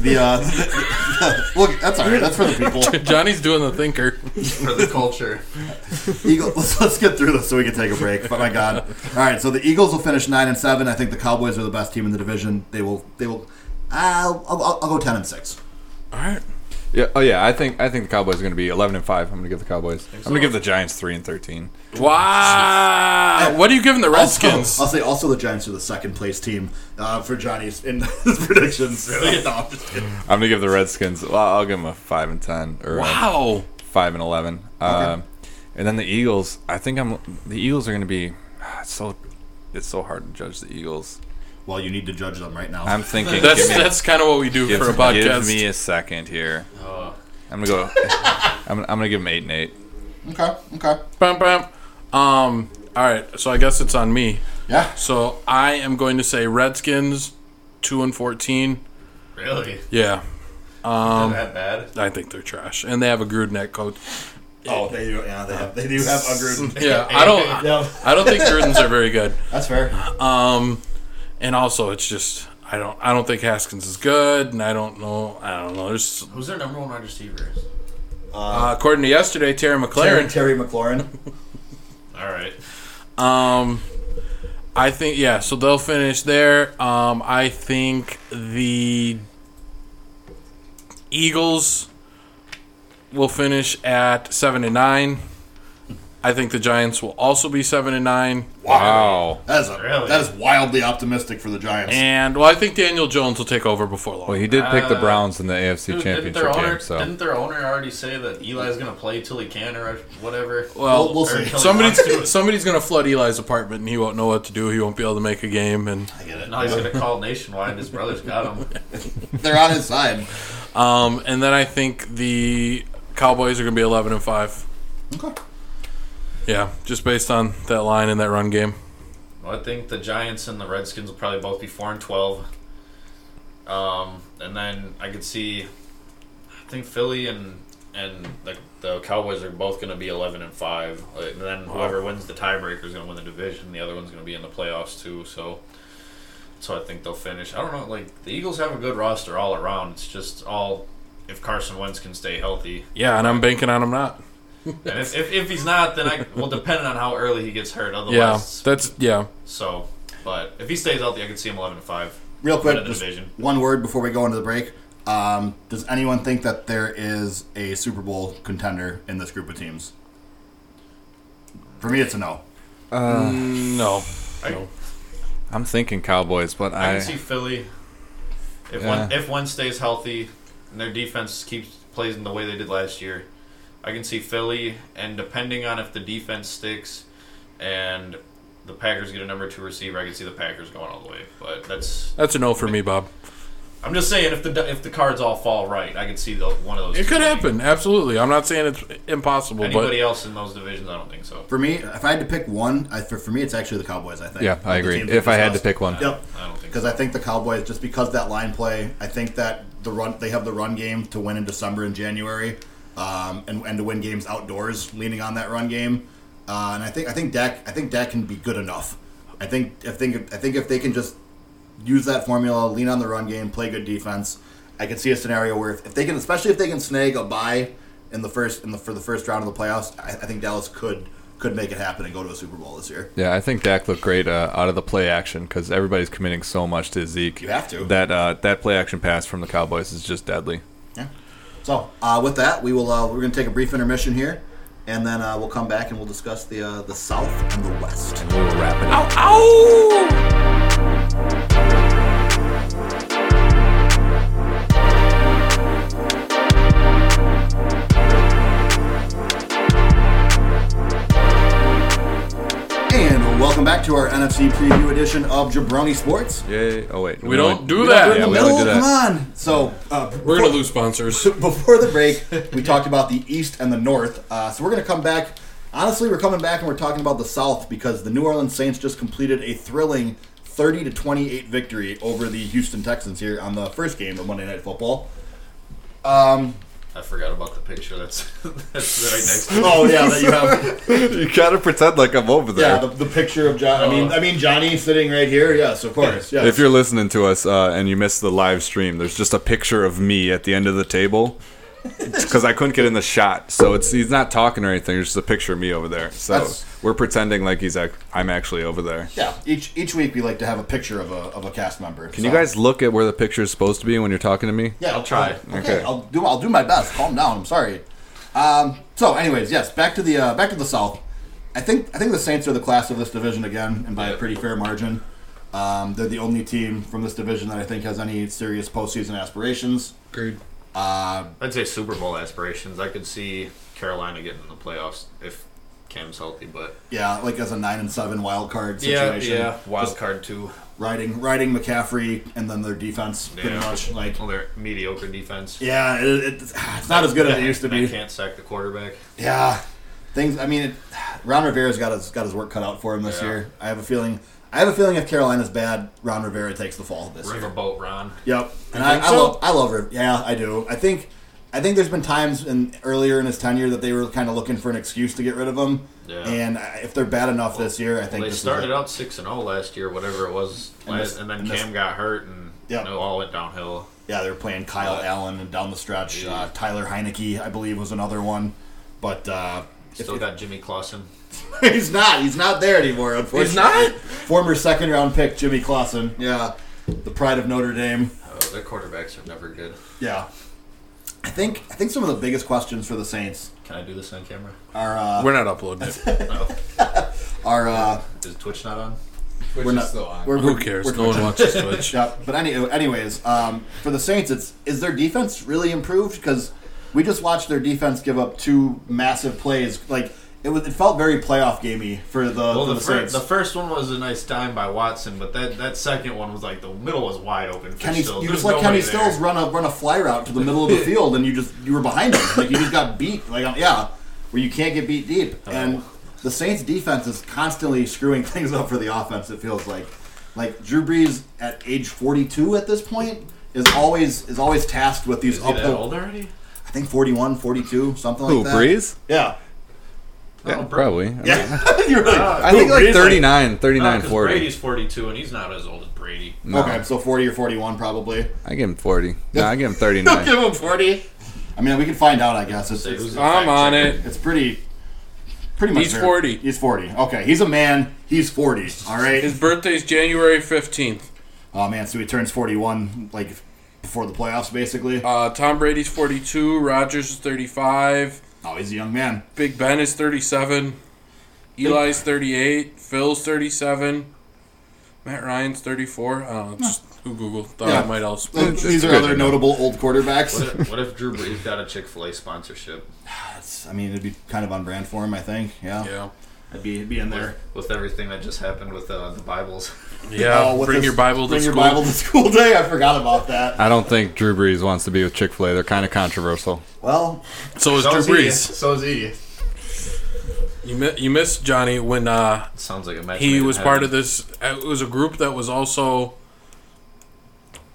S1: the, Look, that's all right. That's for the people.
S3: Johnny's doing the thinker.
S4: for the culture.
S1: Eagle, let's, let's get through this so we can take a break. But my God, all right. So the Eagles will finish nine and seven. I think the Cowboys are the best team in the division. They will. They will. I'll, I'll, I'll go ten and six.
S3: All right.
S2: Yeah. Oh yeah. I think I think the Cowboys are going to be eleven and five. I'm going to give the Cowboys. I'm going to give the Giants three and thirteen.
S3: Wow. What are you giving the Redskins?
S1: Also, I'll say also the Giants are the second place team uh, for Johnny's in his predictions. No, I'm just kidding.
S2: I'm going to give the Redskins. Well, I'll give them a five and ten or a
S3: wow.
S2: five and eleven. Um, and then the Eagles. I think I'm. The Eagles are going to be. It's so. It's so hard to judge the Eagles.
S1: Well, you need to judge them right now.
S2: I'm thinking.
S3: That's
S2: give me-
S3: that's kind of what we do
S2: give,
S3: for a
S2: give
S3: podcast. Oh.
S2: me a second here. I'm gonna go. I'm, I'm gonna give them eight and eight.
S1: okay. Okay.
S3: Bam, bam. Um. All right. So I guess it's on me.
S1: Yeah.
S3: So I am going to say Redskins, two and fourteen.
S4: Really? Is
S3: Yeah,
S4: that bad?
S3: I think they're trash, and they have a Gruden coach.
S1: Oh, they do. Yeah, they have. They do have a Gruden.
S3: Yeah, I don't.
S1: Yeah,
S3: I don't think Gruden's are very good.
S1: that's fair.
S3: And also, it's just I don't. I don't think Haskins is good, and I don't know. I don't know. There's
S4: Who's their number one wide receiver?
S3: uh, according to yesterday, Terry
S1: Terry,
S3: McLaren.
S1: Terry McLaurin.
S4: All right.
S3: Um, I think yeah. So they'll finish there. Um, I think the Eagles will finish at seven and nine. I think the Giants will also be seven and nine.
S2: Wow.
S1: That is a,
S4: Really?
S1: that is wildly optimistic for the Giants.
S3: And well, I think Daniel Jones will take over before long.
S2: Well, he did pick the
S3: Uh,
S2: Browns in the AFC
S4: Dude, didn't
S2: Championship
S4: their owner
S2: game, so
S4: didn't their owner already say that Eli's gonna play till he can or whatever?
S1: Well, we'll
S4: Or
S1: see.
S4: till he wants to.
S3: somebody's somebody's gonna flood Eli's apartment, and he won't know what to do. He won't be able to make a game, and
S1: I get it.
S4: Now he's gonna call nationwide. His brother's got him.
S1: They're on his side.
S3: um, and then I think the Cowboys are gonna be eleven and five.
S1: Okay.
S3: Yeah, just based on that line and that run game.
S4: Well, I think the Giants and the Redskins will probably both be four and twelve. Um, and then I could see, I think Philly and and the, the Cowboys are both going to be eleven and five. Like, And then whoever wins the tiebreaker is going to win the division. The other one's going to be in the playoffs too. So, so I think they'll finish. I don't know. Like the Eagles have a good roster all around. It's just all if Carson Wentz can stay healthy.
S3: Yeah, and I'm banking on him not.
S4: And if, if, if he's not, then I well depending on how early he gets hurt. Otherwise,
S3: Yeah, that's yeah.
S4: so, but if he stays healthy, I could see him 11 to 5.
S1: Real
S4: Out
S1: quick,
S4: of the
S1: just
S4: division.
S1: one word before we go into the break. Um, does anyone think that there is a Super Bowl contender in this group of teams? For me, it's a no.
S3: No,
S4: I,
S2: I'm thinking Cowboys, but
S4: I
S2: I,
S4: can see Philly. If one if one stays healthy and their defense keeps plays in the way they did last year, I can see Philly and depending on if the defense sticks and the Packers get a number 2 receiver, I can see the Packers going all the way. But that's
S3: that's a no for me, Bob.
S4: I'm just saying if the if the cards all fall right, I can see the one of those
S3: It
S4: two
S3: could
S4: winning.
S3: happen, absolutely. I'm not saying it's impossible,
S4: Anybody else in those divisions, I don't think so.
S1: For me, if I had to pick one, I, for, for me, it's actually the Cowboys. I think.
S2: Yeah, I
S1: Of the
S2: agree.
S1: teams we
S2: If I had
S1: discussed.
S2: to pick one.
S1: Yep.
S4: I don't think
S1: Because
S4: so.
S1: I think the Cowboys, just because that line play, I think that the run they have the run game to win in December and January, um, and, and to win games outdoors, leaning on that run game. Uh, and I think I think Dak I think Dak can be good enough. I think I think I think if they can just use that formula, lean on the run game, play good defense, I can see a scenario where if, if they can, especially if they can snag a bye in the first in the for the first round of the playoffs, I, I think Dallas could could make it happen and go to a Super Bowl this year.
S2: yeah, I think Dak looked great uh, out of the play action because everybody's committing so much to Zeke.
S1: You have to.
S2: That uh, that play action pass from the Cowboys is just deadly.
S1: So, uh, with that, we will. Uh, we're going to take a brief intermission here, and then uh, we'll come back and we'll discuss the uh, the South and the West.
S2: We'll wrap it up.
S1: And welcome back to our NFC preview edition of Jabroni Sports.
S2: Yay! Oh wait,
S3: We don't
S2: only-
S3: do that.
S2: Yeah,
S1: In
S2: we
S1: the
S2: only
S1: middle,
S2: do that.
S1: come on. So, uh,
S3: We're gonna lose sponsors.
S1: before the break, we talked about the East and the North. Uh, so we're going to come back. Honestly, we're coming back and we're talking about the South because the New Orleans Saints just completed a thrilling 30 to 28 victory over the Houston Texans here on the first game of Monday Night Football. Um,
S4: I forgot about the picture. That's that's right next. to it.
S1: Oh yeah, that you have.
S2: you gotta pretend like I'm over there.
S1: Yeah, the, the picture of John. I mean, I mean Johnny sitting right here. Yes, of course. Yes.
S2: Oh. If you're listening to us uh, and you missed the live stream, there's just a picture of me at the end of the table because I couldn't get in the shot. So it's he's not talking or anything. There's just a picture of me over there. So
S1: That's-
S2: we're pretending like he's ac- I'm actually over there.
S1: yeah, each each week we like to have a picture of a of a cast member.
S2: Can you guys look at where the picture is supposed to be when you're talking to me?
S1: Yeah, I'll
S4: try.
S1: Okay,
S2: Okay.
S1: I'll do. I'll do my best. Calm down. I'm sorry. Um, so, anyways, yes, back to the uh, back to the South. I think I think the Saints are the class of this division again, and by a pretty fair margin. Um, they're the only team from this division that I think has any serious postseason aspirations.
S3: Agreed.
S1: Uh,
S4: I'd say Super Bowl aspirations. I could see Carolina getting in the playoffs if Cam's healthy, but
S1: yeah, like as a nine and seven wild card situation.
S4: wild card too.
S1: Riding riding McCaffrey and then their defense pretty
S4: Yeah.
S1: much like
S4: Well, they're mediocre defense.
S1: yeah, it, it's, it's not as good as it used to
S4: They
S1: be.
S4: can't sack the quarterback.
S1: Yeah, things. I mean, it, Ron Rivera's got his got his work cut out for him this
S4: Yeah.
S1: year. I have a feeling. I have a feeling if Carolina's bad, Ron Rivera takes the fall this year.
S4: Riverboat Ron.
S1: Yep, and I,
S3: think
S1: I
S3: so?
S1: love I love her. Yeah, I do. I think I think there's been times in earlier in his tenure that they were kind of looking for an excuse to get rid of him.
S4: Yeah.
S1: And I- if they're bad enough this year, I think
S4: They
S1: this
S4: started
S1: is it.
S4: out six and zero last year, whatever it was,
S1: And
S4: last,
S1: this-
S4: and then
S1: and this-
S4: Cam got hurt, and
S1: Yep.
S4: it all went downhill.
S1: Yeah, they were playing Kyle Allen and down the stretch, uh, Tyler Heineke, I believe, was another one. But uh, if
S4: Still got Jimmy Clausen.
S1: he's not. He's not there anymore. Unfortunately,
S3: not?
S1: Former second round pick Jimmy Clausen. Yeah, the pride of Notre Dame.
S4: Oh, their quarterbacks are never good.
S1: Yeah, I think I think some of the biggest questions for the Saints
S4: Can I do this on camera?
S1: are uh,
S3: We're not uploading it.
S1: are uh,
S4: Is Twitch not on?
S6: Which
S1: we're
S6: is
S1: not-
S6: still on.
S1: we're,
S3: Who
S1: we're-
S3: cares?
S1: we're-
S3: No one watches Twitch.
S1: yeah, but any, anyways, um, for the Saints, it's is their defense really improved? Because we just watched their defense give up two massive plays. Like it was, it felt very playoff gamey for the,
S4: Well,
S1: for
S4: the,
S1: the
S4: fir-
S1: Saints.
S4: the first one was a nice dime by Watson, but that, that second one was like the middle was wide open. For
S1: Kenny,
S4: Stills.
S1: you
S4: There's
S1: just let Kenny
S4: nobody there.
S1: Stills run a run a fly route to the middle of the field, and you just you were behind him. Like you just got beat. Like um, yeah, where you can't get beat deep.
S4: Oh.
S1: And the Saints' defense is constantly screwing things up for the offense. It feels like, like Drew Brees at age forty two at this point is always is always tasked with these
S4: Is he that
S1: uphill.
S4: old already?
S1: I think 41, 42, something
S2: Who
S1: like that.
S2: Breeze?
S1: Yeah,
S4: Oh,
S2: Yeah, probably.
S1: yeah. You're really,
S3: Ah.
S2: I think like
S1: Breeze,
S2: 39, 39,
S4: Because
S2: 40.
S4: Brady's 42 and he's not as old as Brady.
S2: No,
S1: Okay, so forty or forty one probably.
S2: I give him 40. No, I give him 39.
S1: Give him forty. I mean, we can find out. I guess it's,
S4: Say,
S1: it's
S4: who's the
S3: I'm
S4: fact
S3: on
S4: checker?
S3: it.
S1: It's pretty. Pretty much.
S3: He's
S1: there.
S3: 40.
S1: He's forty. Okay, he's a man. He's forty. All right.
S3: His birthday's January fifteenth.
S1: Oh man, so he turns forty-one like before the playoffs, basically.
S3: Uh, Tom Brady's forty-two. Rogers is thirty-five.
S1: Oh, he's a young man.
S3: Big Ben is 37. Eli's 38. Phil's 37. Matt Ryan's 34. I don't know. Just who Google thought
S1: Yeah.
S3: I might else.
S1: These are other notable old quarterbacks.
S4: What if, what if Drew Brees got a Chick Fil A sponsorship
S1: That's- I mean, it'd be kind of on brand for him, I think. Yeah.
S3: Yeah.
S1: It'd be it'd be in there.
S4: with everything that just happened with uh, the Bibles?
S3: Yeah.
S1: Oh, with
S3: bring
S1: this-
S3: your Bible to
S1: Bring
S3: school.
S1: your Bible to school day. I forgot about that.
S2: I don't think Drew Brees wants to be with Chick Fil A. They're kind of controversial.
S1: Well,
S3: So is Drew
S4: he.
S3: Brees.
S1: so is he.
S3: You, mi- you missed Johnny when uh,
S4: Sounds like a match.
S3: he
S4: made in
S3: was part
S4: heaven.
S3: of this. uh, It was a group that was also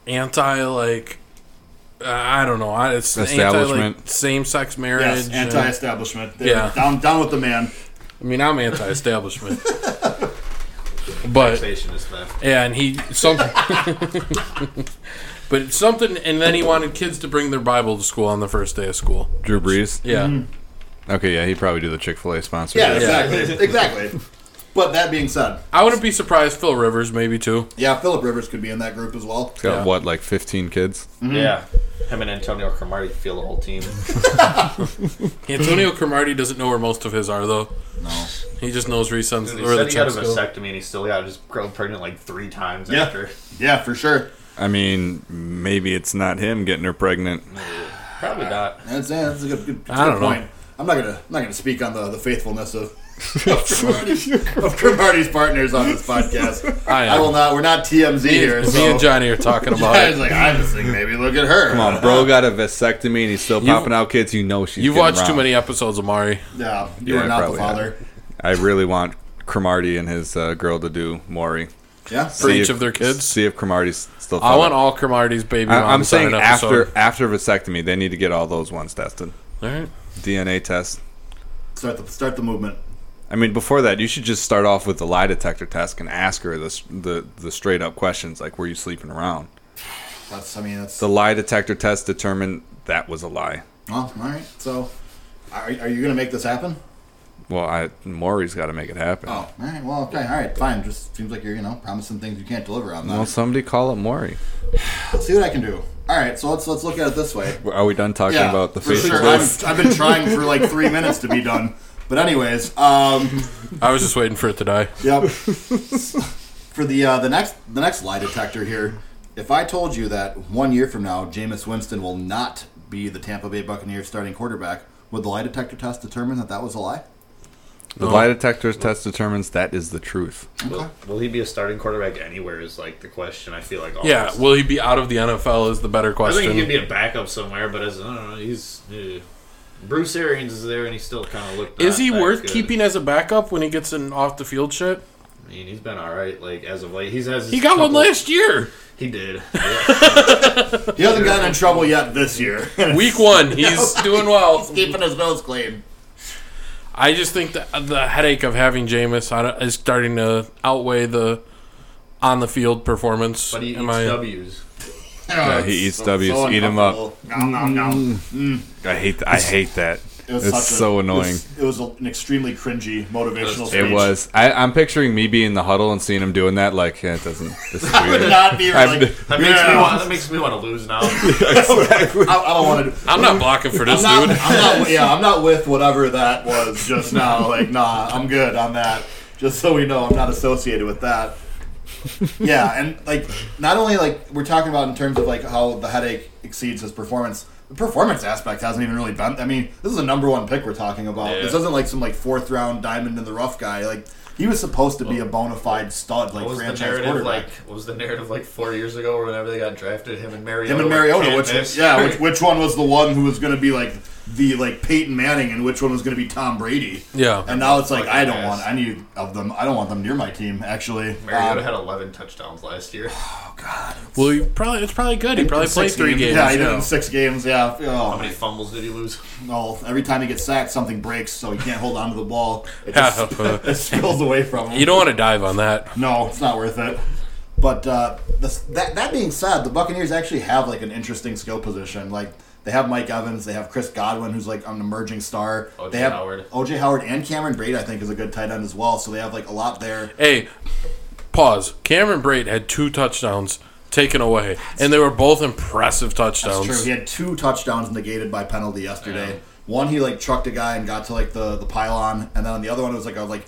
S3: anti, like, uh, I don't know. I- It's anti, like,
S2: Establishment.
S3: same sex marriage.
S1: Yes,
S3: and-
S1: anti-establishment. They're
S3: Yeah.
S1: Down, down with the man.
S3: I mean, I'm anti establishment. but.
S4: Station is left.
S3: Yeah, and he something, but it's something, and then he wanted kids to bring their Bible to school on the first day of school.
S2: Drew Brees?
S3: Yeah,
S1: Mm-hmm.
S2: Okay, yeah, he'd probably do the Chick fil A sponsorship.
S1: Yeah, exactly, exactly. But that being said,
S3: I wouldn't be surprised. Phil Rivers, maybe too.
S1: yeah, Philip Rivers could be in that group as well.
S2: Got what, like 15 kids?
S3: Mm-hmm.
S4: Yeah. Him and Antonio Cromartie feel the whole team.
S3: Antonio Cromartie doesn't know where most of his are though.
S1: No.
S3: He just knows where he sends
S4: He
S3: where the
S4: said he had a
S3: checks go.
S4: vasectomy and he still got just grown pregnant like three times
S1: Yeah.
S4: after.
S1: Yeah, for sure.
S2: I mean, maybe it's not him getting her pregnant.
S4: Probably not.
S1: That's, yeah, that's a good, good,
S3: I
S1: good
S3: don't know.
S1: point. I'm not gonna I'm not gonna speak on the, the faithfulness of of Cromartie's, of Cromartie's partners on this podcast.
S3: I am.
S1: I will not. We're not TMZ here.
S3: Me
S1: so.
S3: and Johnny are talking about
S1: I was
S3: it.
S1: like, I was thinking maybe look at her.
S2: Come on, bro got a vasectomy and he's still popping out kids. You know she's
S3: You've
S2: getting
S3: watched too
S2: robbed.
S3: many episodes of Mari.
S1: Yeah, you
S2: Yeah,
S1: are not the
S2: probably, yeah.
S1: father.
S2: I really want Cromartie and his uh, girl to do Maury.
S1: Yeah.
S3: for
S2: See
S3: each
S2: if-
S3: of their kids.
S2: See if Cromartie's still.
S3: I
S2: thought
S3: want
S2: it.
S3: all Cromartie's baby.
S2: I,
S3: mom
S2: I'm
S3: side
S2: saying after
S3: episode.
S2: after vasectomy, they need to get all those ones tested.
S3: All right.
S2: DNA test.
S1: Start the start the movement.
S2: I mean, before that, you should just start off with the lie detector test and ask her the the, the straight up questions like, "Were you sleeping around?"
S1: That's I mean that's
S2: The lie detector test determined that was a lie.
S1: well, all right. So are, are you gonna make this happen?
S2: Well, I Maury's got to make it happen.
S1: Oh, all right. Well, okay. All right. Fine. Just seems like you're you know promising things you can't deliver on.
S2: Well,
S1: That.
S2: somebody call up Maury.
S1: I'll see what I can do. All right. So let's let's look at it this way.
S2: Are we done talking
S1: Yeah,
S2: about the
S1: for
S2: Facebook
S1: sure.
S2: post?
S1: I've, I've been trying for like three minutes to be done. But anyways, um,
S3: I was just waiting for it to die.
S1: yep. for the uh, the next the next lie detector here, if I told you that one year from now Jameis Winston will not be the Tampa Bay Buccaneers starting quarterback, would the lie detector test determine that that was a lie?
S2: The lie detector test determines that is the truth.
S1: Okay.
S4: Will, will he be a starting quarterback anywhere? Is like the question. I feel like. all
S3: Yeah,
S4: this-
S3: will he be out of the NFL? Is the better
S4: I
S3: question.
S4: think he could be a backup somewhere, but as I don't know, he's. eh. Bruce Arians is there, and he still kind of looked.
S3: is
S4: not
S3: he
S4: that
S3: worth
S4: good.
S3: keeping as a backup when he gets in off the field shit?
S4: I mean, he's been all right. Like as of late, he's has.
S3: He
S4: his
S3: got one
S4: couple-
S3: last year.
S4: He did.
S1: He hasn't gotten in trouble yet this year.
S3: Week one, he's doing well.
S1: Keeping his nose clean.
S3: I just think that the headache of having Jameis I don't- is starting to outweigh the on the field performance.
S4: But he eats
S3: Am I-
S4: W's.
S1: Yeah,
S2: he eats W's. Eat 'em up.
S1: No, no, no.
S2: I hate. I hate that.
S1: It was
S2: it's
S1: such a-
S2: so annoying.
S1: It was, it was a- an extremely cringy motivational speech.
S2: It was. I, I'm picturing me being in the huddle and seeing him doing that. Like yeah, it doesn't. This is
S1: I would
S2: weird.
S1: not be
S2: I've-
S1: like.
S4: That makes me
S1: Yeah.
S4: want. That makes me want to lose now.
S1: I, I don't want to. Do,
S3: I'm not blocking for this,
S1: I'm not,
S3: dude.
S1: I'm not. Yeah, I'm not with whatever that was just now. Like, nah, I'm good on that. Just so we know, I'm not associated with that. Yeah, and like, not only like we're talking about in terms of like how the headache exceeds his performance. The performance aspect hasn't even really been. I mean, this is a number one pick we're talking about. This isn't like some like fourth round diamond in the rough guy. Like he was supposed to be a bona fide stud, like
S4: What was the
S1: franchise
S4: narrative
S1: quarterback.
S4: like? What was the narrative like four years ago, or whenever they got drafted? Him and Mariota.
S1: Him and
S4: were
S1: Mariota, which
S4: canvas.
S1: yeah, which, which one was the one who was going to be like the like Peyton Manning, and which one was going to be Tom Brady?
S3: Yeah.
S1: And now it's like
S4: Fucking
S1: I don't
S4: ass.
S1: want any of them. I don't want them near my team. Actually,
S4: Mariota
S1: Um,
S4: had 11 touchdowns last year.
S3: Well, you probably it's probably good. He probably
S1: in
S3: played
S1: six
S3: three games.
S1: Yeah, he did in six games. Yeah.
S4: How
S1: Oh,
S4: many fumbles did he lose?
S1: no. Every time he gets sacked, something breaks, so he can't hold on to the ball. It just it spills away from him.
S3: You don't want to dive on that.
S1: No, it's not worth it. But uh, this, that that being said, the Buccaneers actually have like an interesting skill position. Like they have Mike Evans, they have Chris Godwin, who's like an emerging star.
S4: O.J.
S1: They have
S4: Howard.
S1: OJ Howard and Cameron Braid, I think, is a good tight end as well. So they have like a lot there.
S3: Hey, pause. Cameron Braid had two touchdowns taken away, and they were both impressive touchdowns.
S1: That's true. He had two touchdowns negated by penalty yesterday. One he like trucked a guy and got to like the the pylon, and then on the other one it was like a like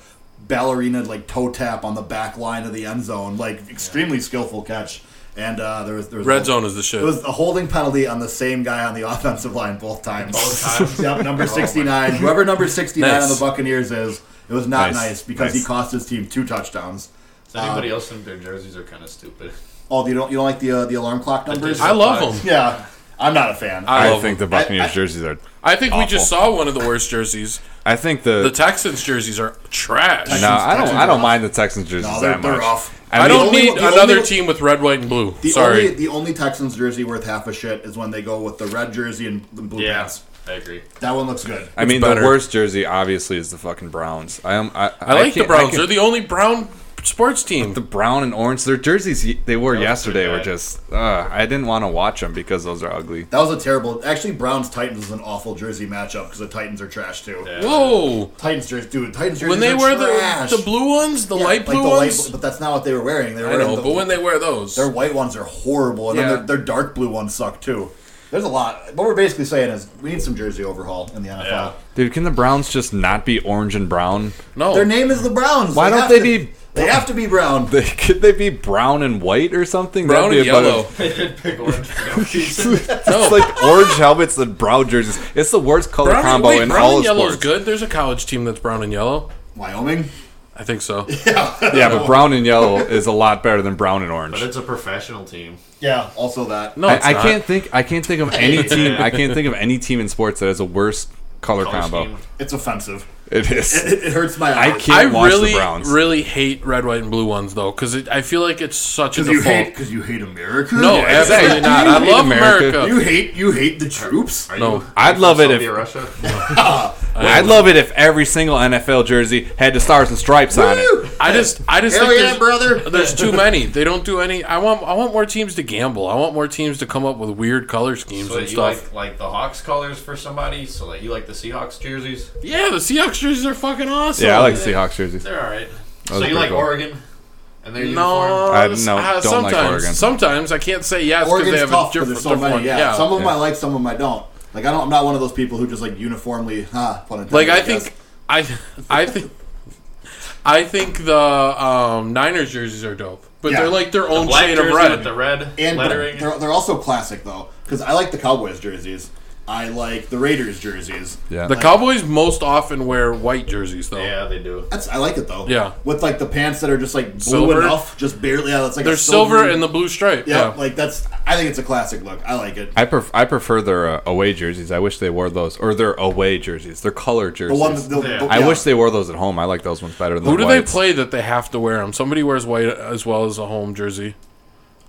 S1: ballerina like toe tap on the back line of the end zone. Like extremely skillful catch. And uh, there was there was
S3: Red zone is the shit.
S1: It was a holding penalty on the same guy on the offensive line both times.
S4: Both times? Oh
S1: yep, number 69. Whoever number 69 on the
S3: Nice.
S1: Buccaneers is, it was not nice,
S2: Nice.
S1: because he
S2: Nice.
S1: cost his team two touchdowns. Uh,
S4: Does
S3: Uh,
S4: anybody else think their jerseys are kind of stupid?
S1: Oh, you don't you don't like the uh, the alarm clock numbers?
S3: I love him.
S1: Yeah, I'm not a fan.
S3: I
S2: I
S3: love
S2: think
S3: him.
S2: the Buccaneers
S1: I- I-
S2: jerseys are.
S3: I think we just
S2: awful.
S3: saw one of the worst jerseys.
S2: I think the.
S3: The Texans jerseys are trash.
S2: no, I don't.
S1: Texans
S2: I
S1: are
S2: don't
S1: off.
S2: mind the Texans jerseys
S1: no, they're,
S2: that much.
S1: they're off.
S3: I don't
S1: only-
S3: need
S1: the
S3: another
S1: only-
S3: team with red, white, and blue.
S1: The
S3: Sorry.
S1: only the only Texans jersey worth half a shit is when they go with the red jersey and the blue pants.
S4: I agree.
S1: That one looks good.
S2: I mean,
S3: better.
S2: the worst jersey obviously is the fucking Browns. I am. I,
S3: I like the
S2: can't-
S3: Browns.
S2: can-
S3: They're the only brown sports team.
S2: the brown and orange. Their jerseys y- they wore
S4: Those are
S2: yesterday were
S4: bad.
S2: just. Uh, I didn't want to watch them because those are ugly.
S1: That was a terrible. Actually, Browns Titans is an awful jersey matchup because the Titans are trash too.
S3: Whoa!
S1: Titans jersey, dude. Titans jerseys
S3: When they
S1: are
S3: wear
S1: trash.
S3: the, the blue ones, the
S1: Yeah,
S3: light
S1: like
S3: blue
S1: the light
S3: ones.
S1: blue- but that's not what they were wearing. They were
S3: I know,
S1: wearing the,
S3: but when they wear those,
S1: their white ones are horrible, and
S2: Yeah.
S1: then their, their dark blue ones suck too. There's a lot. What we're basically saying is we need some jersey overhaul in the NFL.
S4: Yeah.
S2: Dude, can the Browns just not be orange and brown?
S3: no,
S1: Their name is the Browns.
S2: Why don't
S1: have
S2: they
S1: to-
S2: be-
S1: They have to be brown.
S2: They, could they be brown and white or something?
S3: brown and
S2: That'd be about
S3: yellow.
S4: They did pick orange. jerseys.
S2: It's like orange helmets and brown jerseys. It's the worst color
S3: Brown and,
S2: combo
S3: wait,
S2: in
S3: brown
S2: all
S3: and
S2: of
S3: yellow
S2: sports.
S3: is good. There's a college team that's brown and yellow.
S1: Wyoming.
S3: I think so.
S2: Yeah, but brown and yellow is a lot better than brown and orange.
S4: But it's a professional team.
S1: Yeah. Also that.
S3: No, it's
S2: I, I
S3: not.
S2: can't think. I can't think of any team. I can't think of any team in sports that has a worse color,
S4: Color
S2: combo.
S4: scheme.
S1: It's offensive.
S2: It is.
S1: It, it hurts my
S2: I
S1: eyes.
S2: can't
S3: I
S2: watch
S3: really,
S2: the Browns.
S3: really hate red, white, and blue ones though, because I feel like it's such a
S1: Because you
S3: default.
S1: hate. Because you hate America.
S3: no,
S2: Yeah, exactly.
S3: absolutely not.
S2: You
S3: I
S2: hate
S3: love
S2: America.
S3: America.
S1: You hate. You hate the troops.
S4: Are
S3: No.
S4: you
S2: I'd love it
S4: from
S2: if-
S4: Saudi Russia?
S2: I'd love it if every single NFL jersey had the stars and stripes on
S1: Woo!
S2: it.
S3: I just, I just
S1: Hell
S3: think
S1: yeah,
S3: there's,
S1: brother!
S3: there's too many. They don't do any. I want, I want more teams to gamble. I want more teams to come up with weird color schemes
S4: So
S3: and
S4: you
S3: stuff.
S4: like like the Hawks colors for somebody? So like you like the Seahawks jerseys?
S3: yeah, the Seahawks jerseys are fucking awesome.
S2: Yeah, I like the Seahawks jerseys.
S4: They're all right.
S2: was
S4: So you
S2: pretty
S4: like
S2: cool.
S4: Oregon and their
S3: No,
S4: uniform?
S2: I-
S3: s-
S2: no,
S3: uh,
S2: don't like
S3: sometimes,
S2: Oregon.
S3: Sometimes I can't say yes because they
S1: Oregon's
S3: have
S1: tough,
S3: a
S1: but
S3: different,
S1: there's so
S3: different
S1: many.
S3: one.
S1: Yeah.
S3: Yeah,
S1: some of them I like, some of them I don't. Like I don't. I'm not one of those people who just like uniformly. Huh, pun intended,
S3: like I
S1: guess.
S3: think, I, I think, I think the um, Niners jerseys are dope, but
S1: Yeah.
S3: they're like their own
S4: Black
S3: shade
S4: jersey
S3: of red.
S4: with the red
S1: And but
S4: lettering.
S1: they're, they're also classic though, because I like the Cowboys jerseys. I like the Raiders jerseys.
S2: Yeah.
S3: The Cowboys most often wear white jerseys, though.
S4: yeah, they do.
S1: That's I like it though.
S3: Yeah.
S1: With like the pants that are just like blue
S3: Silver?
S1: enough, just barely out. It's like a
S3: They're silver
S1: silvery-
S3: and the blue stripe.
S1: yeah,
S3: Yeah.
S1: Like that's. I think it's a classic look. I like it.
S2: I, pref- I prefer their uh, away jerseys. I wish they wore those. Or their away jerseys. Their color
S1: The
S2: jerseys.
S1: one. The, the,
S4: Yeah.
S2: I
S1: yeah.
S2: wish they wore those at home. I like those ones better than
S3: Who
S2: the
S3: do they
S2: whites.
S3: play that they have to wear them? Somebody wears white as well as a home jersey.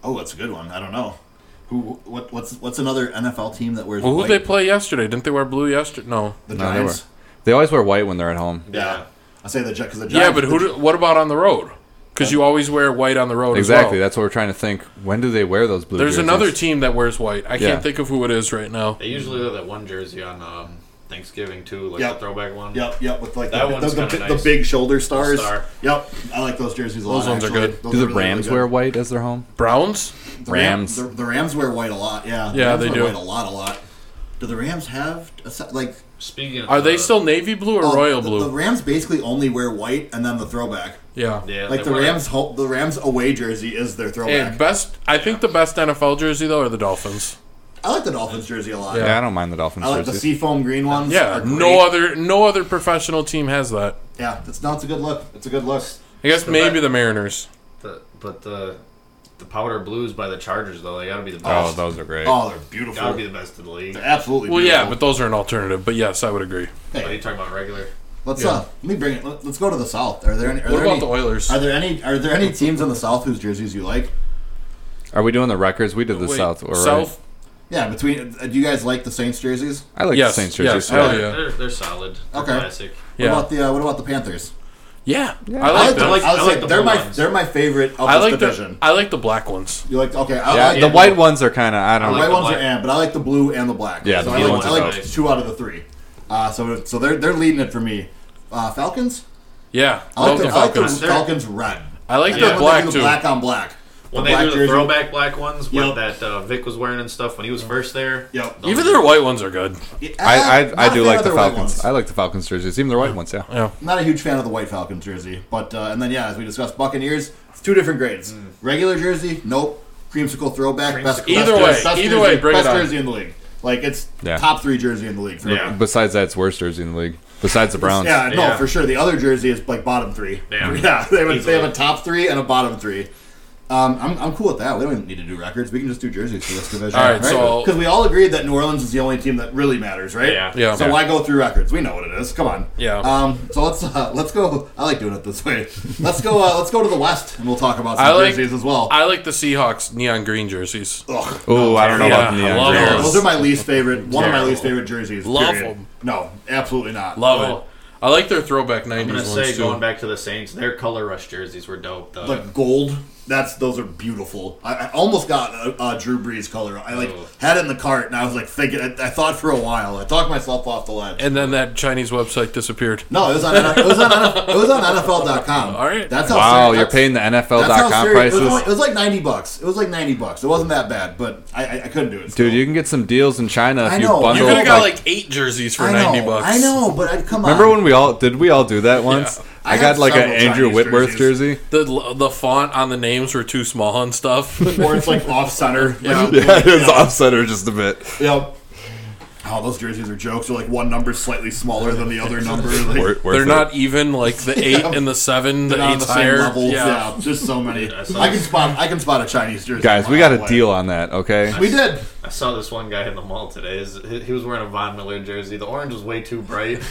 S1: Oh, that's a good one. I don't know. Who? What? What's? What's another NFL team that wears?
S3: Well, who
S1: white?
S3: did they play yesterday? Didn't they wear blue yesterday? No.
S1: The
S2: No, they, were.
S1: Giants.
S2: they always wear white when they're at home.
S1: Yeah. I say the Giants because the
S3: Yeah,
S1: Giants.
S3: but who? Do, what about on the road? Because you always wear white on the road.
S2: Exactly.
S3: As well.
S2: That's what we're trying to think. When do they wear those blue
S3: There's
S2: jerseys?
S3: another team that wears white. I
S2: Yeah.
S3: can't think of who it is right now.
S4: They usually wear that one jersey on um, Thanksgiving too, like
S1: Yep.
S4: the throwback one.
S1: Yep, yep, with like
S4: That
S1: the,
S4: one's
S1: the, the,
S4: kinda
S1: the
S4: nice.
S1: big shoulder stars.
S4: Star.
S1: Yep, I like those jerseys a lot.
S3: Those ones are
S1: actually. Those
S3: good.
S2: Do
S1: are
S2: the
S1: really, really
S2: Rams
S1: good.
S2: wear white as their home?
S3: Browns?
S1: The Ram-
S2: Rams?
S1: the, the Rams wear white a lot. Yeah. The
S3: Yeah,
S1: Rams
S3: they
S1: wear
S3: do.
S1: White a lot, a lot. Do the Rams have a, se- like
S4: Speaking, of
S3: Are they
S4: the-
S3: still navy blue or
S1: oh,
S3: royal
S1: the-
S3: blue?
S1: The Rams basically only wear white and then the throwback.
S3: yeah.
S4: Yeah,
S1: Like
S4: they
S1: the
S4: wear-
S1: Rams, ho- the Rams away jersey is their throwback.
S3: Hey, best. I think the best NFL jersey though are the Dolphins.
S1: I like the Dolphins jersey a lot.
S3: Yeah.
S2: Yeah, I don't mind the Dolphins
S1: I like the
S2: jerseys.
S1: seafoam green ones.
S3: Yeah.
S1: are great.
S3: No other. No other professional team has that.
S1: Yeah, it's no, it's a good look. It's a good look.
S3: I guess
S4: The
S3: maybe
S4: Ra-
S3: the Mariners.
S4: The, but the the powder blues by the Chargers though, they gotta be the
S2: oh,
S4: best.
S2: those are great.
S1: Oh, they're beautiful.
S4: gotta be the best in the league.
S1: They're absolutely.
S3: Well,
S1: beautiful.
S3: yeah, but those are an alternative. But yes, I would agree.
S4: Are you talking about regular?
S1: Let's uh, let me bring it. Let, us go to the South. Are there any? Are
S3: What
S1: there
S3: about
S1: any,
S3: the Oilers?
S1: Are there any? Are there any teams in the South whose jerseys you like?
S2: Are we doing the records? We did the
S3: Wait,
S2: South. Or
S3: South.
S1: Yeah, between uh, do you guys like the Saints jerseys?
S2: I like
S3: Yes,
S2: the Saints
S3: yes,
S2: jerseys.
S3: hell
S2: yeah.
S3: yeah.
S4: They're, they're solid. They're
S1: Okay.
S4: Classic.
S1: What
S3: Yeah.
S1: about the uh, What about the Panthers?
S3: Yeah. I like
S1: the,
S3: them.
S4: I like-
S1: I was
S4: I like
S1: saying,
S4: the
S1: they're
S4: blue
S1: my
S4: ones.
S1: they're my favorite of
S3: I
S1: this
S3: like
S1: division.
S3: the. I like the black ones.
S1: you like okay? I,
S2: Yeah,
S1: I like
S2: the
S1: blue.
S2: white ones are kind of I don't
S1: The
S2: know.
S4: like
S1: white
S4: the
S1: ones are
S4: black.
S1: eh, but I like the blue and the black.
S2: Yeah,
S1: so
S2: the
S1: I
S2: blue
S1: like,
S4: ones
S1: I
S4: are
S1: like
S4: nice.
S1: two out of the three. Uh, so so they're they're leading it for me. Uh, Falcons.
S3: Yeah.
S1: I like
S3: love
S1: the,
S3: the
S1: I like the
S3: Falcons.
S4: They're-
S1: Falcons red.
S3: I like
S1: I
S3: the
S1: like when
S3: black
S1: they do
S3: too.
S1: the black on black.
S4: When
S1: The
S4: they
S1: black
S4: do the
S1: jersey.
S4: throwback black ones, with
S1: Yep.
S4: that uh, Vic was wearing and stuff when he was first there.
S1: Yep.
S4: Those-
S3: Even their white ones are good.
S1: Yeah,
S2: I,
S1: not a
S2: I, I do
S1: fan
S2: like
S1: of
S2: the
S1: their white
S2: Falcons.
S1: ones.
S2: I like the Falcons jerseys, even the white ones. Yeah,
S3: Yeah.
S1: not a huge fan of the White Falcons jersey, but uh, and then yeah, as we discussed, Buccaneers, it's two different grades. Regular jersey, nope. Creamsicle throwback, best,
S4: Creamsicle.
S1: best
S3: Either way,
S1: jersey, best
S3: either
S1: jersey,
S3: way, bring it
S1: best
S3: on.
S1: jersey in the league. Like it's
S2: Yeah.
S1: top three jersey in the league. For
S4: Yeah.
S1: me.
S2: Besides that, it's worst jersey in the league. Besides the Browns.
S1: yeah, no,
S4: Yeah.
S1: for sure. The other jersey is like bottom three.
S4: Yeah.
S1: they, have a, they
S4: Easily.
S1: have a top three and a bottom three. Um, I'm, I'm cool with that. We don't even need to do records. We can just do jerseys for this division.
S3: All right, so-
S1: because we all agreed that New Orleans is the only team that really matters, right?
S4: Yeah.
S3: Yeah.
S1: So why go through records? We know what it is. Come on.
S3: Yeah.
S1: Um. So let's uh, let's go. I like doing it this way. Let's go. Uh, let's go to the West, and we'll talk about some
S3: I like-
S1: jerseys as well.
S3: I like the Seahawks neon green jerseys.
S1: Ugh.
S2: Oh, I don't know about
S3: Yeah,
S2: the
S3: I love
S2: neon
S1: Those
S2: jerseys.
S1: are my least favorite. One of my least favorite jerseys.
S3: Love
S1: period.
S3: 'em.
S1: No, absolutely not.
S3: Love
S4: Well,
S3: it. I like their throwback '90s
S4: I'm gonna
S3: ones
S4: say
S3: too.
S4: going back to the Saints, their color rush jerseys were dope though.
S1: The gold. That's those are beautiful. I, I almost got a, a Drew Brees color. I like
S4: Oh.
S1: had it in the cart, and I was like thinking. I, I thought for a while. I talked myself off the ledge.
S3: and then that Chinese website disappeared.
S1: no, it was on it was on it was on NFL.com.
S3: All right.
S1: that's how
S2: Wow,
S1: serious-
S2: you're
S1: that's-
S2: paying the
S1: That's how serious-
S2: NFL.com
S1: It was,
S2: prices,
S1: only- it was like ninety bucks. It was like ninety bucks. It wasn't that bad, but I, I, I couldn't do it.
S2: dude. You can get some deals in China if
S1: I
S2: you
S1: know.
S2: bundle.
S3: You could have got
S2: like-
S3: like eight jerseys for
S1: I know,
S3: ninety bucks.
S1: I know, but I come on.
S2: remember when we all did? We all do that once. I,
S1: I
S2: got
S1: have
S2: like an
S1: several
S2: Andrew
S1: Chinese
S2: Whitworth
S1: jerseys.
S2: jersey.
S3: the the font on the names were too small and stuff.
S1: or it's like off center.
S2: Yeah, it was offset or just a bit.
S1: Yep. oh, those jerseys are jokes. They're like one number slightly smaller than the other number. Like,
S2: Worth- worth
S3: They're
S2: it.
S3: not even like the eight and the seven.
S1: they're
S3: The
S1: not on
S3: eight's
S1: the same
S3: higher.
S1: level.
S3: Yeah.
S1: Yeah. just so many.
S4: I saw
S1: I can
S4: this.
S1: spot. I can spot a Chinese jersey.
S2: guys.
S1: a
S2: We got
S1: mile
S2: a
S1: away.
S2: deal on that. Okay.
S1: We did.
S4: I saw this one guy in the mall today. His, he he was wearing a Von Miller jersey. The orange was way too bright,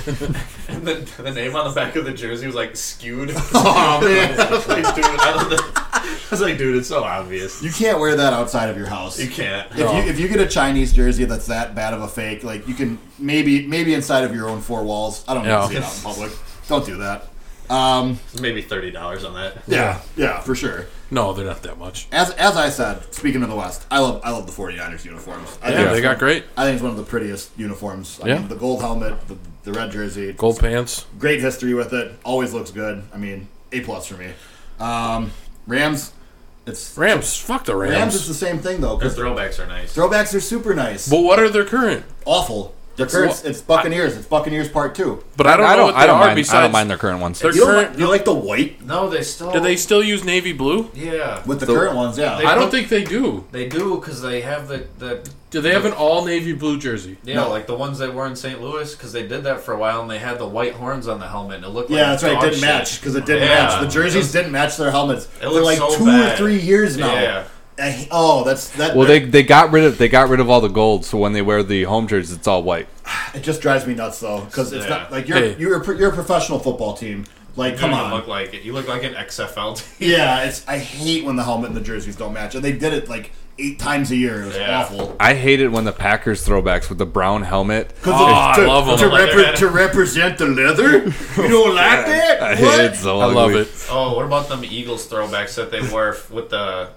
S4: and the, the name on the back of the jersey was like skewed.
S1: Oh, man.
S4: I was like, dude, I, don't know. I was like, dude, it's so obvious.
S1: You can't wear that outside of your house.
S4: You can't.
S1: If you if you get a Chinese jersey that's that bad of a fake, like you can maybe maybe inside of your own four walls. I don't need
S3: Yeah.
S1: to see it out in public. Don't do that. Um,
S4: Maybe thirty dollars on that.
S1: yeah, yeah, for sure.
S3: No, they're not that much.
S1: As as I said, speaking of the West, I love I love the 49ers uniforms. I think
S3: Yeah,
S1: it's
S3: they got
S1: one-
S3: great
S1: I think it's one of the prettiest uniforms. I
S3: Yeah.
S1: mean, the gold helmet, the, the red jersey,
S3: gold pants.
S1: great history with it. Always looks good. I mean, a plus for me. Um, Rams, it's
S3: Rams. Fuck the Rams.
S1: Rams. It's the same thing though.
S4: Their
S1: 'cause
S4: throwbacks are nice.
S1: throwbacks are super nice.
S3: but what are their current?
S1: Awful. The current, it's Buccaneers. it's Buccaneers Part Two.
S3: But I don't know
S2: I don't.
S3: what they
S2: I don't
S3: are
S2: mind.
S3: besides.
S2: I don't mind their current ones.
S3: They're-
S1: You, don't
S3: current-
S1: like, you like the white
S4: No, they still.
S3: do they still use navy blue?
S4: Yeah,
S1: with the, current ones? Yeah.
S3: I don't think they do.
S4: they do because they have the the
S3: Do they have an all navy blue jersey?
S4: Yeah,
S1: No.
S4: like the ones that were in St. Louis, because they did that for a while, and they had the white horns on the helmet, and it looked like
S1: yeah, that's right. It
S4: dog
S1: didn't
S4: shit.
S1: match because it didn't
S4: Yeah.
S1: match. The jerseys didn't match their helmets for
S4: looks
S1: like
S4: so
S1: two or
S4: bad.
S1: three years now.
S4: Yeah.
S1: I- oh, that's that.
S2: Well, they they got rid of they got rid of all the gold, so when they wear the home jerseys, it's all white.
S1: It just drives me nuts though, because it's
S4: Yeah.
S1: not like you're
S3: Hey.
S1: you're a, pro- you're a professional football team. Like,
S4: You
S1: come
S4: don't
S1: on.
S4: even look like it. You look like an XFL team.
S1: yeah, it's I hate when the helmet and the jerseys don't match, and they did it like eight times a year. It was
S4: Yeah.
S1: awful.
S2: I hate it when the Packers throwbacks with the brown helmet.
S4: Oh,
S1: Because
S3: I
S1: to,
S3: love 'em.
S1: to,
S4: Like
S1: repre-
S4: that.
S1: to represent the leather, you don't like that?
S2: I
S1: What?
S2: hate it so
S3: I love
S2: ugly.
S3: it.
S4: Oh, what about them Eagles throwbacks that they wore f- with the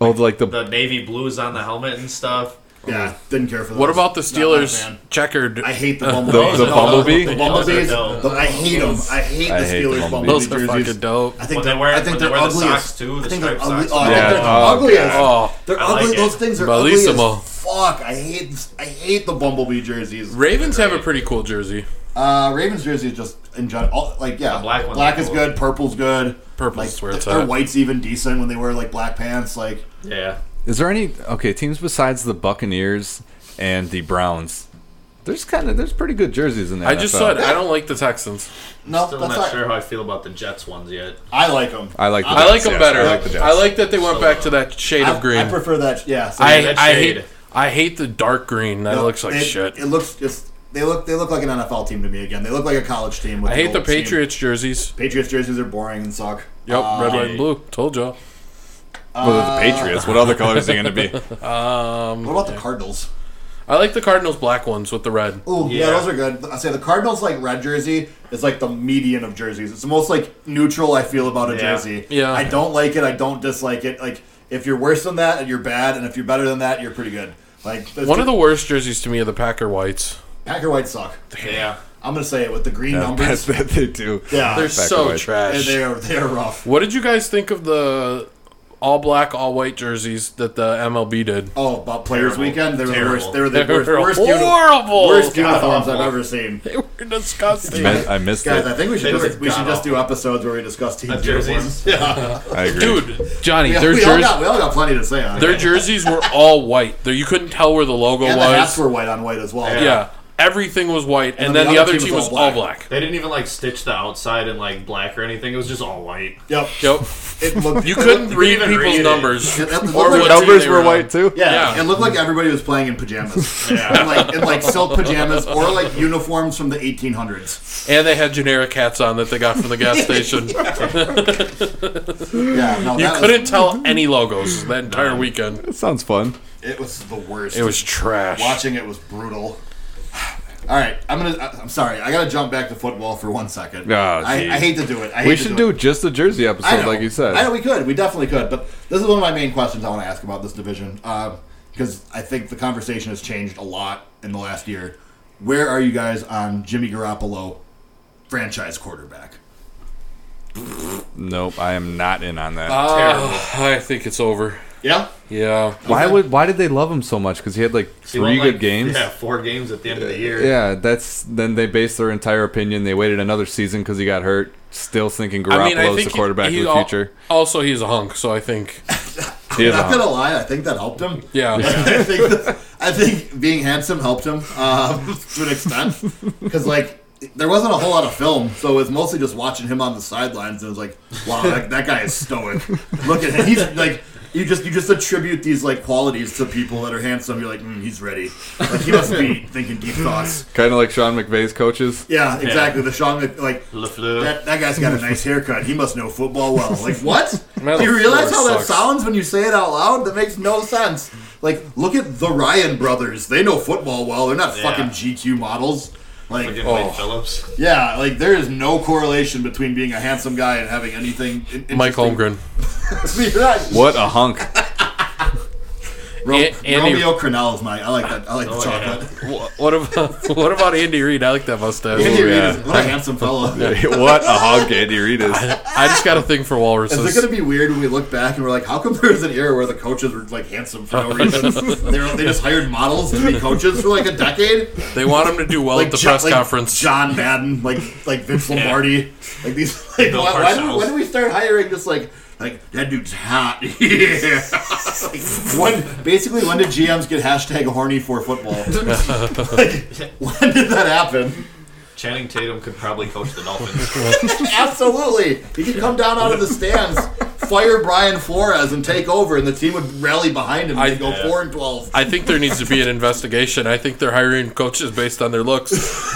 S2: Oh, like the
S4: the navy blues on the helmet and stuff?
S1: Yeah, didn't care for. Those.
S3: What about the
S1: Not my
S3: Steelers
S1: fan.
S3: checkered?
S1: I hate the
S2: the,
S1: bumblebees.
S2: the
S4: no,
S2: bumblebee.
S1: The
S4: Those
S1: bumblebees.
S4: are dope.
S1: the- I hate them. I hate
S2: I
S1: the
S2: hate the
S1: Steelers
S2: bumblebees.
S1: bumblebees
S3: Those are
S1: jerseys.
S3: fucking dope.
S1: I think
S4: When they
S1: they're, I
S4: wear-
S1: think
S4: when
S1: they're
S4: they wear the
S1: ugly as-
S4: socks, too,
S1: I
S4: the
S1: think they're
S4: striped
S1: ugly.
S4: socks.
S1: Oh, I
S2: Yeah.
S1: think they're
S2: Oh,
S1: ugly as
S3: Oh,
S1: They're
S4: I like
S1: ugly.
S4: it.
S1: Those things are ugly
S3: Bellissimo.
S1: as fuck. I hate. I hate the bumblebee jerseys.
S3: Ravens have a pretty cool jersey.
S1: Uh, Ravens jerseys just in general, all- like yeah,
S4: The black ones are
S1: is
S4: cool.
S1: good. Purple's good.
S3: Purple's
S1: like,
S3: where it's
S1: their
S3: at.
S1: white's even decent when they wear like black pants. Like
S4: Yeah.
S2: Is there any okay teams besides the Buccaneers and the Browns? There's kind of there's pretty good jerseys in there.
S3: I just saw it. I don't like the Texans.
S1: no,
S4: Still
S1: that's
S4: not
S1: not.
S4: sure how I feel about the Jets ones yet.
S1: I like them.
S2: I like. The
S3: I like
S2: Jets,
S3: them
S2: yeah.
S3: better.
S2: I like the Jets.
S3: I like that they went
S4: So,
S3: back to that shade
S1: I,
S3: of green.
S1: I prefer that. Yeah, so
S3: I,
S4: That
S3: I
S4: shade.
S3: hate I hate the dark green. That
S1: No,
S3: looks like
S1: it,
S3: shit.
S1: It looks just. They look. They look like an NFL team to me again. They look like a college team. With
S3: I hate the
S1: old team.
S3: Patriots jerseys.
S1: Patriots jerseys are boring and suck.
S3: Yep,
S1: Uh,
S3: red, white, and blue. Told y'all.
S2: Well,
S3: Uh,
S2: they're the Patriots. What other colors are going to be?
S1: What about the Cardinals?
S3: I like the Cardinals black ones with the red.
S1: Oh yeah.
S4: Yeah.
S1: those are good. I say the Cardinals like red jersey is like the median of jerseys. It's the most like neutral I feel about a
S4: Yeah.
S1: jersey.
S3: Yeah.
S1: I don't like it. I don't dislike it. Like if you're worse than that, and you're bad, and if you're better than that, you're pretty good. Like those
S3: One
S1: two-
S3: of the worst jerseys to me are the Packer whites.
S1: Packer whites suck.
S4: Yeah.
S1: I'm gonna say it with the green
S2: That's
S1: numbers.
S2: that they do.
S1: Yeah,
S3: They're so
S2: white.
S1: And
S3: trash.
S1: they are they are rough.
S3: What did you guys think of the all black, all white jerseys that the MLB did?
S1: Oh, about Players
S4: Terrible.
S1: Weekend, they were the
S4: Terrible.
S1: worst. They were the
S3: They
S1: worst,
S3: were
S1: worst,
S3: horrible.
S1: worst
S3: God,
S1: uniforms I've
S4: awful.
S1: ever seen.
S3: They were disgusting.
S2: Mi- I missed
S1: Guys, I
S2: it.
S1: think we should
S4: They
S1: just,
S4: were
S1: we should just
S4: god-awful.
S1: do episodes where we discuss team
S4: Of jerseys.
S2: I agree.
S3: Dude, Johnny,
S1: Yeah,
S3: their,
S1: we, all
S3: jer-
S1: got, we all got plenty to say on it.
S3: their jerseys were all white. There, you couldn't tell where the logo
S1: and the hats
S3: was.
S1: were white on white as well.
S3: yeah. everything was white, and,
S1: then
S3: then the other team was all black.
S4: They didn't even like stitch the outside in like black or anything. It was just all white.
S1: Yep.
S3: Yep,
S1: It looked,
S3: you couldn't
S1: It looked,
S3: read
S4: even
S3: people's
S4: read it.
S3: numbers.
S1: it looked
S3: Or
S1: like-
S3: what team
S2: Numbers
S3: they
S2: were
S3: on.
S2: white too.
S1: yeah,
S3: yeah.
S1: it looked like everybody was playing in pajamas, yeah. in like in like silk pajamas or like uniforms from the 1800s.
S3: and they had generic hats on that they got from the gas station.
S1: Yeah, no,
S3: You
S1: that
S3: couldn't tell any logos that entire weekend.
S2: That sounds fun.
S1: Was, it was the worst.
S3: It was trash.
S1: watching it was brutal. All right, I'm gonna. I- I'm sorry, I gotta jump back to football for one second.
S2: Oh,
S1: I,
S3: Ah,
S2: geez.
S1: I hate to do it. I hate
S2: We
S1: to
S2: should
S1: do it.
S2: do just a jersey episode, like you said.
S1: I know we could. We definitely could. But this is one of my main questions I want to ask about this division because I think the conversation has changed a lot in the last year. Where are you guys on Jimmy Garoppolo, franchise quarterback?
S2: Nope, I am not in on that.
S3: Ah, I think it's over.
S1: Yeah.
S3: Yeah.
S2: why would why did they love him so much? Because he had like
S4: He
S2: three
S4: won,
S2: good
S4: like,
S2: games.
S4: Yeah, four games at the end of the year.
S2: Yeah, that's then they based their entire opinion. They waited another season because he got hurt. Still thinking Garoppolo's the
S3: he-
S2: quarterback
S3: he
S2: of the
S3: al-
S2: future.
S3: Also, he's a hunk, so I think.
S2: He is a
S1: Not
S2: hunk.
S1: gonna lie, I think that helped him.
S3: Yeah.
S1: I think that, I think being handsome helped him um, to an extent because like there wasn't a whole lot of film, so it was mostly just watching him on the sidelines. And it was like, wow, that, that guy is stoic. Look at him. He's like. You just you just attribute these like qualities to people that are handsome. You're like, mm, he's ready. Like he must be thinking deep thoughts.
S2: Kind of like Sean McVay's coaches.
S1: Yeah, exactly. The Sean Mc, like
S4: LeFleur.
S1: that, that guy's got a nice haircut. He must know football well. Like what?
S3: Man,
S1: Do you
S3: the
S1: realize how
S3: floor
S1: that
S3: sucks.
S1: sounds when you say it out loud? That makes no sense. Like look at the Ryan brothers. They know football well. They're not
S4: Yeah.
S1: fucking GQ models. Like
S4: Fucking
S3: Oh.
S4: Wade Phillips.
S1: yeah, like there is no correlation between being a handsome guy and having anything. in- interesting-
S3: Mike Holmgren.
S2: What a hunk.
S1: Ro-
S3: A- Andy-
S1: Romeo Crennel is my. I like that. I like the
S4: Oh, yeah.
S1: chocolate.
S3: Wha- What about what about Andy Reid? I like that mustache.
S1: Andy Reid
S2: yeah.
S1: is- what a handsome fellow.
S2: what a hunk Andy Reid is.
S3: I just got a thing for
S1: Is
S3: walruses.
S1: it going to be weird when we look back and we're like, how come there was an era where the coaches were like handsome for no reason? they, were, they just hired models to be coaches for like a decade.
S3: they want him to do well
S1: Like
S3: at the
S1: Jo-
S3: press
S1: like
S3: conference.
S1: John Madden, like like Vince Lombardi, like these. Like,
S4: Bill
S1: why, why, do,
S4: Parcells.
S1: why do we start hiring just like like that dude's hot? yeah. Like, when, basically, when did GMs get hashtag horny for football? like, when did that happen?
S4: Channing Tatum could probably coach the Dolphins.
S1: Absolutely. He could come down out of the stands, fire Brian Flores, and take over, and the team would rally behind him and
S3: I-
S1: they'd go
S4: yeah.
S1: four and twelve.
S3: I think there needs to be an investigation. I think they're hiring coaches based on their looks.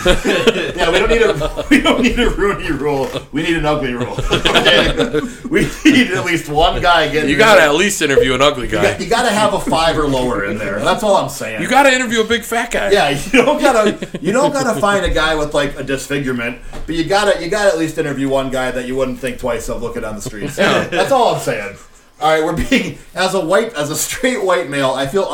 S1: Yeah, we don't need a we don't need a Rooney rule. We need an ugly rule. Okay? we need at least one guy getting.
S3: You gotta at least interview an ugly
S1: You got-
S3: guy.
S1: you gotta have a five or lower in there. That's all I'm saying.
S3: You gotta interview a big fat guy.
S1: yeah, you don't gotta you don't gotta find a guy with like a disfigurement, but you gotta you gotta at least interview one guy that you wouldn't think twice of looking on the streets. That's all I'm saying. All right, we're being as a white as a straight white male, I feel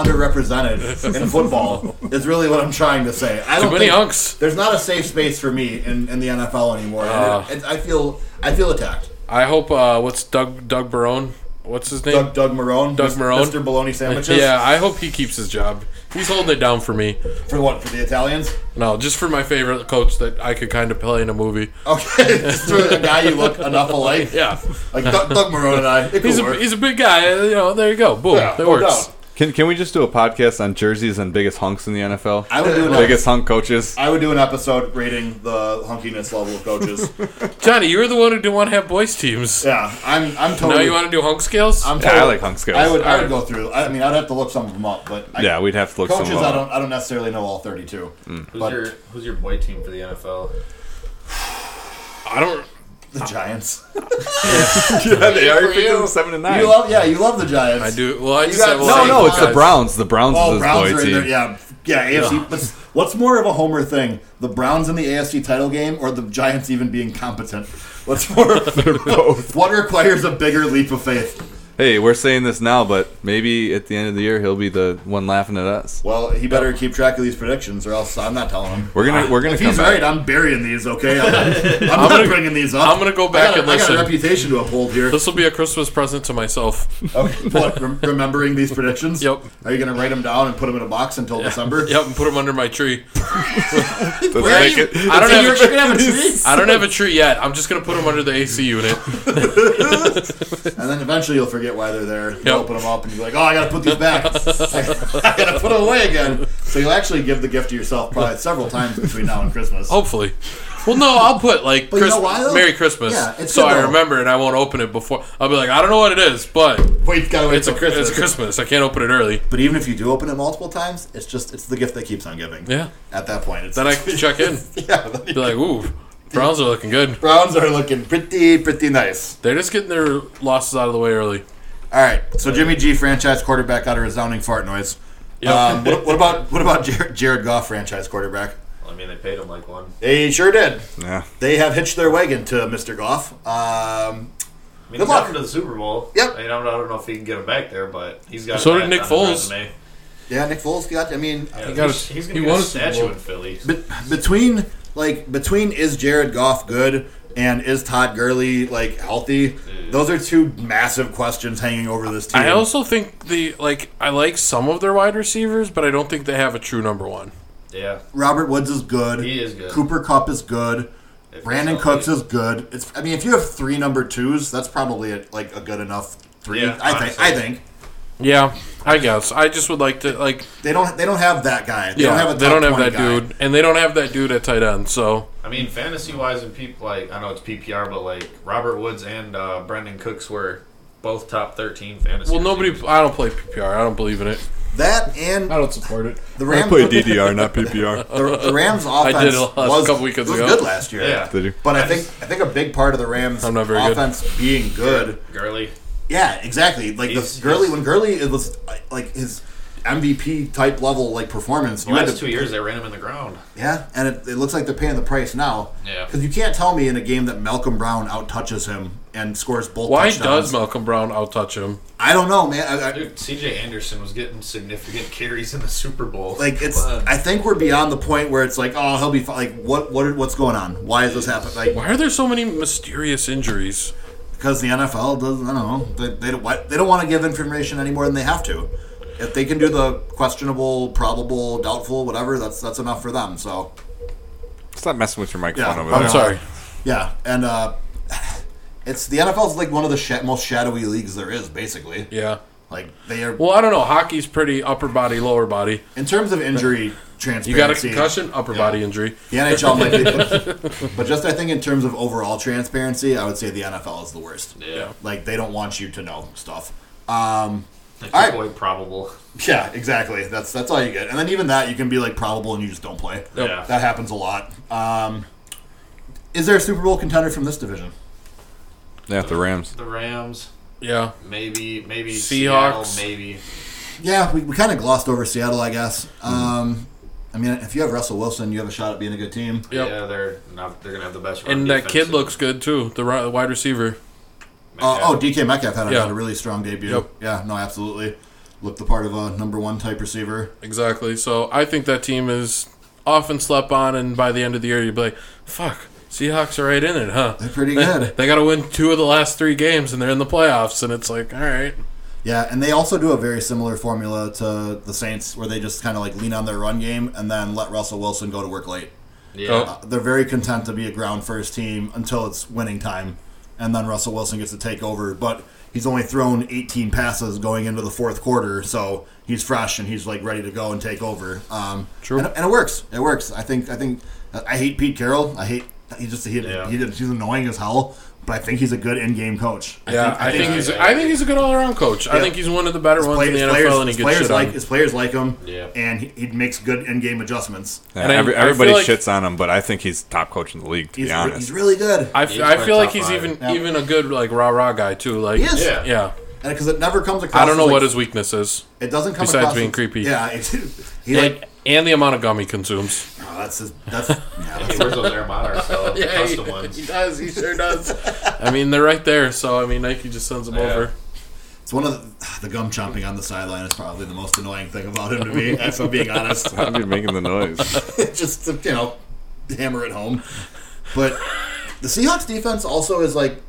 S1: underrepresented in football. Is really what I'm trying to say. I
S3: Too
S1: don't
S3: many
S1: think,
S3: hunks.
S1: there's not a safe space for me in, in the NFL anymore. And
S3: Ah.
S1: it- it- I feel I feel attacked.
S3: I hope. Uh, what's Doug Doug Barone? What's his name?
S1: Doug Doug Marone,
S3: Doug Marone?
S1: Mr. Bologna sandwiches.
S3: yeah, I hope he keeps his job. He's holding it down for me.
S1: for what for the Italians?
S3: No, just for my favorite coach that I could kind of play in a movie.
S1: Okay, just for the guy you look enough alike.
S3: Yeah,
S1: Like Doug, Doug Marone and I. It could
S3: he's
S1: work.
S3: a, he's a big guy. uh, You know, there you go. Boom,
S1: Yeah,
S3: that
S1: no
S3: works.
S1: doubt.
S2: Can, can we just do a podcast on jerseys and biggest hunks in the NFL?
S1: I would do an
S2: biggest hunk coaches.
S1: I would do an episode rating the hunkiness level of coaches.
S3: Johnny, you were the one who didn't want to have boys teams.
S1: yeah, I'm I'm
S3: Now
S1: totally.
S3: you want to do hunk scales?
S1: I'm
S2: Yeah,
S1: totally
S2: I like hunk scales.
S1: I would I would
S3: Alright.
S1: go through. I mean, I'd have to look some of them up, but I,
S2: yeah, we'd have to look
S1: coaches
S2: some
S1: I
S2: up. Mm.
S1: don't I don't necessarily know all 32.
S4: Who's
S1: But-
S4: your Who's your boy team for the NFL?
S3: I don't.
S1: The Giants.
S2: yeah, they already
S1: For
S2: picked
S1: you.
S2: them seven and nine.
S1: You love yeah, you love the Giants.
S3: I do. Well, I just
S1: got-
S3: have a
S2: no,
S3: lot of
S2: no, it's the
S3: guys.
S2: Browns. The Browns is
S1: Oh,
S2: his
S1: Browns
S2: boy
S1: are in
S2: team.
S1: there. Yeah, yeah. AFC. But s- what's more of a homer thing? The Browns in the AFC title game, or the Giants even being competent? What's more? What requires a bigger leap of faith?
S2: Hey, we're saying this now, but maybe at the end of the year he'll be the one laughing at us.
S1: Well, he better keep track of these predictions, or else I'm not telling him.
S2: We're gonna we're gonna
S1: If
S2: come
S1: he's
S2: back.
S1: right, I'm burying these. Okay, I'm, I'm not
S3: gonna-
S1: bringing these up.
S3: I'm gonna go back
S1: I got,
S3: and
S1: I got
S3: listen.
S1: a reputation to uphold here.
S3: This will be a Christmas present to myself.
S1: Okay, what, rem- remembering these predictions?
S3: Yep.
S1: Are you gonna write them down and put them in a box until December?
S3: Yep, and put them under my tree.
S2: Let's
S1: Where
S2: make
S1: are
S2: it-
S1: you?
S3: I don't
S1: So
S3: have
S1: you're
S3: a tree.
S1: gonna have a tree?
S3: I don't have a tree yet. I'm just gonna put them under the AC unit.
S1: And then eventually you'll forget why they're there. You'll
S3: Yep.
S1: open them up and you're like, oh, I gotta put these back. I gotta put them away again. So you'll actually give the gift to yourself probably several times between now and Christmas.
S3: Hopefully. Well, no, I'll put like
S1: you know
S3: Christmas,
S1: why, though?
S3: Merry Christmas,
S1: Yeah, it's
S3: so
S1: good,
S3: I
S1: though.
S3: remember and I won't open it before. I'll be like, I don't know what it is, but
S1: Wait, you gotta wait
S3: it's a
S1: till Christmas.
S3: it's Christmas. I can't open it early.
S1: But even if you do open it multiple times, it's just it's the gift that keeps on giving.
S3: Yeah.
S1: At that point, it's
S3: Then I can check in.
S1: yeah. then you-
S3: Be like, ooh, Browns are looking good.
S1: Browns are looking pretty pretty nice.
S3: They're just getting their losses out of the way early.
S1: All right, so Jimmy G franchise quarterback got a resounding fart noise.
S3: Yep.
S1: Um, what, what about what about Jared, Jared Goff franchise quarterback?
S4: I mean, they paid him like one.
S1: They sure did.
S2: Yeah.
S1: They have hitched their wagon to Mr. Goff. Um,
S4: I mean,
S1: Good
S4: he got
S1: luck.
S4: him to the Super Bowl.
S1: Yep.
S4: I, mean, I don't- I don't know if he can get him back there, but he's got.
S3: So
S4: that
S3: did Nick
S4: on his
S3: Foles.
S4: resume.
S1: Yeah, Nick Foles got. I mean,
S4: Yeah,
S3: got
S4: he's,
S3: a-
S4: he's
S3: he
S4: gonna get
S3: won
S4: a
S3: a Super
S4: statue
S3: Bowl.
S4: in Philly.
S1: be- between like between is Jared Goff good and is Todd Gurley like healthy? Those are two massive questions hanging over this team.
S3: I also think the like I like some of their wide receivers, but I don't think they have a true number one.
S4: Yeah,
S1: Robert Woods is good.
S4: He is good.
S1: Cooper Cup is good.
S4: If
S1: Brandon
S4: he's healthy.
S1: Cooks is good. It's. I mean, if you have three number twos, that's probably a, like a good enough three.
S4: Yeah,
S1: I think. I
S4: honestly.
S1: think.
S3: Yeah, I guess. I just would like to like
S1: They don't. They don't have that guy. They
S3: yeah,
S1: don't have a
S3: they
S1: top
S3: don't have
S1: 20
S3: that
S1: guy.
S3: dude, and they don't have that dude at tight end. So
S7: I mean, fantasy wise, and people like I know it's PPR, but like Robert Woods and uh, Brendan Cooks were both top thirteen fantasy.
S3: well, nobody.
S7: receivers.
S3: I don't play PPR. I don't believe in it.
S1: That and
S3: I don't support it.
S1: the
S2: I
S1: Rams.
S2: play DDR, not PPR.
S1: The, the Rams
S3: did
S1: offense
S3: it last
S1: was
S3: couple weekends
S1: was
S3: ago.
S1: good last year.
S7: Yeah,
S2: Did you?
S1: But I think I think a big part of the Rams
S3: I'm not very good.
S1: offense being good.
S7: Gurley.
S1: Yeah, exactly. Like
S7: He's-
S1: the Gurley when Gurley it was like his MVP type level like performance.
S7: The
S1: you had
S7: last
S1: to-
S7: two years, they ran him in the ground.
S1: Yeah, and it, it looks like they're paying the price now.
S7: Yeah.
S1: Because you can't tell me in a game that Malcolm Brown out touches him and scores both.
S3: Why
S1: touchdowns.
S3: does Malcolm Brown outtouch him?
S1: I don't know, man. I, I,
S7: Dude, CJ Anderson was getting significant carries in the Super Bowl.
S1: like it's I think we're beyond the point where it's like oh he'll be fine. like what what what's going on why is this happening like
S3: Why are there so many mysterious injuries?
S1: because the NFL doesn't I don't know they they don't, why- they don't want to give information any more than they have to if they can do the questionable probable doubtful whatever that's that's enough for them so
S2: Stop messing with your microphone
S1: Yeah,
S2: over
S1: I'm
S2: there.
S3: I'm sorry.
S1: yeah and uh it's the NFL's like one of the sha- most shadowy leagues there is basically
S3: Yeah.
S1: like they are
S3: Well, I don't know. Hockey's pretty upper body, lower body.
S1: in terms of injury transparency
S3: You got a concussion, upper
S1: Yeah.
S3: body injury.
S1: the NHL might be but just I think in terms of overall transparency I would say the NFL is the worst
S7: yeah,
S1: Like they don't want you to know stuff. Um,
S7: Like,
S1: All right.
S7: boy, probable.
S1: yeah, exactly. That's that's all you get. And then even that, you can be like probable and you just don't play.
S3: Yep.
S7: Yeah,
S1: That happens a lot. Um, is there a Super Bowl contender from this division?
S2: Yeah, the Rams.
S7: the Rams.
S3: Yeah.
S7: Maybe, maybe
S3: Seahawks.
S7: Seattle, maybe.
S1: Yeah, we, we kind of glossed over Seattle, I guess. Um, I mean, if you have Russell Wilson, you have a shot at being a good team.
S3: Yep.
S7: Yeah, they're not, they're gonna have the best. Run
S3: And that
S7: defense
S3: kid
S7: in-
S3: looks good too. The ri- wide receiver.
S1: Uh, oh, DK Metcalf had a,
S3: Yeah.
S1: had a really strong debut.
S3: Yep.
S1: Yeah, no, absolutely. Looked the part of a number one type receiver.
S3: Exactly. So I think that team is often slept on, and by the end of the year, you'd be like, "Fuck, Seahawks are right in it, huh?"
S1: They're pretty good.
S3: They got to win two of the last three games, and they're in the playoffs. And it's like, all right,
S1: Yeah, and they also do a very similar formula to the Saints, where they just kind of like lean on their run game and then let Russell Wilson go to work late.
S7: Yeah,
S3: Oh.
S1: Uh, they're very content to be a ground first team until it's winning time, and then Russell Wilson gets to take over. But he's only thrown 18 passes going into the fourth quarter, so he's fresh and he's like ready to go and take over. Um, True, and, and it works. It works. I think. I think. I hate Pete Carroll. I hate. He just he,
S7: Yeah.
S1: he, he's annoying as hell. But I think he's a good in-game coach. I
S3: yeah,
S1: think-
S3: I think,
S7: think-
S3: he's,
S7: yeah, yeah,
S3: I think he's a good all-around coach. I think he's one of the better ones
S1: Play-
S3: in the
S1: his
S3: NFL,
S1: players,
S3: and he
S1: his
S3: gets
S1: players
S3: shit
S1: like
S3: on.
S1: his players like him,
S7: Yeah.
S1: and he, he makes good in-game adjustments.
S2: Yeah,
S3: And I-
S2: every,
S3: I feel
S2: everybody
S3: like-
S2: shits on him, but I think he's top coach in the league. To
S1: He's,
S2: be
S1: re-
S2: honest,
S1: he's really good,
S3: I, f-
S7: He's
S3: I
S7: my
S3: feel like
S7: top
S3: he's
S7: five.
S3: even
S1: Yeah.
S3: even a good like rah rah guy too. Like
S1: He is.
S7: Yeah.
S3: yeah.
S1: and because it never comes across.
S3: I don't know
S1: as, like,
S3: what his weakness is
S1: it doesn't come
S3: besides
S1: across
S3: being
S1: as-
S3: creepy.
S1: Yeah, it, he like,
S3: like, and the amount of gum he consumes.
S1: oh, that's his, that's yeah,
S7: he
S1: that's,
S7: wears those Armada so the custom
S3: he,
S7: ones.
S3: does. He sure does. I mean, they're right there, so I mean, Nike just sends them over.
S1: it's one of the, the gum chomping on the sideline is probably the most annoying thing about him to me. If I'm being honest,
S2: I'd be making the noise.
S1: just to, you know hammer it home. But the Seahawks defense also is like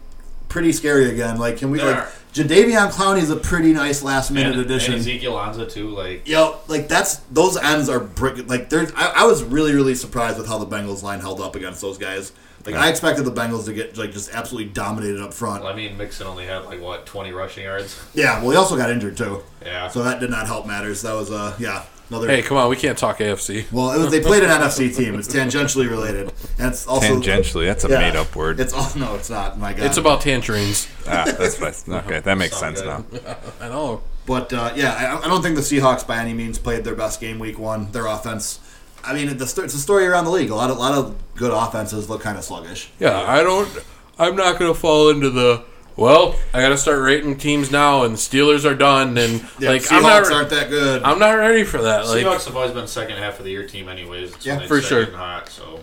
S1: pretty scary again. Like, can we
S7: They
S1: like
S7: are.
S1: Jadavion Clowney is a pretty nice last minute
S7: and,
S1: addition.
S7: and Ezekiel Alonso too. Like
S1: Yo, like that's those ends are brick. Like there's, I, I was really really surprised with how the Bengals line held up against those guys. Like I expected the Bengals to get like just absolutely dominated up front.
S7: I mean, Mixon only had like what twenty rushing yards.
S1: yeah, well he also got injured too,
S7: Yeah,
S1: so that did not help matters. That was uh yeah another.
S3: Hey, come on, we can't talk AFC.
S1: Well, it was they played an NFC team. It's tangentially related, and it's also
S2: Tangentially, that's a
S1: yeah.
S2: made-up word.
S1: It's all no, it's not. My God,
S3: It's about tangerines.
S2: ah, that's right. Okay, that makes
S7: Sound
S2: sense
S7: good.
S2: now.
S3: I know.
S1: But uh, yeah, I, I don't think the Seahawks by any means played their best game week one. Their offense, I mean, the, sto- it's a story around the league. A lot of lot of good offenses look kind of sluggish.
S3: Yeah, I don't. I'm not gonna fall into the. Well, I gotta start rating teams now, and the Steelers are done, and
S1: Yeah,
S3: like
S1: Seahawks
S3: I'm not.
S1: aren't that good.
S3: I'm not ready for that. Like,
S7: Seahawks have always been second half of the year team, anyways. That's
S1: Yeah,
S7: when they
S3: for
S7: start
S3: sure.
S7: getting Hot, so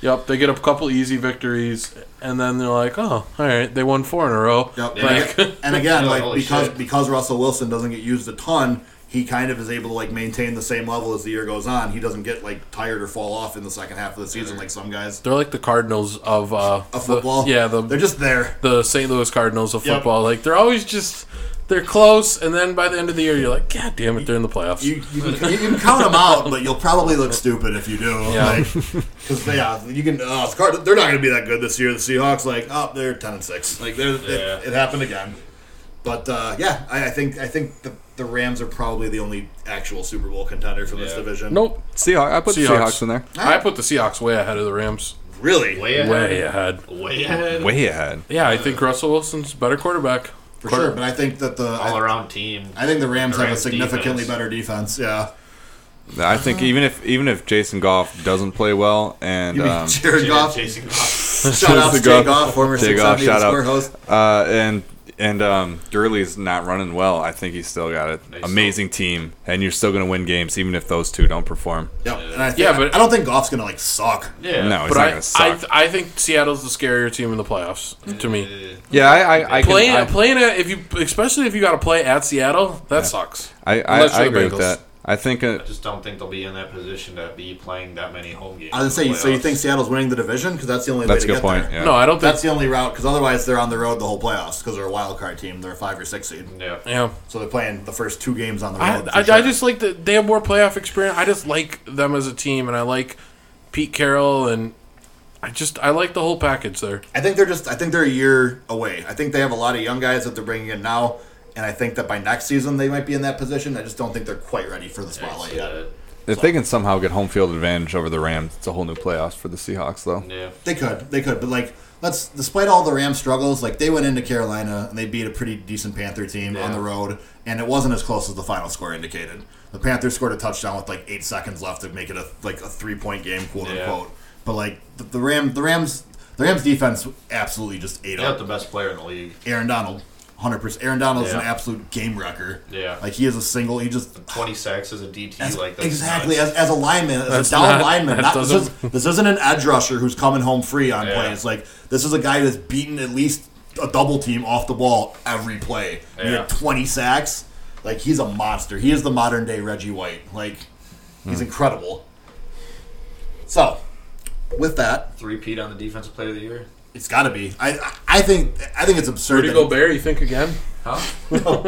S3: yep, they get a couple easy victories, and then they're like, "Oh, all right, they won four in a row."
S1: Yep.
S3: Like,
S1: And- and again,
S7: Like,
S1: like
S7: holy
S1: because
S7: shit.
S1: because Russell Wilson doesn't get used a ton, he kind of is able to like maintain the same level as the year goes on. He doesn't get like tired or fall off in the second half of the season like some guys.
S3: they're like the Cardinals of uh,
S1: Of football,
S3: The, yeah, the
S1: they're just there.
S3: the St. Louis Cardinals of
S1: Yep.
S3: football. Like they're always just they're close, and then by the end of the year, you're like, God damn it, they're in the playoffs.
S1: You, you, can, you can count them out, but you'll probably look stupid if you do.
S3: Yeah.
S1: Yeah. Because yeah, you can. Oh, it's Card- they're not going to be that good this year. The Seahawks, like, oh, they're ten and six. Like, they're, it-
S7: Yeah.
S1: it, happened again. But uh, yeah, I, I think I think the, the Rams are probably the only actual Super Bowl contender from this division.
S3: Nope.
S2: Seahawks. I put the
S3: Seahawks.
S2: Seahawks in there.
S3: I put the Seahawks way ahead of the Rams.
S1: Really?
S4: Way ahead.
S3: Way ahead.
S4: Way ahead.
S2: Way ahead.
S3: Yeah, I think Russell Wilson's better quarterback.
S1: For sure. But I think that the
S4: All
S1: I,
S4: around team.
S1: I think the Rams
S4: The
S1: have a
S4: Rams'
S1: significantly
S4: defense.
S1: better defense. Yeah.
S2: I think even if even if Jason Goff doesn't play well and
S1: You mean
S2: um,
S1: Jared Goff?
S4: Chasing Goff.
S1: Shout out to
S2: Jason
S1: Jay
S2: Goff.
S1: Goff, former 670
S2: Jay Goff,
S1: The
S2: shout out.
S1: Score host.
S2: uh, and and um, Gurley's not running well, I think he's still got an
S4: still-
S2: amazing team, and you're still going to win games even if those two don't perform.
S1: Yep. And I think,
S3: Yeah, but-
S1: I don't think Goff's gonna like suck.
S4: Yeah.
S2: No, he's
S3: But
S2: not
S3: I,
S2: going to suck.
S3: I, I think Seattle's the scarier team in the playoffs to me.
S2: yeah, I I, I, can,
S3: Playing,
S2: I,
S3: playing at, if you, especially if you got to play at Seattle, that sucks.
S2: I, I,
S3: Unless
S2: I
S3: you're the
S2: agree with
S3: Bengals.
S2: that. I think uh,
S4: I just don't think they'll be in that position to be playing that many home games.
S1: I was
S4: in
S1: gonna
S4: the
S1: say, so you
S4: playoffs.
S1: think Seattle's winning the division? Because that's the only
S2: that's
S1: way to
S2: a good
S1: get
S2: point.
S1: there.
S2: Yeah.
S3: No, I don't think.
S1: That's the only route. Because otherwise, they're on the road the whole playoffs. Because they're a wild card team. They're a five or six seed.
S4: Yeah.
S3: yeah.
S1: So they're playing the first two games on the
S3: I,
S1: road. for
S3: I,
S1: sure.
S3: I just like that they have more playoff experience. I just like them as a team, and I like Pete Carroll, and I just I like the whole package there.
S1: I think they're just. I think they're a year away. I think they have a lot of young guys that they're bringing in now, and I think that by next season they might be in that position. I just don't think they're quite ready for the spotlight yet.
S4: Yeah. uh,
S2: if they can somehow get home field advantage over the Rams, it's a whole new playoffs for the Seahawks, though.
S4: Yeah.
S1: They could. They could. But like, let's. Despite all the Rams struggles, like they went into Carolina and they beat a pretty decent Panther team on the road, and it wasn't as close as the final score indicated. The Panthers scored a touchdown with like eight seconds left to make it a like a three point game, quote unquote. But like the, the Ram, the Rams, the Rams defense absolutely just ate
S4: They
S1: up.
S4: got the best player in the league.
S1: Aaron Donald. 100%. Aaron Donald is an
S4: Yeah.
S1: absolute game wrecker.
S4: Yeah.
S1: Like, he is a single. He just.
S4: 20 sacks as a DT.
S1: As-
S4: like that's
S1: exactly.
S4: nuts.
S1: As, as a lineman, as a down
S3: not-
S1: lineman.
S3: that
S1: Not, this, is,
S3: doesn't-
S1: this isn't an edge rusher who's coming home free on
S4: Yeah.
S1: plays. Like, this is a guy that's beaten at least a double team off the ball every play. He
S4: Yeah.
S1: had 20 sacks. Like, he's a monster. He is the modern day Reggie White. Like,
S3: Hmm.
S1: he's incredible. So, with that,
S4: Three Pete on the defensive player of the year.
S1: it's got to be. I I- I think I think it's absurd.
S3: Rudy
S1: that-
S3: Gobert, you think again?
S1: I just don't.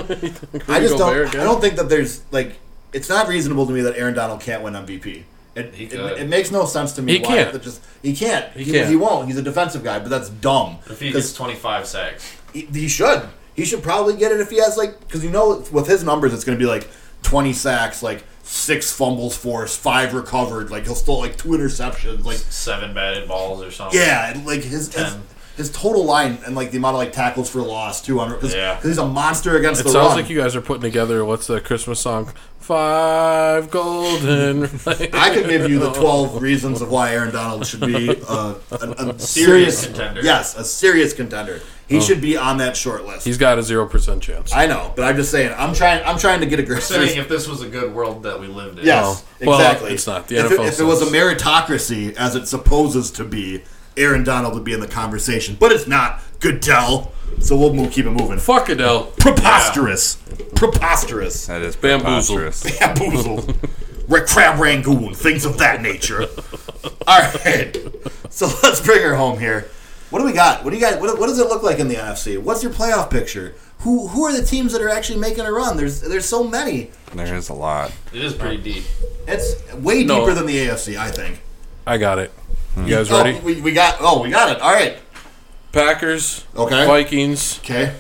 S3: Gobert again?
S1: I don't think that there's like. It's not reasonable to me that Aaron Donald can't win MVP. It, it,
S4: could.
S1: it makes no sense to me.
S3: He
S1: why
S3: can't.
S1: that just he can't. He,
S3: can't.
S1: he won't. He's a defensive guy, but that's dumb.
S4: If he gets
S1: 'Cause
S4: 25 sacks.
S1: he, he should. He should probably get it if he has like because you know with his numbers it's going to be like twenty sacks, like six fumbles forced, five recovered, like he'll still like two interceptions, like
S4: Seven batted balls or something.
S1: yeah, and, like his. his
S4: Ten.
S1: his total line and like the amount of like tackles for loss too on because
S4: Yeah.
S1: he's a monster against
S3: It
S1: the
S3: sounds
S1: run.
S3: like you guys are putting together what's the Christmas song? Five golden.
S1: I could give you the 12 reasons of why Aaron Donald should be uh, a, a
S4: Serious
S1: serious
S4: contender.
S1: Yes, a serious contender. He should be on that short list.
S3: Oh. He's got a zero percent chance.
S1: I know, but I'm just saying. I'm trying. I'm trying to get a grip.
S4: Saying if this was a good world that we lived in.
S1: Yes,
S3: No. Oh, Well,
S1: exactly.
S3: it's not. The
S1: if it,
S3: NFL
S1: if it was a
S3: says-
S1: meritocracy, as it supposes to be, Aaron Donald would be in the conversation, but it's not. Goodell. So we'll move, keep it moving.
S3: Fuck Adele.
S1: Preposterous. Preposterous.
S2: That is
S3: Bamboozled.
S2: preposterous.
S1: bamboozled, Red Crab Rangoon, things of that nature. All right, so let's bring her home here. What do we got? What do you guys? What, what does it look like in the NFC? What's your playoff picture? Who who are the teams that are actually making a run? There's there's so many.
S2: There is a lot.
S4: It is pretty deep.
S1: It's way
S3: No.
S1: deeper than the AFC, I think.
S3: I got it. You guys
S1: Oh,
S3: ready?
S1: we, we got. Oh, we got it. All right.
S3: Packers,
S1: Okay.
S3: Vikings,
S1: Okay.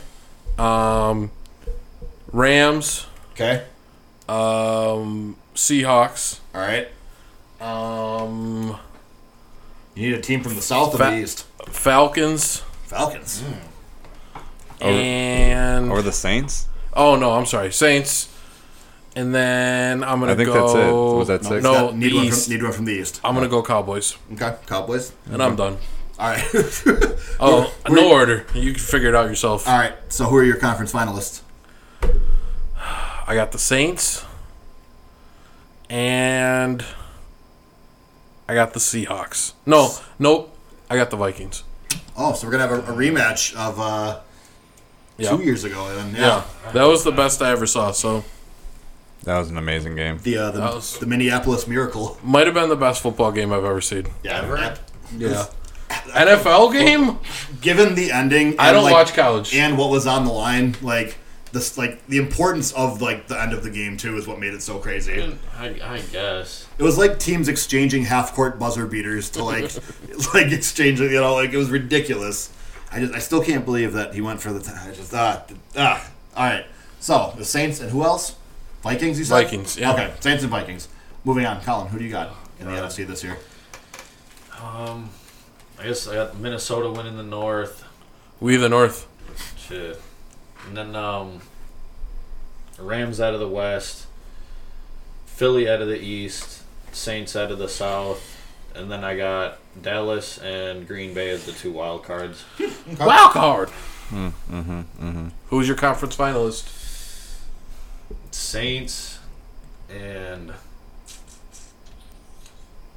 S3: um, Rams,
S1: Okay.
S3: um, Seahawks.
S1: All right.
S3: Um,
S1: You need a team from the south of
S3: Fa-
S1: the east.
S3: Falcons
S1: Falcons.
S3: and
S2: Or the Saints?
S3: oh no, I'm sorry, Saints. And then I'm gonna
S2: I think
S3: go.
S2: that's it. Was that six?
S3: No,
S1: Got- need one
S3: Oh, east.
S1: from need one from the east.
S3: I'm gonna go Cowboys,
S1: Okay. Cowboys.
S3: and I'm done.
S1: All right.
S3: Oh,
S1: We're-
S3: no order. You can figure it out yourself.
S1: All right. So who are your conference finalists?
S3: I got the Saints, and I got the Seahawks. No, nope. I got the Vikings.
S1: Oh, so we're gonna have a, a rematch of uh,
S3: Yeah.
S1: two years ago, and yeah,
S3: Yeah, that was the best I ever saw. So
S2: That was an amazing game.
S1: the uh, the,
S3: That was-
S1: the Minneapolis Miracle.
S3: might have been the best football game I've ever seen.
S1: Yeah,
S4: Ever?
S3: Yeah. NFL game?
S1: Given the ending,
S3: I
S1: and,
S3: don't
S1: like,
S3: watch college.
S1: and what was on the line, like this, like the importance of like the end of the game too, is what made it so crazy.
S4: I, I guess.
S1: It was like teams exchanging half court buzzer beaters to like like exchanging, you know, like it was ridiculous. I just I still can't believe that he went for the. T- I just ah ah. All right, so the Saints and who else? Vikings, you said?
S3: Vikings, yeah.
S1: Okay, Saints and Vikings. Moving on. Colin, who do you got in
S4: Uh,
S1: the NFC this year?
S4: Um, I guess I got Minnesota winning the North.
S3: We the North.
S4: Shit. And then um, Rams out of the West, Philly out of the East, Saints out of the South, and then I got Dallas and Green Bay as the two wild cards.
S3: Wild card.
S2: Hmm, mm-hmm,
S3: Who's your conference finalist?
S4: Saints and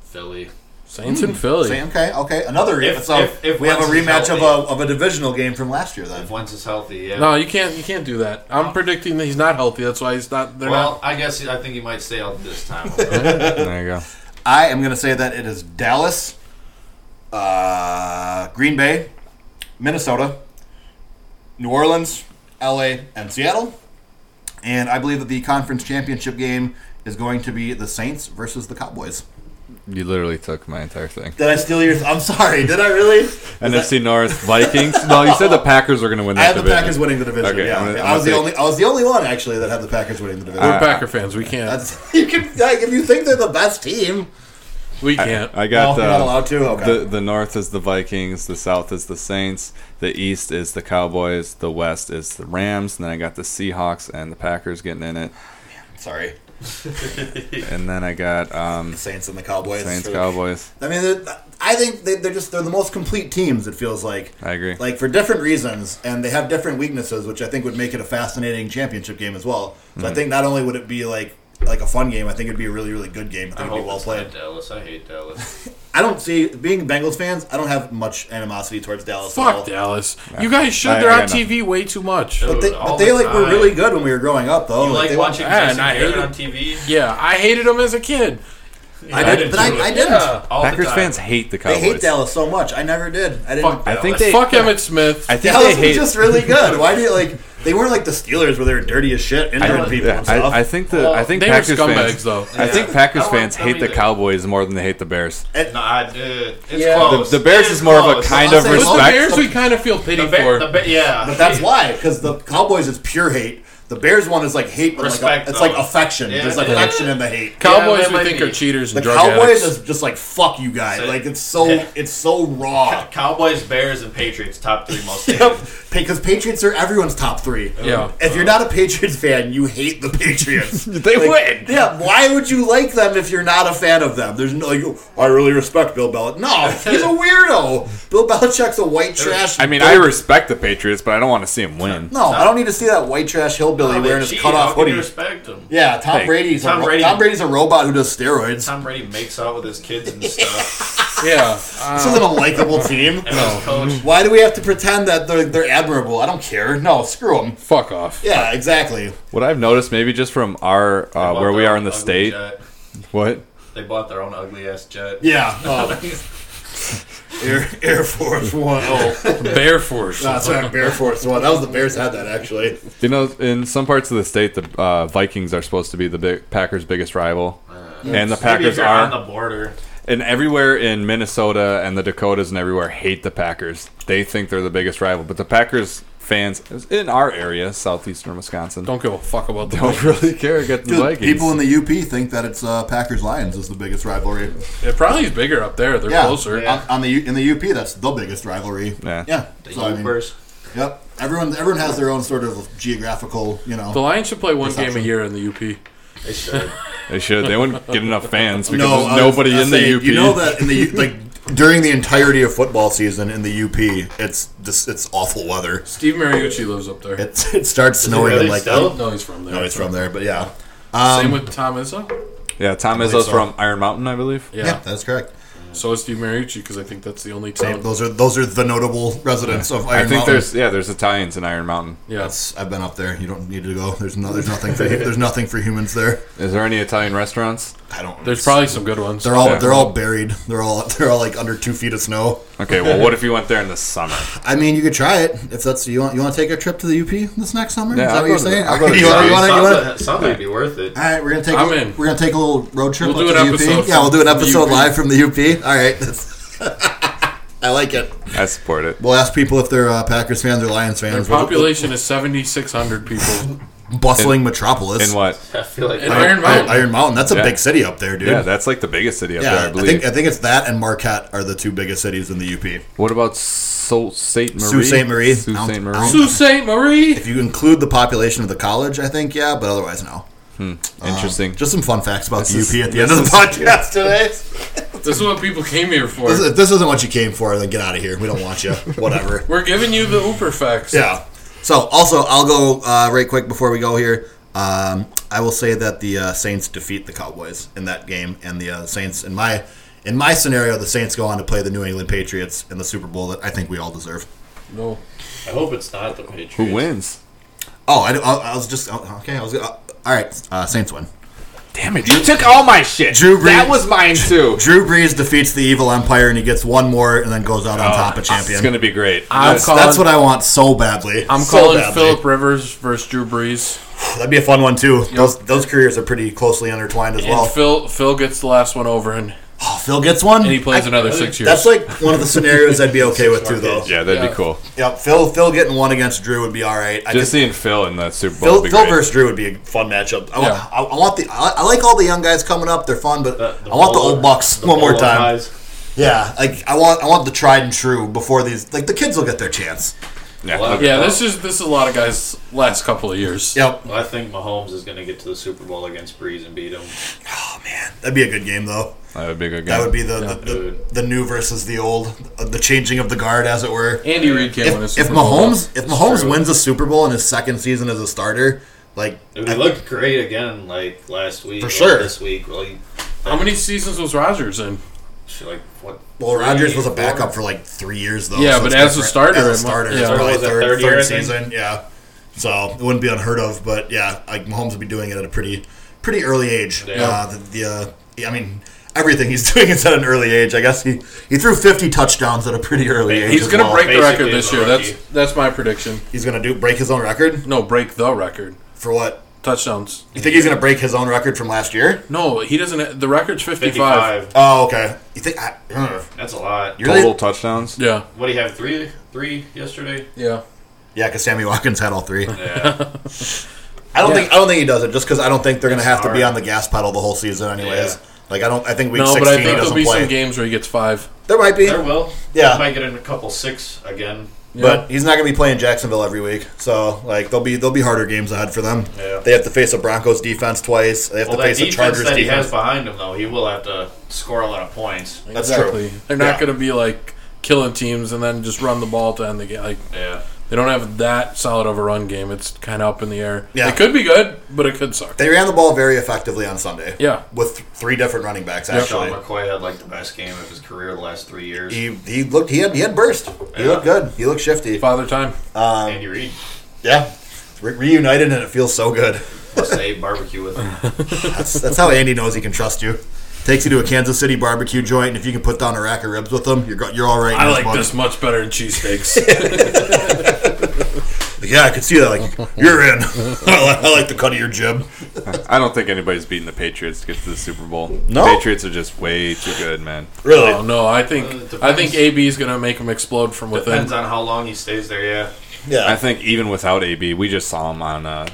S4: Philly.
S3: Saints and Philly.
S1: Say- Okay, okay. Another
S4: If-
S1: so
S4: if- if
S1: we have a
S4: Wentz is
S1: rematch of a,
S4: healthy.
S1: of a divisional game from last year then.
S4: If Wentz is healthy, yeah.
S3: No, you can't. You can't do that. I'm predicting that he's not healthy. That's why he's not. They're
S4: well,
S3: not.
S4: I guess he- I think he might stay out this time.
S2: There you go.
S1: I am going to say that it is Dallas, uh, Green Bay, Minnesota, New Orleans, LA, and Seattle. And I believe that the conference championship game is going to be the Saints versus the Cowboys.
S2: You literally took my entire thing.
S1: Did I steal your? I'm sorry. Did I really?
S2: NFC North Vikings. No, you said the Packers were going to win
S1: I
S2: that
S1: had the
S2: division.
S1: Packers winning the division.
S2: Okay,
S1: yeah,
S2: I'm gonna- I'm
S1: I was the
S2: gonna
S1: only. I was the only one actually that had the Packers winning the division.
S3: We're Packer fans. We can't.
S1: That's you can like, if you think they're the best team.
S3: we can't.
S2: I got
S1: No,
S2: the,
S1: you're not allowed to? Okay.
S2: the the North is the Vikings, the South is the Saints, the East is the Cowboys, the West is the Rams, and then I got the Seahawks and the Packers getting in it,
S1: Sorry,
S2: and then I got um,
S1: the Saints and the Cowboys.
S2: Saints, Cowboys.
S1: I mean, they're- I think they, they're just they're the most complete teams. It feels like.
S2: I agree.
S1: Like for different reasons, and they have different weaknesses, which I think would make it a fascinating championship game as well. So
S2: Mm.
S1: I think not only would it be like like a fun game, I think it'd be a really really good game. I
S4: I
S1: think it'd
S4: hope
S1: be well
S4: it's not
S1: played.
S4: Dallas. I hate Dallas.
S1: I don't see being Bengals fans. I don't have much animosity towards Dallas. at all.
S3: Fuck Dallas. You guys should.
S2: I-
S3: They're
S2: I
S3: on
S2: got nothing.
S3: TV way too much.
S1: But they,
S4: Dude,
S1: but
S4: all
S1: they
S4: the
S1: like were
S4: time.
S1: really good when we were growing up, though.
S4: You like
S1: they
S4: watching
S3: Yeah, and
S4: Jason
S3: I hate
S4: Taylor
S3: it.
S4: on TV?
S3: Yeah, I hated him as a kid.
S1: I didn't, but I, I didn't.
S4: All the
S2: Packers
S4: time.
S2: fans hate the
S1: They
S2: Cowboys.
S1: hate Dallas so much. I never did. I didn't.
S3: Fuck
S2: I think they.
S3: Fuck Emmett Smith.
S2: I think
S1: Dallas
S2: they hate.
S1: was just really good. Why do you like? They weren't like the Steelers where they were dirty as shit, injured
S2: I,
S1: people and stuff.
S2: I, I think the I think
S3: they were
S2: Packers
S3: scumbags,
S2: fans.
S3: though.
S2: I think Packers
S4: I
S2: fans
S4: want them
S2: hate the
S4: either.
S2: Cowboys more than they hate the Bears.
S4: No, I did. It's
S1: Yeah.
S4: close.
S2: The- the Bears
S4: It
S2: is more of a
S4: close.
S2: kind
S1: I'll
S2: of
S1: say-
S3: Well, the
S2: respect-
S3: Bears, we kind of feel pity
S4: The Bear,
S3: for.
S4: the Bear, yeah.
S1: but that's why, because the Cowboys is pure hate. The Bears one is like hate, but like
S4: Respect,
S1: a, it's
S4: though.
S1: like affection.
S4: Yeah,
S1: There's like
S4: yeah.
S1: affection in the hate.
S3: Cowboys,
S4: Yeah, that
S3: we
S4: might
S3: think
S4: be.
S3: are cheaters and
S1: The
S3: drug
S1: Cowboys
S3: addicts.
S1: is just like fuck you guys.
S4: Say-
S1: Like it's so
S4: Yeah.
S1: it's so raw.
S4: Cowboys, Bears, and Patriots top three most.
S1: Yep, because Patriots are everyone's top three.
S3: Yeah.
S1: If you're not a Patriots fan, you hate the Patriots.
S2: They win.
S1: Yeah, why would you like them if you're not a fan of them? There's no, like, "Oh, I really respect Bill Belichick. No, he's a weirdo. Bill Belichick's a white trash.
S2: I mean, I respect the Patriots, but I don't want to see them win.
S1: no, I don't need to see that white trash hillbilly wearing his cutoff
S4: How can you
S1: hoodie.
S4: respect him?
S1: Yeah, Tom
S2: Hey,
S1: Brady's
S4: Tom
S1: a ro-
S4: Brady-
S1: Tom Brady's a robot who does steroids.
S4: Tom Brady makes out with his kids and stuff.
S3: yeah.
S1: This isn't a likable team.
S4: And his coach.
S2: Uh,
S1: Why do we have to pretend that they're they're admirable? I don't care. No, screw them.
S3: Fuck off.
S1: Yeah, exactly.
S2: What I've noticed, maybe just from our uh,
S4: bought
S2: where we
S4: their
S2: are
S4: own
S2: in the
S4: ugly
S2: state,
S4: jet.
S2: what
S4: They bought their own ugly ass jet.
S1: Yeah. oh, Air, Air Force One. Oh,
S3: Bear Force.
S1: that's right. Air Force One. That was the Bears had that actually.
S2: you know, in some parts of the state, the uh, Vikings are supposed to be the big, Packers' biggest rival, and the
S4: Maybe if
S2: Packers
S4: you're
S2: are.
S4: on the border.
S2: and everywhere in Minnesota and the Dakotas and everywhere hate the Packers. They think they're the biggest rival, but the Packers fans in our area, southeastern Wisconsin, don't,
S3: Don't give a fuck about the
S2: really care. Get the
S1: Dude,
S2: Vikings.
S1: People in the UP think that it's uh, Packers Lions is the biggest rivalry.
S3: It probably is bigger up there. They're
S1: Yeah,
S3: closer.
S1: On, on the U- in the UP, that's the biggest rivalry.
S2: Yeah.
S1: yeah.
S4: The
S1: So, I mean,
S4: Ubers.
S1: yep. Everyone, everyone has their own sort of geographical, you know.
S3: The Lions should play one game a year in the UP.
S4: They should.
S2: they should. They wouldn't get enough fans because
S1: No,
S2: there's
S1: I was
S2: nobody
S1: gonna
S2: in
S1: say,
S2: the UP.
S1: You know that in the U- like during the entirety of football season in the UP, it's just it's awful weather.
S3: Steve Mariucci lives up there.
S1: It it starts snowing
S4: really
S1: in like
S4: still?
S1: oh,
S3: No, he's from there.
S1: no, it's from there, but yeah,
S3: Same with Tom Izzo.
S2: yeah, Tom Izzo's from Iron Mountain, I believe.
S3: Yeah.
S1: yeah, that's correct.
S3: So is Steve Mariucci because I think that's the only
S1: Same.
S3: town.
S1: Those are those are the notable residents of Iron
S2: I think
S1: Mountain.
S2: there's yeah, there's Italians in Iron Mountain.
S3: Yeah.
S1: That's- I've been up there. You don't need to go. There's no, there's nothing for there's nothing for humans there.
S2: Is there any Italian restaurants?
S1: I don't.
S3: There's probably some good ones.
S1: They're all
S2: Yeah.
S1: they're all buried. They're all they're all like under two feet of snow.
S2: Okay, well, what if you went there in the summer?
S1: I mean, you could try it if that's you want. You want to take a trip to the UP this next summer?
S2: Yeah,
S1: Is that what
S2: I'll go
S1: you're
S2: to the-
S1: saying?
S2: I'll go to
S1: You
S2: the
S1: wanna- you
S2: UP.
S1: wanna- you
S4: Sounds,
S1: wanna-
S4: like, sounds like it'd be worth it.
S1: All right, we're gonna take.
S3: I'm
S1: a,
S3: in.
S1: We're gonna take a little road trip.
S3: We'll
S1: up
S3: do
S1: to
S3: an
S1: the
S3: episode
S1: UP. Yeah, we'll do an
S3: from the
S1: episode
S3: UP.
S1: live from the UP. All right, That's- I like it.
S2: I support it.
S1: We'll ask people if they're uh, Packers fans or Lions
S3: Their
S1: fans. We'll-
S3: population is 7,600 people.
S1: bustling metropolis.
S2: in what?
S4: I feel like
S3: And
S4: I-
S3: Iron Mountain.
S1: Oh, Iron Mountain. That's a
S2: Yeah.
S1: big city up there, dude.
S2: Yeah, that's like the biggest city up
S1: Yeah,
S2: there, I
S1: I
S2: believe.
S1: think I think it's that and Marquette are the two biggest cities in the UP.
S2: what about Sault Ste. Marie?
S1: Sault Ste. Marie.
S2: Sault
S1: Ounce-
S2: Ste. Marie.
S1: ounce-
S3: Sault Ste. Marie.
S1: If you include the population of the college, I think yeah, but otherwise no.
S2: Oh, Interesting.
S1: Just some fun facts about the
S2: This
S1: UP
S2: is-
S1: at the end of the
S2: this
S1: podcast today.
S3: This is what people came here for.
S1: This- If this isn't what you came for, then get out of here. We don't want you. Whatever.
S3: We're giving you the Uberfacts.
S1: yeah. So also, I'll go uh, right quick before we go here. Um, I will say that the uh, Saints defeat the Cowboys in that game, and the uh, Saints in my in my scenario, the Saints go on to play the New England Patriots in the Super Bowl that I think we all deserve.
S3: No.
S4: I hope it's not the Patriots.
S2: Who wins?
S1: Oh, I, I, I was just oh, okay. I was uh, all right. Uh, Saints win.
S2: Damn it! You took all my shit.
S1: Drew Brees-
S2: That was mine too.
S1: Drew Brees defeats the evil empire, and he gets one more, and then goes out on top of champion.
S2: It's Oh, gonna be great.
S3: I'm
S1: that's, that's
S3: calling-
S1: what I want so badly.
S3: I'm
S1: So
S3: calling
S1: badly.
S3: Philip Rivers versus Drew Brees.
S1: That'd be a fun one too. Those those careers are pretty closely intertwined as
S3: And
S1: well. Phil,
S3: Phil Phil gets the last one over and,
S1: oh, Phil gets one,
S3: and he plays another six years.
S1: That's like one of the scenarios I'd be okay with too, though.
S2: yeah, that'd
S3: Yeah.
S2: be cool.
S1: Yep, Phil Phil getting one against Drew would be all right. I
S2: Just
S1: could-
S2: seeing Phil in the Super Bowl. would
S1: Phil,
S2: be
S1: Phil
S2: great.
S1: versus Drew would be a fun matchup. I,
S3: Yeah.
S1: want, I, I want the I, I like all the young guys coming up. They're fun, but
S4: The- the
S1: I want the
S4: Bolo-
S1: old bucks
S4: the
S1: one more
S4: Bolo
S1: time.
S4: guys.
S1: Yeah, like I want I want the tried and true before these. Like the kids will get their chance.
S2: Yeah.
S4: Well,
S3: yeah, this is this is a lot of guys last couple of years.
S1: Yep.
S4: I think Mahomes is going to get to the Super Bowl against Breeze and beat him.
S1: Oh man, that'd be a good game though.
S2: that would be a good game.
S1: That would be the the,
S4: Yeah.
S1: the, the new versus the old, uh, the changing of the guard, as it were.
S3: Andy Reid can't win a
S1: If,
S3: Super
S1: if
S3: Bowl.
S1: Mahomes if Mahomes wins a Super Bowl in his second season as a starter, like
S4: Dude,
S1: I-
S4: he looked great again, like last week.
S1: For
S4: or
S1: sure.
S4: This week, like,
S3: how many seasons was Rogers in?
S4: like what?
S1: well, Rodgers was a
S4: four?
S1: backup for like three years though.
S3: Yeah,
S1: so
S3: but
S1: it's
S3: as a
S1: different.
S3: starter, it
S1: as a
S3: was-
S1: starter,
S3: yeah.
S1: it's
S4: What
S1: probably
S4: was that,
S1: third,
S4: third
S1: third,
S4: year, I think?
S1: season. Yeah, so it wouldn't be unheard of, but yeah, like Mahomes would be doing it at a pretty pretty early age.
S4: Yeah.
S1: Uh, the, the uh, yeah, I mean. Everything he's doing is at an early age. I guess he, he threw 50 touchdowns at a pretty early age.
S3: He's
S1: as
S3: gonna
S1: well.
S3: break the
S4: basically
S3: record this
S4: the
S3: year. That's
S4: rookie.
S3: that's my prediction.
S1: He's gonna do break his own record
S3: No, break the record.
S1: for what?
S3: Touchdowns.
S1: You think he's gonna break his own record from last year?
S3: No, he doesn't. The record's 55.
S4: Fifty-five.
S1: Oh, okay. You think I, uh, ugh.
S4: That's a lot.
S1: You're
S2: Total
S1: really-
S2: touchdowns.
S3: Yeah,
S4: What do you have? Three, three yesterday.
S3: yeah.
S1: Yeah, because Sammy Watkins had all three.
S4: Yeah.
S1: I don't
S3: Yeah.
S1: think I don't think he does it just because I don't think they're going to have to be on
S4: hard.
S1: the gas pedal the whole season, anyways.
S4: Yeah.
S1: Like I don't I think week
S3: No, but I
S1: sixteen he
S3: think there'll
S1: doesn't
S3: be
S1: play.
S3: some games where he gets five.
S1: there might be,
S4: there will.
S1: Yeah.
S4: Might get in a couple six again.
S1: but he's not going to be playing Jacksonville every week. So like there'll be there'll be harder games ahead for them.
S4: Yeah.
S1: They have to face a Broncos defense twice. They have
S4: Well,
S1: to
S4: that
S1: face a
S4: defense
S1: Chargers
S4: that he has
S1: defense.
S4: behind him, though, he will have to score a lot of points.
S1: That's
S3: exactly.
S1: true.
S3: They're not
S1: Yeah.
S3: going to be like killing teams and then just run the ball to end the game. Like
S4: Yeah.
S3: they don't have that solid of a run game. It's kind of up in the air.
S1: Yeah.
S3: It could be good, but it could suck.
S1: They ran the ball very effectively on Sunday.
S3: Yeah.
S1: with th- three different running backs
S4: Sean
S1: actually.
S4: McCoy had like the best game of his career the last three years.
S1: He, he looked he had he had burst. He
S4: Yeah.
S1: looked good. He looked shifty.
S3: Father time.
S1: Um,
S4: Andy Reid
S1: Yeah, Re- reunited and it feels so good.
S4: must say barbecue with him.
S1: That's, that's how Andy knows he can trust you. Takes you to a Kansas City barbecue joint, and if you can put down a rack of ribs with them, you're go- you're all right. in
S3: I
S1: his
S3: like
S1: book.
S3: this much better than cheesesteaks.
S1: Yeah, I could see that. Like you're in. I, like, I like the cut of your jib.
S2: I don't think anybody's beating the Patriots to get to the Super Bowl.
S1: No?
S2: The Patriots are just way too good, man.
S1: Really?
S3: oh no, I think
S4: Uh, it depends.
S3: I think AB is going to make him explode from within.
S4: Depends on how long he stays there. Yeah.
S2: I
S1: yeah,
S2: think even without AB, we just saw him on. Uh,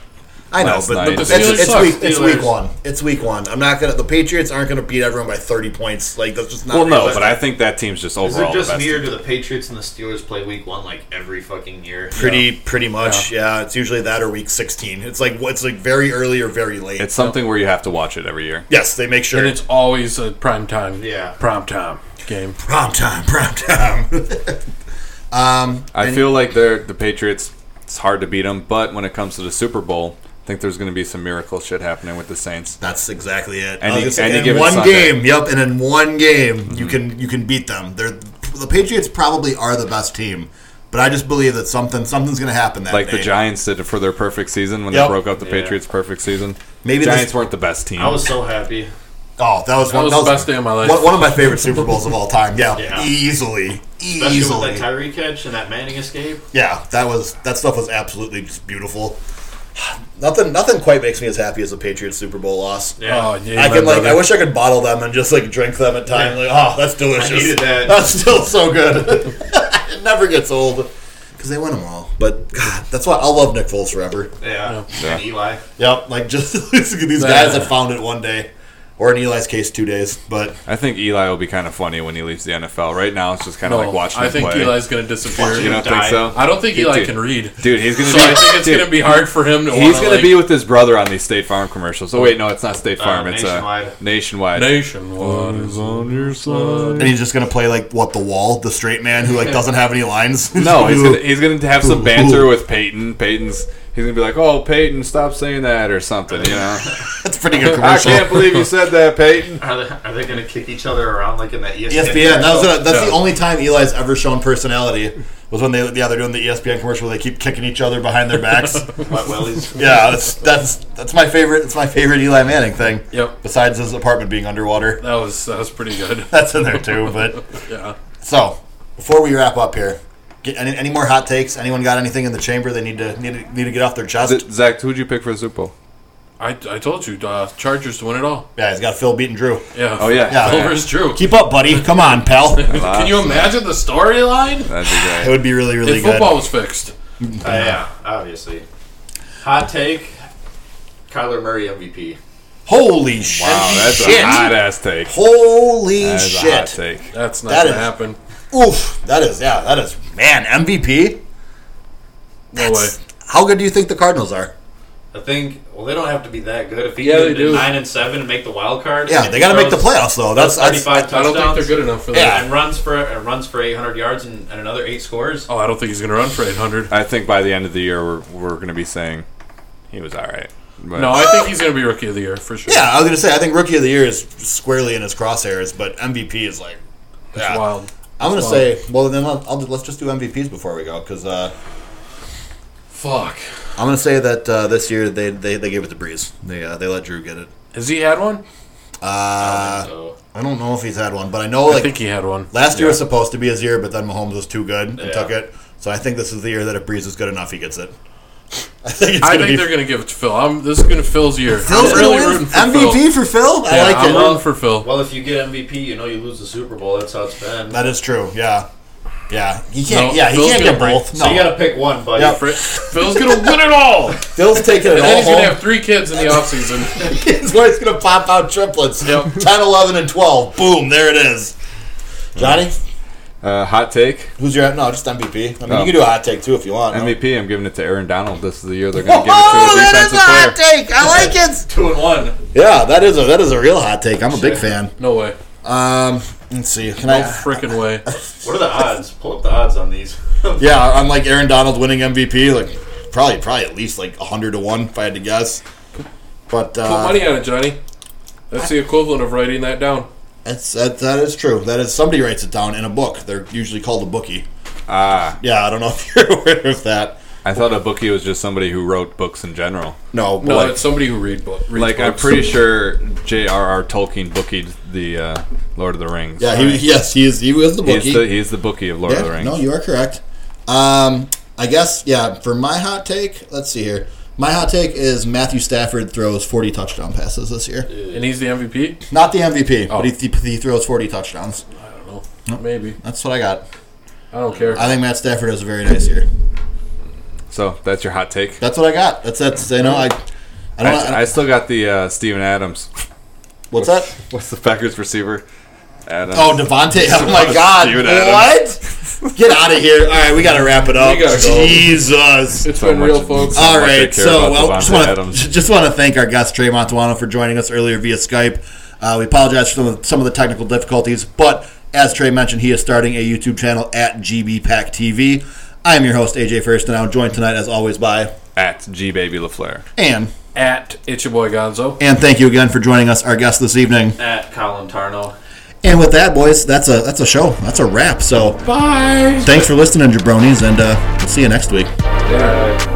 S1: I know,
S2: last
S1: but,
S2: night-
S1: but it's,
S3: The Steelers
S1: it's
S3: suck.
S1: week it's week
S4: Steelers.
S1: one. It's week one. I'm not gonna. The Patriots aren't gonna beat everyone by 30 points. Like that's just not.
S2: well, no,
S1: realistic.
S2: but I think that team's just
S4: Is it
S2: overall the
S4: just
S2: best.
S4: me or
S2: team.
S4: do the Patriots and the Steelers play Week One like every fucking year?
S1: pretty pretty much. Yeah. it's usually that or week 16. It's like it's like very early or very late.
S2: It's something where you have to watch it every year.
S1: yes, they make sure
S3: And it's always a prime time.
S4: Yeah.
S3: Prime time game.
S1: prom time, prom time.
S2: I feel like they're the Patriots. It's hard to beat them, but when it comes to the Super Bowl, I think there's going to be some miracle shit happening with the Saints.
S1: That's exactly it.
S2: Any-
S1: I was gonna say,
S2: any
S1: in
S2: given
S1: one
S2: Sunday. Mm-hmm.
S1: game, yep, and in one game you can you can beat them. They're the Patriots probably are the best team, but I just believe that something something's going to happen that
S2: Like
S1: day.
S2: the Giants did for their perfect season when
S1: Yep.
S2: they broke up the
S4: Yeah.
S2: Patriots' perfect season.
S1: Maybe
S2: Maybe Giants
S1: this-
S2: weren't the best team.
S4: I was so happy.
S1: Oh, that was
S3: That
S1: one
S3: was
S1: that
S3: the best day of my life.
S1: One, one of my favorite Super Bowls of all time. Yeah,
S4: Yeah.
S1: easily,
S4: Especially
S1: easily.
S4: with that Tyree catch and that Manning escape.
S1: yeah, that was that stuff was absolutely just beautiful. Nothing, nothing quite makes me as happy as a Patriots Super Bowl loss.
S4: Yeah.
S3: Oh, yeah,
S1: I
S3: my
S1: can like,
S3: brother.
S1: I wish I could bottle them and just like drink them at times.
S4: Yeah.
S1: Like, oh, that's delicious.
S4: I needed that.
S1: That's still so good. it never gets old because they win them all. But God, that's why I love Nick Foles forever.
S4: Yeah. And Eli.
S1: Yep, like just these guys that found it one day, or in Eli's case, two days. But
S2: I think Eli will be kind of funny when he leaves the NFL. Right now, it's just kind of like watching
S3: I
S2: him
S3: think
S2: play.
S3: Eli's going to disappear.
S2: you don't think
S4: die.
S2: so?
S3: I don't think
S2: Dude,
S3: Eli
S2: dude.
S3: can read.
S2: Dude, he's gonna
S3: So
S2: be.
S3: I think it's
S2: dude,
S3: going to be hard for him to.
S2: He's
S3: wanna,
S2: gonna
S3: like,
S2: be with his brother on these State Farm commercials. Oh wait, no, it's not State Farm. it's
S4: Nationwide.
S2: Uh, nationwide.
S3: nationwide. is on your side.
S1: and he's just gonna play like what the wall, the straight man who like doesn't have any lines.
S2: No, he's
S1: Ooh.
S2: gonna, he's gonna have some banter with Peyton. Peyton's he's gonna be like, "Oh, Peyton, stop saying that" or something. You know,
S1: that's a pretty good
S2: I
S1: commercial.
S2: can't believe you said that, Peyton.
S4: Are they, are they going to kick each other around like in that E
S1: E
S4: ESPN?
S1: ESPN. That was it. that's the
S2: Yeah.
S1: only time Eli's ever shown personality was when they yeah they're doing the E ESPN commercial where they keep kicking each other behind their backs.
S4: Wet Willies.
S1: yeah, that's that's that's my favorite. That's my favorite Eli Manning thing.
S3: Yep.
S1: Besides his apartment being underwater,
S3: That was that was pretty good.
S1: that's in there too. But
S3: Yeah.
S1: so before we wrap up here, get, any, any more hot takes? Anyone got anything in the chamber they need to need to, need to get off their chest?
S2: Z- Zach, who'd you pick for the Super Bowl?
S3: I, I told you, uh, Chargers to win it all.
S1: yeah, he's got Phil beating Drew.
S3: Yeah.
S2: Oh yeah,
S1: Yeah.
S3: Culver's Drew.
S1: Keep up, buddy. Come on, pal. It
S3: Can you imagine the storyline?
S2: that'd be great.
S1: would be really really
S3: If
S1: good.
S3: football was fixed.
S4: Uh, yeah, obviously. Hot take Kyler Murray MVP.
S1: Holy shit!
S2: Wow, that's a hot ass take.
S1: Holy
S2: That is a hot
S1: shit!
S2: take.
S3: That's not
S1: That
S3: going
S1: is-
S3: to happen.
S1: Oof, that is yeah, that is man MVP.
S3: No way.
S1: How good do you think the Cardinals are?
S4: I think, well, they don't have to be that good. If he
S3: Yeah,
S4: can
S3: they
S4: do
S3: do.
S4: 9 and 7 and make the wild card.
S1: Yeah,
S4: if
S1: they
S4: he
S1: got to make the
S4: throws
S1: playoffs though. That's, that's
S4: 35
S3: I don't
S4: touchdowns.
S3: think they're good enough for that.
S1: Yeah.
S4: And runs for and runs for 800 yards and, and another eight scores.
S3: Oh, I don't think he's going to run for 800.
S2: I think by the end of the year, we're, we're going to be saying he was all right. But
S3: No, I think he's going to be rookie of the year for sure.
S1: yeah. I was gonna say I think Rookie of the Year is squarely in his crosshairs, but MVP is like.
S3: It's
S1: yeah.
S3: wild.
S1: I'm gonna
S3: wild.
S1: say well then I'll, I'll, let's just do MVPs before we go because uh,
S3: Fuck.
S1: I'm gonna say that uh, this year they, they they gave it to Breeze. They uh, they let Drew get it.
S3: Has he had one?
S1: Uh,
S4: So,
S1: I don't know if he's had one, but I know
S3: I
S1: like
S3: think he had one.
S1: last year was supposed to be his year, but then Mahomes was too good and
S4: Yeah.
S1: took it. So I think this is the year that if Breeze is good enough, he gets it. I think it's
S3: I
S1: gonna
S3: think
S1: be
S3: they're going to give it to Phil. I'm, this is going to Phil's year.
S1: Phil's
S3: I'm
S1: gonna
S3: really
S1: win
S3: rooting for
S1: MVP
S3: Phil.
S1: for Phil. I
S3: Yeah,
S1: like
S3: I'm
S1: it.
S3: rooting for Phil.
S4: well, if you get MVP, you know you lose the Super Bowl. That's how it's been.
S1: that is true. Yeah, yeah. He can't.
S3: No,
S1: yeah, he
S3: Phil's
S1: can't
S3: gonna
S1: get
S3: break-
S1: both.
S4: so
S1: No,
S4: you got to pick one, buddy.
S1: Yep.
S3: Fri- Phil's going to win it all. And
S1: Phil's taking it
S3: then
S1: all
S3: he's going to
S1: home.
S3: have three kids in the offseason.
S1: It's where it's gonna pop out triplets.
S3: Yep.
S1: 10, 11, and twelve. Boom! There it is. Johnny,
S2: uh, hot take
S1: who's your no? Just MVP. I mean,
S2: No.
S1: you can do a hot take too if you want. no?
S2: MVP. I'm giving it to Aaron Donald. This is the year they're
S1: Oh,
S2: going to give it to a
S1: that is
S2: defensive
S1: a hot
S2: player.
S1: take. I like it.
S4: Two and one.
S1: Yeah, that is a that is a real hot take. I'm a big fan.
S3: No way.
S1: Um, let's see. Can
S3: No
S2: Oh.
S1: I?
S3: freaking way.
S4: What are the odds? Pull up the odds on these.
S1: Yeah, I'm like Aaron Donald winning MVP. Like probably, probably at least like hundred to one if I had to guess. But uh,
S3: Put money on it, Johnny. That's the equivalent of writing that down.
S1: That's that, that is true. That is somebody writes it down in a book. They're usually called a bookie.
S2: Ah,
S1: Yeah, I don't know if you're aware of that.
S2: I thought a bookie was just somebody who wrote books in general.
S1: No, but
S3: No,
S1: like,
S3: it's somebody who read book. Reads
S2: Like I'm
S3: books.
S2: pretty sure J.R.R. Tolkien bookied the uh, Lord of the Rings.
S1: yeah, he, yes, he is. He was the bookie.
S2: He's the, he's the bookie of Lord of the
S1: yeah,
S2: Rings.
S1: no, you are correct. Um, I guess yeah. For my hot take, let's see here. My hot take is Matthew Stafford throws 40 touchdown passes this year.
S3: And he's the MVP.
S1: Not the MVP,
S3: Oh.
S1: but he, he throws 40 touchdowns.
S3: I don't know. Maybe.
S1: That's what I got.
S3: I don't care.
S1: I think Matt Stafford has a very nice year.
S2: so that's your hot take.
S1: That's what I got. That's that's you know I, I don't. I,
S2: I, I still got the uh, Steven Adams.
S1: what's that?
S2: What's the Packers receiver? Adams.
S1: Oh, Devontae. Oh, my God.
S2: Steven
S1: What? Get out of here. All right, we got to wrap it up.
S3: We gotta go.
S1: Jesus.
S3: It's
S2: So
S3: been
S2: much-
S3: real, folks.
S2: so
S1: All
S2: much I
S1: right,
S2: care
S1: so well,
S2: about Devontae
S1: just want to
S2: Adams.
S1: just want to thank our guest Trey Montalano for joining us earlier via Skype. Uh, we apologize for some of, some of the technical difficulties, but as Trey mentioned, he is starting a YouTube channel at GB Pack TV. I am your host AJ First, and I'm joined tonight as always by
S2: At G Baby LaFleur.
S1: Ann.
S3: At it's your boy Gonzo.
S1: And thank you again for joining us, our guest this evening.
S4: At Colin Tarno.
S1: And with that, boys, that's a that's a show. That's a wrap. So
S3: Bye.
S1: thanks for listening, jabronis, and uh, we'll see you next week.
S4: Uh,